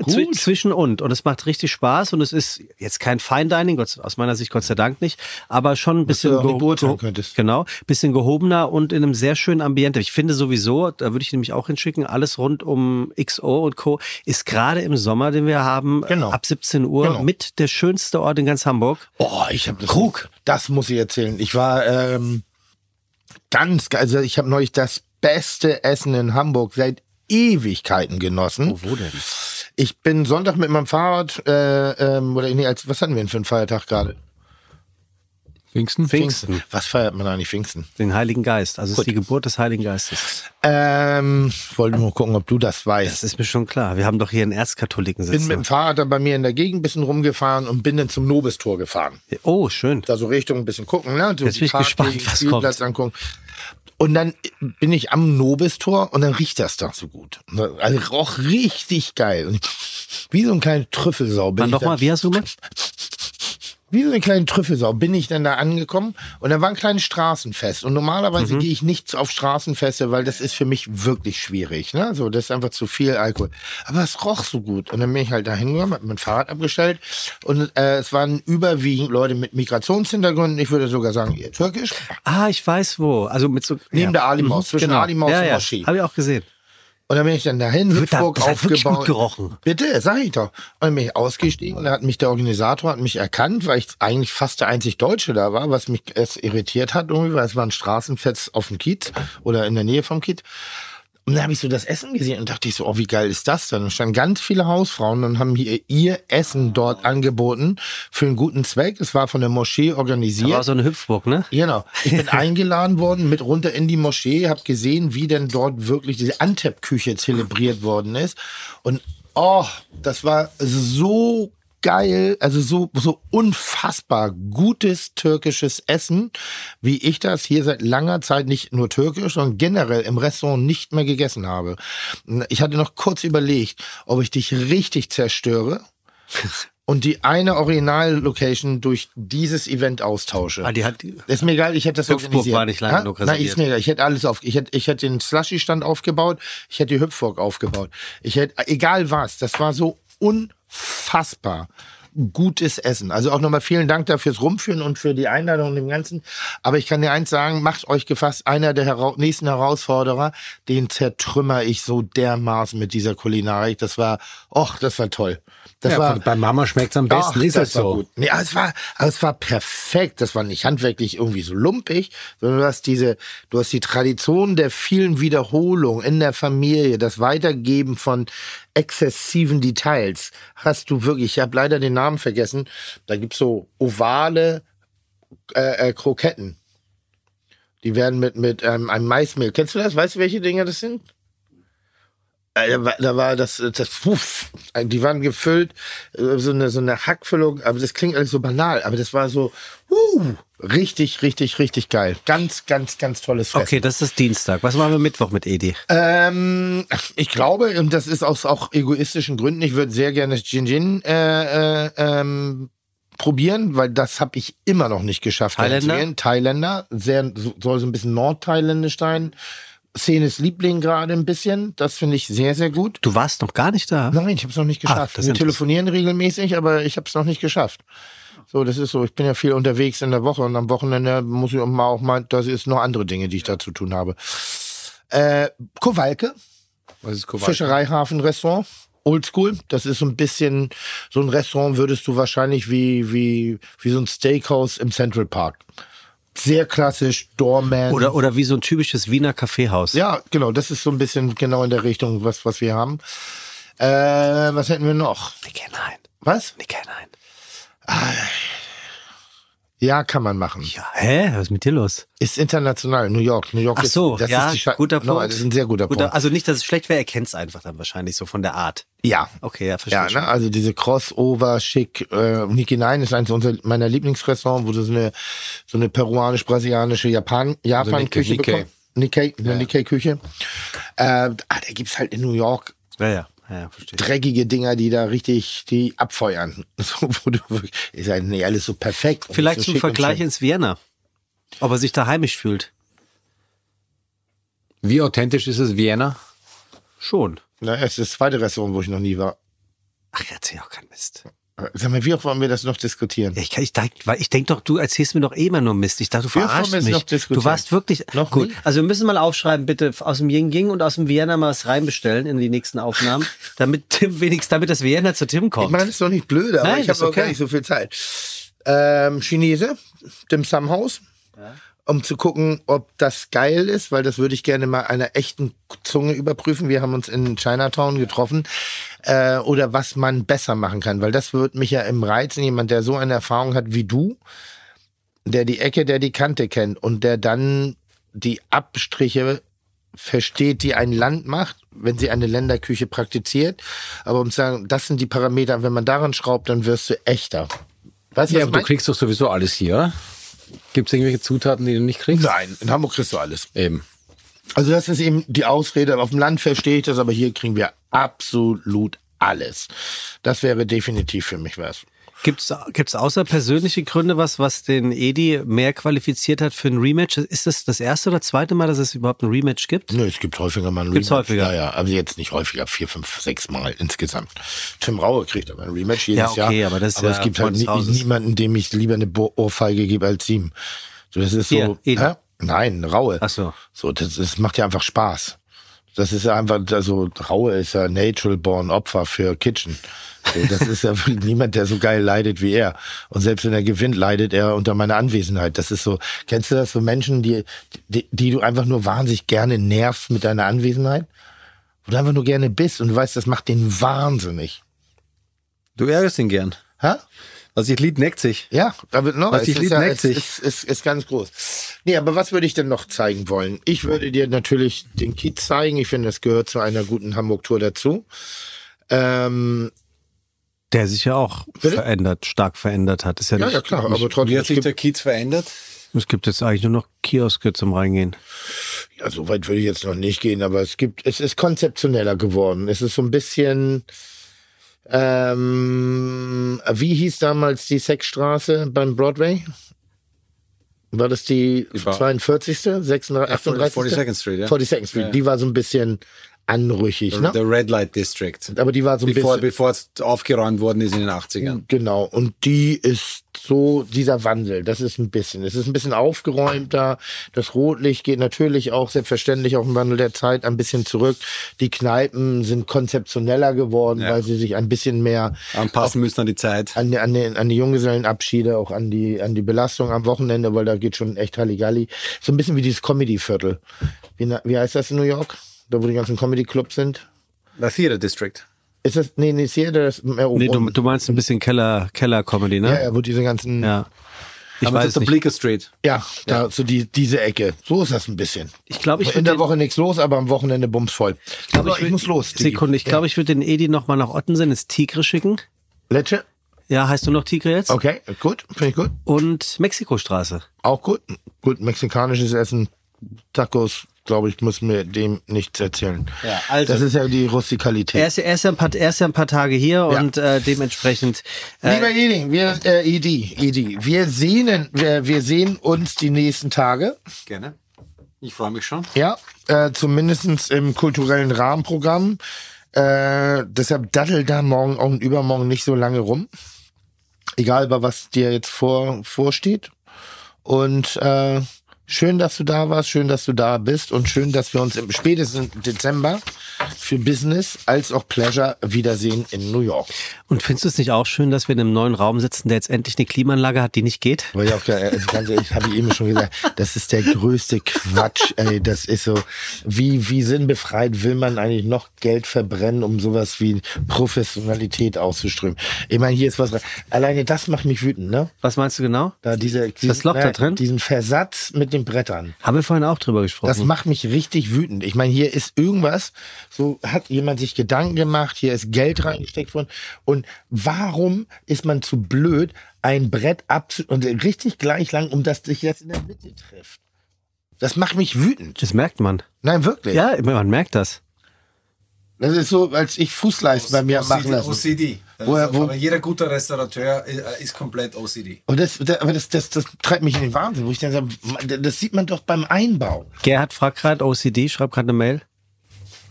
S4: Zwi
S3: Gut.
S4: zwischen und. Und es macht richtig Spaß und es ist jetzt kein Fine Dining, Gott, aus meiner Sicht Gott sei Dank nicht, aber schon ein bisschen
S3: du auch nicht
S4: geho-
S3: beurteilen
S4: geho-
S3: könntest.
S4: Genau, bisschen gehobener und in einem sehr schönen Ambiente. Ich finde sowieso, da würde ich nämlich auch hinschicken, alles rund um XO und Co. ist gerade im Sommer, den wir haben,
S3: Genau.
S4: ab 17 Uhr
S3: Genau.
S4: mit der schönste Ort in ganz Hamburg.
S3: Oh, ich habe das. Krug. Das muss ich erzählen. Ich war ähm, ganz, ge- also ich habe neulich das beste Essen in Hamburg seit Ewigkeiten genossen.
S4: Oh, Wo denn?
S3: Ich bin Sonntag mit meinem Fahrrad, äh, ähm, oder nee, als, was hatten wir denn für einen Feiertag gerade?
S5: Pfingsten?
S4: Pfingsten,
S3: Was feiert man eigentlich Pfingsten?
S4: den Heiligen Geist. Also es ist die Geburt des Heiligen Geistes.
S3: Ähm, wollte nur gucken, ob du das weißt.
S4: Das ist mir schon klar. Wir haben doch hier einen Erzkatholiken
S3: bin mit
S4: sitzen.
S3: dem Fahrrad dann bei mir in der Gegend ein bisschen rumgefahren und bin dann zum Nobistor gefahren.
S4: Oh, schön.
S3: Da so Richtung ein bisschen gucken, ne? So
S4: Jetzt bin ich
S3: Parkwege,
S4: gespannt, was
S3: Spielplatz angucken. Und dann bin ich am Nobistor und dann riecht das da so gut. Also roch richtig geil. Und Wie so ein kleiner Trüffelsau bin
S4: Dann
S3: ich
S4: doch
S3: da-
S4: mal, wie hast du gemacht?
S3: wie so eine kleine Trüffelsau bin ich dann da angekommen und da war ein kleines Straßenfest und normalerweise gehe ich nicht auf Straßenfeste, weil das ist für mich wirklich schwierig, ne? So, das ist einfach zu viel Alkohol. Aber es roch so gut und dann bin ich halt da hingegangen, hab mein Fahrrad abgestellt und äh, es waren überwiegend Leute mit Migrationshintergründen, ich würde sogar sagen, eher türkisch,
S4: Ah, ich weiß wo. Also mit so
S3: neben der Alimaus, zwischen
S4: Genau.
S3: Alimaus
S4: ja,
S3: und
S4: ja.
S3: Moschee.
S4: Habe ich auch gesehen.
S3: Und dann bin ich dann dahin,
S4: Wird da-
S3: Hüpfburg
S4: das hat wirklich
S3: aufgebaut.
S4: gut gerochen.
S3: Bitte, sag ich doch. Und dann bin ich ausgestiegen und dann hat mich der Organisator hat mich erkannt, weil ich eigentlich fast der einzig Deutsche da war, was mich erst irritiert hat irgendwie, weil es war ein Straßenfest auf dem Kiez oder in der Nähe vom Kiez. Und dann habe ich so das Essen gesehen und dachte ich so, oh, wie geil ist das denn? Und standen ganz viele Hausfrauen und haben hier ihr Essen dort angeboten für einen guten Zweck. Es war von der Moschee
S4: Da
S3: organisiert.
S4: war so eine Hüpfburg, ne?
S3: Genau. Ich bin eingeladen worden, mit runter in die Moschee, habe gesehen, wie denn dort wirklich diese Antep-Küche zelebriert worden ist. Und oh, das war so geil, also so, so unfassbar gutes türkisches Essen, wie ich das hier seit langer Zeit nicht nur türkisch, sondern generell im Restaurant nicht mehr gegessen habe. Ich hatte noch kurz überlegt, ob ich dich richtig zerstöre. Und die eine Original-Location durch dieses Event austausche.
S4: Ah, die hat die.
S3: Ist mir egal, ich hätte das
S4: Hüpfburg
S3: organisiert.
S4: war nicht lang
S3: Ha?
S4: genug
S3: Nein,
S4: reserviert.
S3: ist mir egal. Ich hätte alles auf. Ich hätte, ich hätte den Slushy-Stand aufgebaut. Ich hätte die Hüpfburg aufgebaut. Ich hätte, egal was. Das war so unfassbar gutes Essen. Also auch nochmal vielen Dank dafür fürs Rumführen und für die Einladung und dem Ganzen. Aber ich kann dir eins sagen, macht euch gefasst, einer der hera nächsten Herausforderer, den zertrümmer ich so dermaßen mit dieser Kulinarik. Das war, och, das war toll. Das
S5: Ja,
S3: war,
S5: bei Mama schmeckt es am besten,
S3: Ach,
S5: ist das
S3: war
S5: so.
S3: Gut. Nee, aber es war, aber es war perfekt. Das war nicht handwerklich irgendwie so lumpig, sondern du hast diese, du hast die Tradition der vielen Wiederholungen in der Familie, das Weitergeben von exzessiven Details. Hast du wirklich, ich habe leider den Namen vergessen, da gibt's so ovale äh, äh, Kroketten. Die werden mit, mit ähm, einem Maismehl. Kennst du das? Weißt du, welche Dinger das sind? Äh, Da war, da war das, äh, das puff, die waren gefüllt, äh, so eine, so eine Hackfüllung, aber das klingt alles so banal, aber das war so, uh, richtig, richtig, richtig geil. Ganz, ganz, ganz tolles Fest.
S4: Okay, das ist Dienstag. Was machen wir Mittwoch mit Edi?
S3: Ähm, ich glaube, und das ist aus auch egoistischen Gründen, ich würde sehr gerne Gin Gin äh, äh, ähm, probieren, weil das habe ich immer noch nicht geschafft. dahin zu
S4: Thailänder?
S3: gehen. Thailänder, sehr, so- soll so ein bisschen nordthailändisch sein. Szenes Liebling gerade ein bisschen, das finde ich sehr, sehr gut.
S4: Du warst noch gar nicht da.
S3: Nein, ich habe es noch nicht geschafft.
S4: Ah, das ist
S3: Wir telefonieren regelmäßig, aber ich habe es noch nicht geschafft. So, das ist so. Ich bin ja viel unterwegs in der Woche und am Wochenende muss ich auch mal, auch mal das ist noch andere Dinge, die ich da zu tun habe. Äh, Kowalke,
S5: Was ist Kowalke?
S3: Fischereihafen-Restaurant. Oldschool, das ist so ein bisschen, so ein Restaurant würdest du wahrscheinlich wie, wie, wie so ein Steakhouse im Central Park. Sehr klassisch, Doorman.
S4: Oder, oder wie so ein typisches Wiener Kaffeehaus.
S3: Ja, genau, das ist so ein bisschen genau in der Richtung, was, was wir haben. Äh, was hätten wir noch?
S4: Nickernein.
S3: Was?
S4: Nickernein.
S3: Äh, Ja, kann man machen.
S4: Ja, hä? Was ist mit dir los?
S3: Ist international, New York. New York
S4: Ach
S3: ist,
S4: so,
S3: das
S4: ja,
S3: ist die Scha-
S4: guter
S3: No,
S4: Punkt.
S3: das ist ein sehr guter, Punkt.
S4: Also nicht, dass es schlecht wäre, er kennt es einfach dann wahrscheinlich so von der Art.
S3: ja.
S4: Okay, ja, verstehe.
S3: Ja,
S4: schon.
S3: ne? also diese Crossover, schick, äh, Niki Nine ist eins unserer, meiner Lieblingsrestaurants, wo du so eine, so eine peruanisch-brasilianische Japan, Japan-Küche
S5: Nikkei.
S3: bekommst. Nikkei, eine Nikkei-Küche. Äh, ah, da gibt's halt in New York
S4: Ja, ja, ja, ja verstehe.
S3: dreckige Dinger, die da richtig, die abfeuern. So, wo du wirklich, ist halt nicht alles so perfekt. und
S4: Vielleicht
S3: so
S4: zum
S3: schick und
S4: Vergleich
S3: schön.
S4: ins Vienna. Ob er sich da heimisch fühlt.
S5: Wie authentisch ist es, Vienna? Also
S4: Schon.
S3: Na, Ne, es ist das zweite Restaurant, wo ich noch nie war. Äh,
S4: Ach, erzähl auch keinen Mist.
S3: Sag mal, wie oft wollen wir das noch diskutieren?
S4: Ich, kann- ich, denk- weil ich denke doch, du erzählst mir doch eh immer nur Mist. Ich dachte, du
S3: Wir
S4: verarschst
S3: wollen es
S4: mich.
S3: noch diskutieren.
S4: du warst wirklich
S3: Noch
S4: gut.
S3: nie?
S4: Also wir müssen mal aufschreiben, bitte aus dem Yin Ging und aus dem Vienna mal was reinbestellen in die nächsten Aufnahmen, damit Tim wenigstens, damit das Vienna zu Tim kommt.
S3: Ich meine, das ist doch nicht blöd, aber
S4: Nein,
S3: ich
S4: das
S3: habe
S4: ist
S3: auch gar
S4: okay.
S3: nicht so viel Zeit. Ähm, Chinese, Dim Sum House. um zu gucken, ob das geil ist, weil das würde ich gerne mal einer echten Zunge überprüfen. Wir haben uns in Chinatown getroffen. Äh, oder was man besser machen kann, weil das wird mich ja im Reizen, jemand, der so eine Erfahrung hat wie du, der die Ecke, der die Kante kennt und der dann die Abstriche versteht, die ein Land macht, wenn sie eine Länderküche praktiziert. Aber um zu sagen, das sind die Parameter, wenn man daran schraubt, dann wirst du echter. Weißt du, was
S5: Ja, aber du
S3: ich meine?
S5: kriegst doch sowieso alles hier, oder? Gibt es irgendwelche Zutaten, die du nicht kriegst?
S3: Nein, in Hamburg kriegst du alles.
S5: Eben.
S3: Also das ist eben die Ausrede, auf dem Land verstehe ich das, aber hier kriegen wir absolut alles. Das wäre definitiv für mich was.
S4: Gibt's, gibt's außer persönliche Gründe was, was den Edi mehr qualifiziert hat für ein Rematch? Ist das das erste oder zweite Mal, dass es überhaupt ein Rematch gibt?
S3: Nö, es gibt häufiger mal ein
S4: Gibt's
S3: Rematch.
S4: häufiger?
S3: Ja, ja, aber jetzt nicht häufiger, vier, fünf, sechs Mal insgesamt. Tim Raue kriegt aber ein Rematch jedes
S4: Ja, okay,
S3: Jahr.
S4: aber das ist
S3: aber
S4: ja
S3: es gibt halt
S4: Freund des
S3: nie,
S4: Hauses.
S3: niemanden, dem ich lieber eine Bo- Ohrfeige gebe als ihm. So, das ist
S4: Hier,
S3: so.
S4: Edi.
S3: hä? Nein, Raue.
S4: Ach so.
S3: So, das, das macht ja einfach Spaß. Das ist ja einfach, also Raue ist ja natural born Opfer für Kitchen. So, das ist ja wirklich niemand, der so geil leidet wie er. Und selbst wenn er gewinnt, leidet er unter meiner Anwesenheit. Das ist so, kennst du das, so Menschen, die, die, die du einfach nur wahnsinnig gerne nervst mit deiner Anwesenheit? Wo du einfach nur gerne bist und du weißt, das macht den wahnsinnig.
S5: Du ärgerst ihn gern.
S3: Hä?
S5: Also, ich lied neckt sich.
S3: Ja, da wird noch.
S5: Was
S3: es
S5: dich
S3: ist
S5: liebt,
S3: ja,
S5: neckt
S3: es
S5: sich.
S3: Ist, ist, ist ganz groß. Nee, aber was würde ich denn noch zeigen wollen? Ich würde dir natürlich den Kiez zeigen. Ich finde, das gehört zu einer guten Hamburg-Tour dazu. Ähm,
S4: Der sich ja auch
S3: Bitte?
S4: verändert, stark verändert hat. Ist ja,
S3: ja,
S4: nicht,
S3: ja, klar, aber trotzdem.
S5: Wie hat
S3: es
S5: sich
S3: gibt-
S5: der Kiez verändert?
S4: Es gibt jetzt eigentlich nur noch Kioske zum Reingehen.
S3: Ja, so weit würde ich jetzt noch nicht gehen, aber es gibt, es ist konzeptioneller geworden. Es ist so ein bisschen, ähm, wie hieß damals die Sexstraße beim Broadway? War das die
S5: war-
S3: 42., 36., 38.?
S5: 42nd Street, ja.
S3: 42nd Street.
S5: Ja, ja.
S3: Die war so ein bisschen anrüchig, ne?
S5: Der Red Light District.
S3: Aber die war so ein
S5: Bevor,
S3: bisschen.
S5: bevor es aufgeräumt worden ist in den 80ern.
S3: Genau, und die ist so, dieser Wandel, das ist ein bisschen, es ist ein bisschen aufgeräumter, das Rotlicht geht natürlich auch selbstverständlich auch im Wandel der Zeit ein bisschen zurück, die Kneipen sind konzeptioneller geworden, weil sie sich ein bisschen mehr
S5: Anpassen müssen an die Zeit.
S3: an, die- an, den, an die Junggesellenabschiede, auch an die, an die Belastung am Wochenende, weil da geht schon echt Halligalli, so ein bisschen wie dieses Comedy-Viertel, wie, na- wie heißt das in New York, da wo die ganzen Comedy-Clubs sind?
S5: Der Theater District.
S3: Ist das, nee, nee, Theater ist mehr oben.
S4: Nee, du, du meinst ein bisschen Keller, Keller-Comedy, ne?
S3: ja, ja, wo diese ganzen,
S4: Ja. Ich
S5: Aber
S4: weiß
S5: das ist der
S4: nicht.
S5: Bleecker Street.
S3: Ja, da so die, diese Ecke. So ist das ein bisschen.
S4: Ich glaube, ich
S3: In
S4: würde
S3: der Woche nichts los, aber am Wochenende bumsvoll. Ich glaube,
S4: würd- Sekunde, ich glaube, ich würde den Edi nochmal nach Ottensen ins Tigre schicken.
S3: Lecce?
S4: Ja, heißt du noch Tigre jetzt?
S3: Okay, gut. Finde ich gut.
S4: Und Mexikostraße.
S3: Auch gut. Gut, mexikanisches Essen, Tacos, glaube ich, muss mir dem nichts erzählen.
S4: Ja, also-
S3: Das ist ja die
S4: Er
S3: Rustikalität.
S4: ist, er, ist ja ein paar, er ist ja ein paar Tage hier und äh, dementsprechend.
S3: Lieber Eding, wir, äh, Edi, Edi, wir sehnen, wir, wir sehen uns die nächsten Tage.
S5: Gerne. Ich freue mich schon.
S3: Ja, äh, zumindest im kulturellen Rahmenprogramm. Äh, deshalb daddel da morgen und übermorgen nicht so lange rum. Egal, über was dir jetzt vor, vorsteht. Und äh, schön, dass du da warst, schön, dass du da bist und schön, dass wir uns im spätestens Dezember für Business als auch Pleasure wiedersehen in New York.
S4: Und findest du es nicht auch schön, dass wir in einem neuen Raum sitzen, der jetzt endlich eine Klimaanlage hat, die nicht geht?
S3: Weil ich auch, äh, ganz ehrlich, habe ich eben schon gesagt, das ist der größte Quatsch, ey. Das ist so, wie, wie sinnbefreit will man eigentlich noch Geld verbrennen, um sowas wie Professionalität auszuströmen? Ich meine, hier ist was, rein- alleine das macht mich wütend, ne?
S4: Was meinst du genau?
S3: Da diese, diesen,
S4: Loch da
S3: naja,
S4: drin?
S3: Diesen Versatz mit den Brettern.
S4: Haben wir vorhin auch drüber gesprochen.
S3: Das macht mich richtig wütend. Ich meine, hier ist irgendwas, so hat jemand sich Gedanken gemacht, hier ist Geld reingesteckt worden. Und warum ist man zu blöd, ein Brett abzu und richtig gleich lang, um dass sich das in der Mitte trifft? Das macht mich wütend.
S4: das merkt man.
S3: Nein, wirklich.
S4: Ja, man merkt das.
S3: Das ist so, als ich Fußleisten bei mir machen lasse.
S5: OCD. Das
S3: Woher-
S5: ist-
S3: wo-
S5: aber jeder gute Restaurateur äh, ist komplett OCD.
S3: Und das, das, aber das, das, das treibt mich in den Wahnsinn, wo ich dann sage, man, das sieht man doch beim Einbau.
S4: Gerhard fragt gerade OCD, schreibt gerade eine Mail.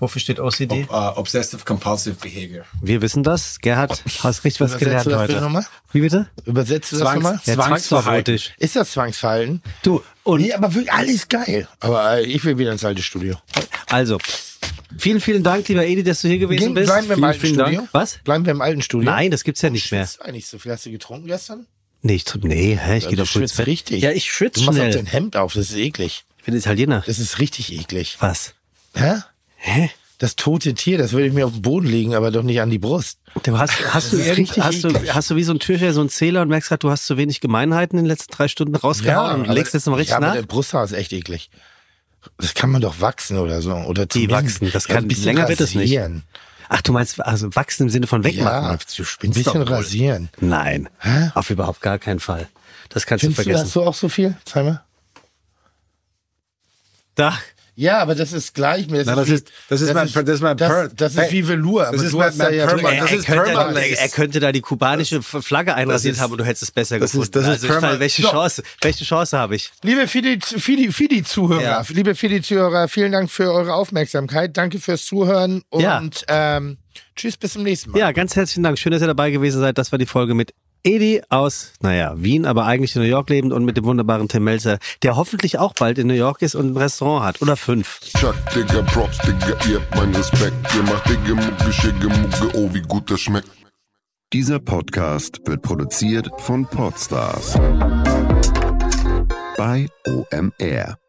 S4: Wofür steht OCD?
S5: Uh, obsessive Compulsive Behavior.
S4: Wir wissen das. Gerhard, hast richtig was
S3: Übersetzt
S4: gelernt
S3: du Oh. das bitte
S4: heute.
S3: nochmal?
S4: Wie bitte?
S3: Übersetzt du das
S5: Zwangs-
S3: nochmal?
S4: Ja,
S5: Zwangsverhalten.
S4: zwangsverbotisch.
S3: Ist das Zwangsverhalten?
S4: Du, und
S3: Nee, aber wirklich alles geil. Aber äh, ich will wieder ins alte Studio.
S4: also, vielen, vielen Dank, lieber Edi, dass du hier gewesen
S3: Gehen,
S4: bist.
S3: bleiben wir im
S4: vielen,
S3: alten
S4: vielen
S3: Studio.
S4: Dank. Was?
S3: Bleiben wir im alten Studio.
S4: Nein, das gibt's ja nicht mehr.
S3: Schwitzt du eigentlich so viel? Hast du getrunken gestern?
S4: Nee, ich, nee, hä, ich gehe
S3: du
S4: doch früh ins
S3: schwitzt
S4: Bett.
S3: richtig.
S4: Ja, ich schwitze
S3: Du machst auch
S4: schnell.
S3: dein Hemd auf, das ist eklig.
S4: Ich bin Italiener.
S3: Das ist richtig eklig.
S4: Was?
S3: Hä?
S4: Hä?
S3: Das tote Tier, das würde ich mir auf den Boden legen, aber doch nicht an die Brust.
S4: Du hast, hast, du,
S3: ist
S4: irgend,
S3: richtig
S4: hast, du,
S3: eklig.
S4: hast du wie so ein Türsteher, so einen Zähler und merkst gerade, du hast zu wenig Gemeinheiten in den letzten drei Stunden rausgehauen und
S3: aber-
S4: legst jetzt nochmal
S3: ja,
S4: richtig
S3: aber
S4: nach?
S3: der Brusthaar ist echt eklig. Das kann man doch wachsen oder so. Oder
S4: Die
S3: zumindest-
S4: wachsen, das
S3: Ja,
S4: kann-
S3: ein bisschen
S4: länger wird es nicht.
S3: rasieren.
S4: Ach, du meinst also wachsen im Sinne von wegmachen?
S3: Ja, du spinnst Ein bisschen
S4: doch wohl.
S3: rasieren.
S4: Nein,
S3: Hä?
S4: auf überhaupt gar keinen Fall. Das kannst
S3: Findest
S4: du
S3: du,
S4: vergessen.
S3: hast du auch so viel? Zeig mal.
S4: da,
S3: Ja, aber das ist gleich. Das,
S5: Nein, das
S3: wie-
S5: ist- das ist mein- das ist mein
S3: das,
S5: Per-
S3: das ist
S5: Hey,
S3: wie Velour. aber
S5: das ist
S3: du
S5: mein-
S3: hast da
S5: mein
S3: ja
S5: Per-
S3: drüber-
S5: Mann,
S4: er,
S5: das
S4: Äh, er,
S5: ist
S4: könnte,
S5: Permalace.
S4: er könnte da die kubanische Flagge einrasiert
S5: ist-
S4: haben und du hättest es besser
S5: das ist-
S4: gefunden.
S5: das ist
S4: also ich
S5: Perma-
S4: meine, welche
S5: So.
S4: Chance, welche Chance habe ich?
S3: Liebe Fidi-Zuhörer, Fidi, Fidi-Zuhörer,
S4: Ja.
S3: liebe Fidi-Zuhörer, vielen Dank für eure Aufmerksamkeit. Danke fürs Zuhören und
S4: Ja.
S3: ähm, tschüss, bis zum nächsten Mal.
S4: Ja, ganz herzlichen Dank. Schön, dass ihr dabei gewesen seid. Das war die Folge mit Edi aus, naja, Wien, aber eigentlich in New York lebend und mit dem wunderbaren Tim Melzer, der hoffentlich auch bald in New York ist und ein Restaurant hat. Oder fünf.
S6: Chuck, Digga, Props, Digga, ihr habt meinen Respekt. Ihr macht Digga, Mucke, Schicke, Mucke, oh, wie gut das schmeckt.
S7: Dieser Podcast wird produziert von Podstars bei OMR.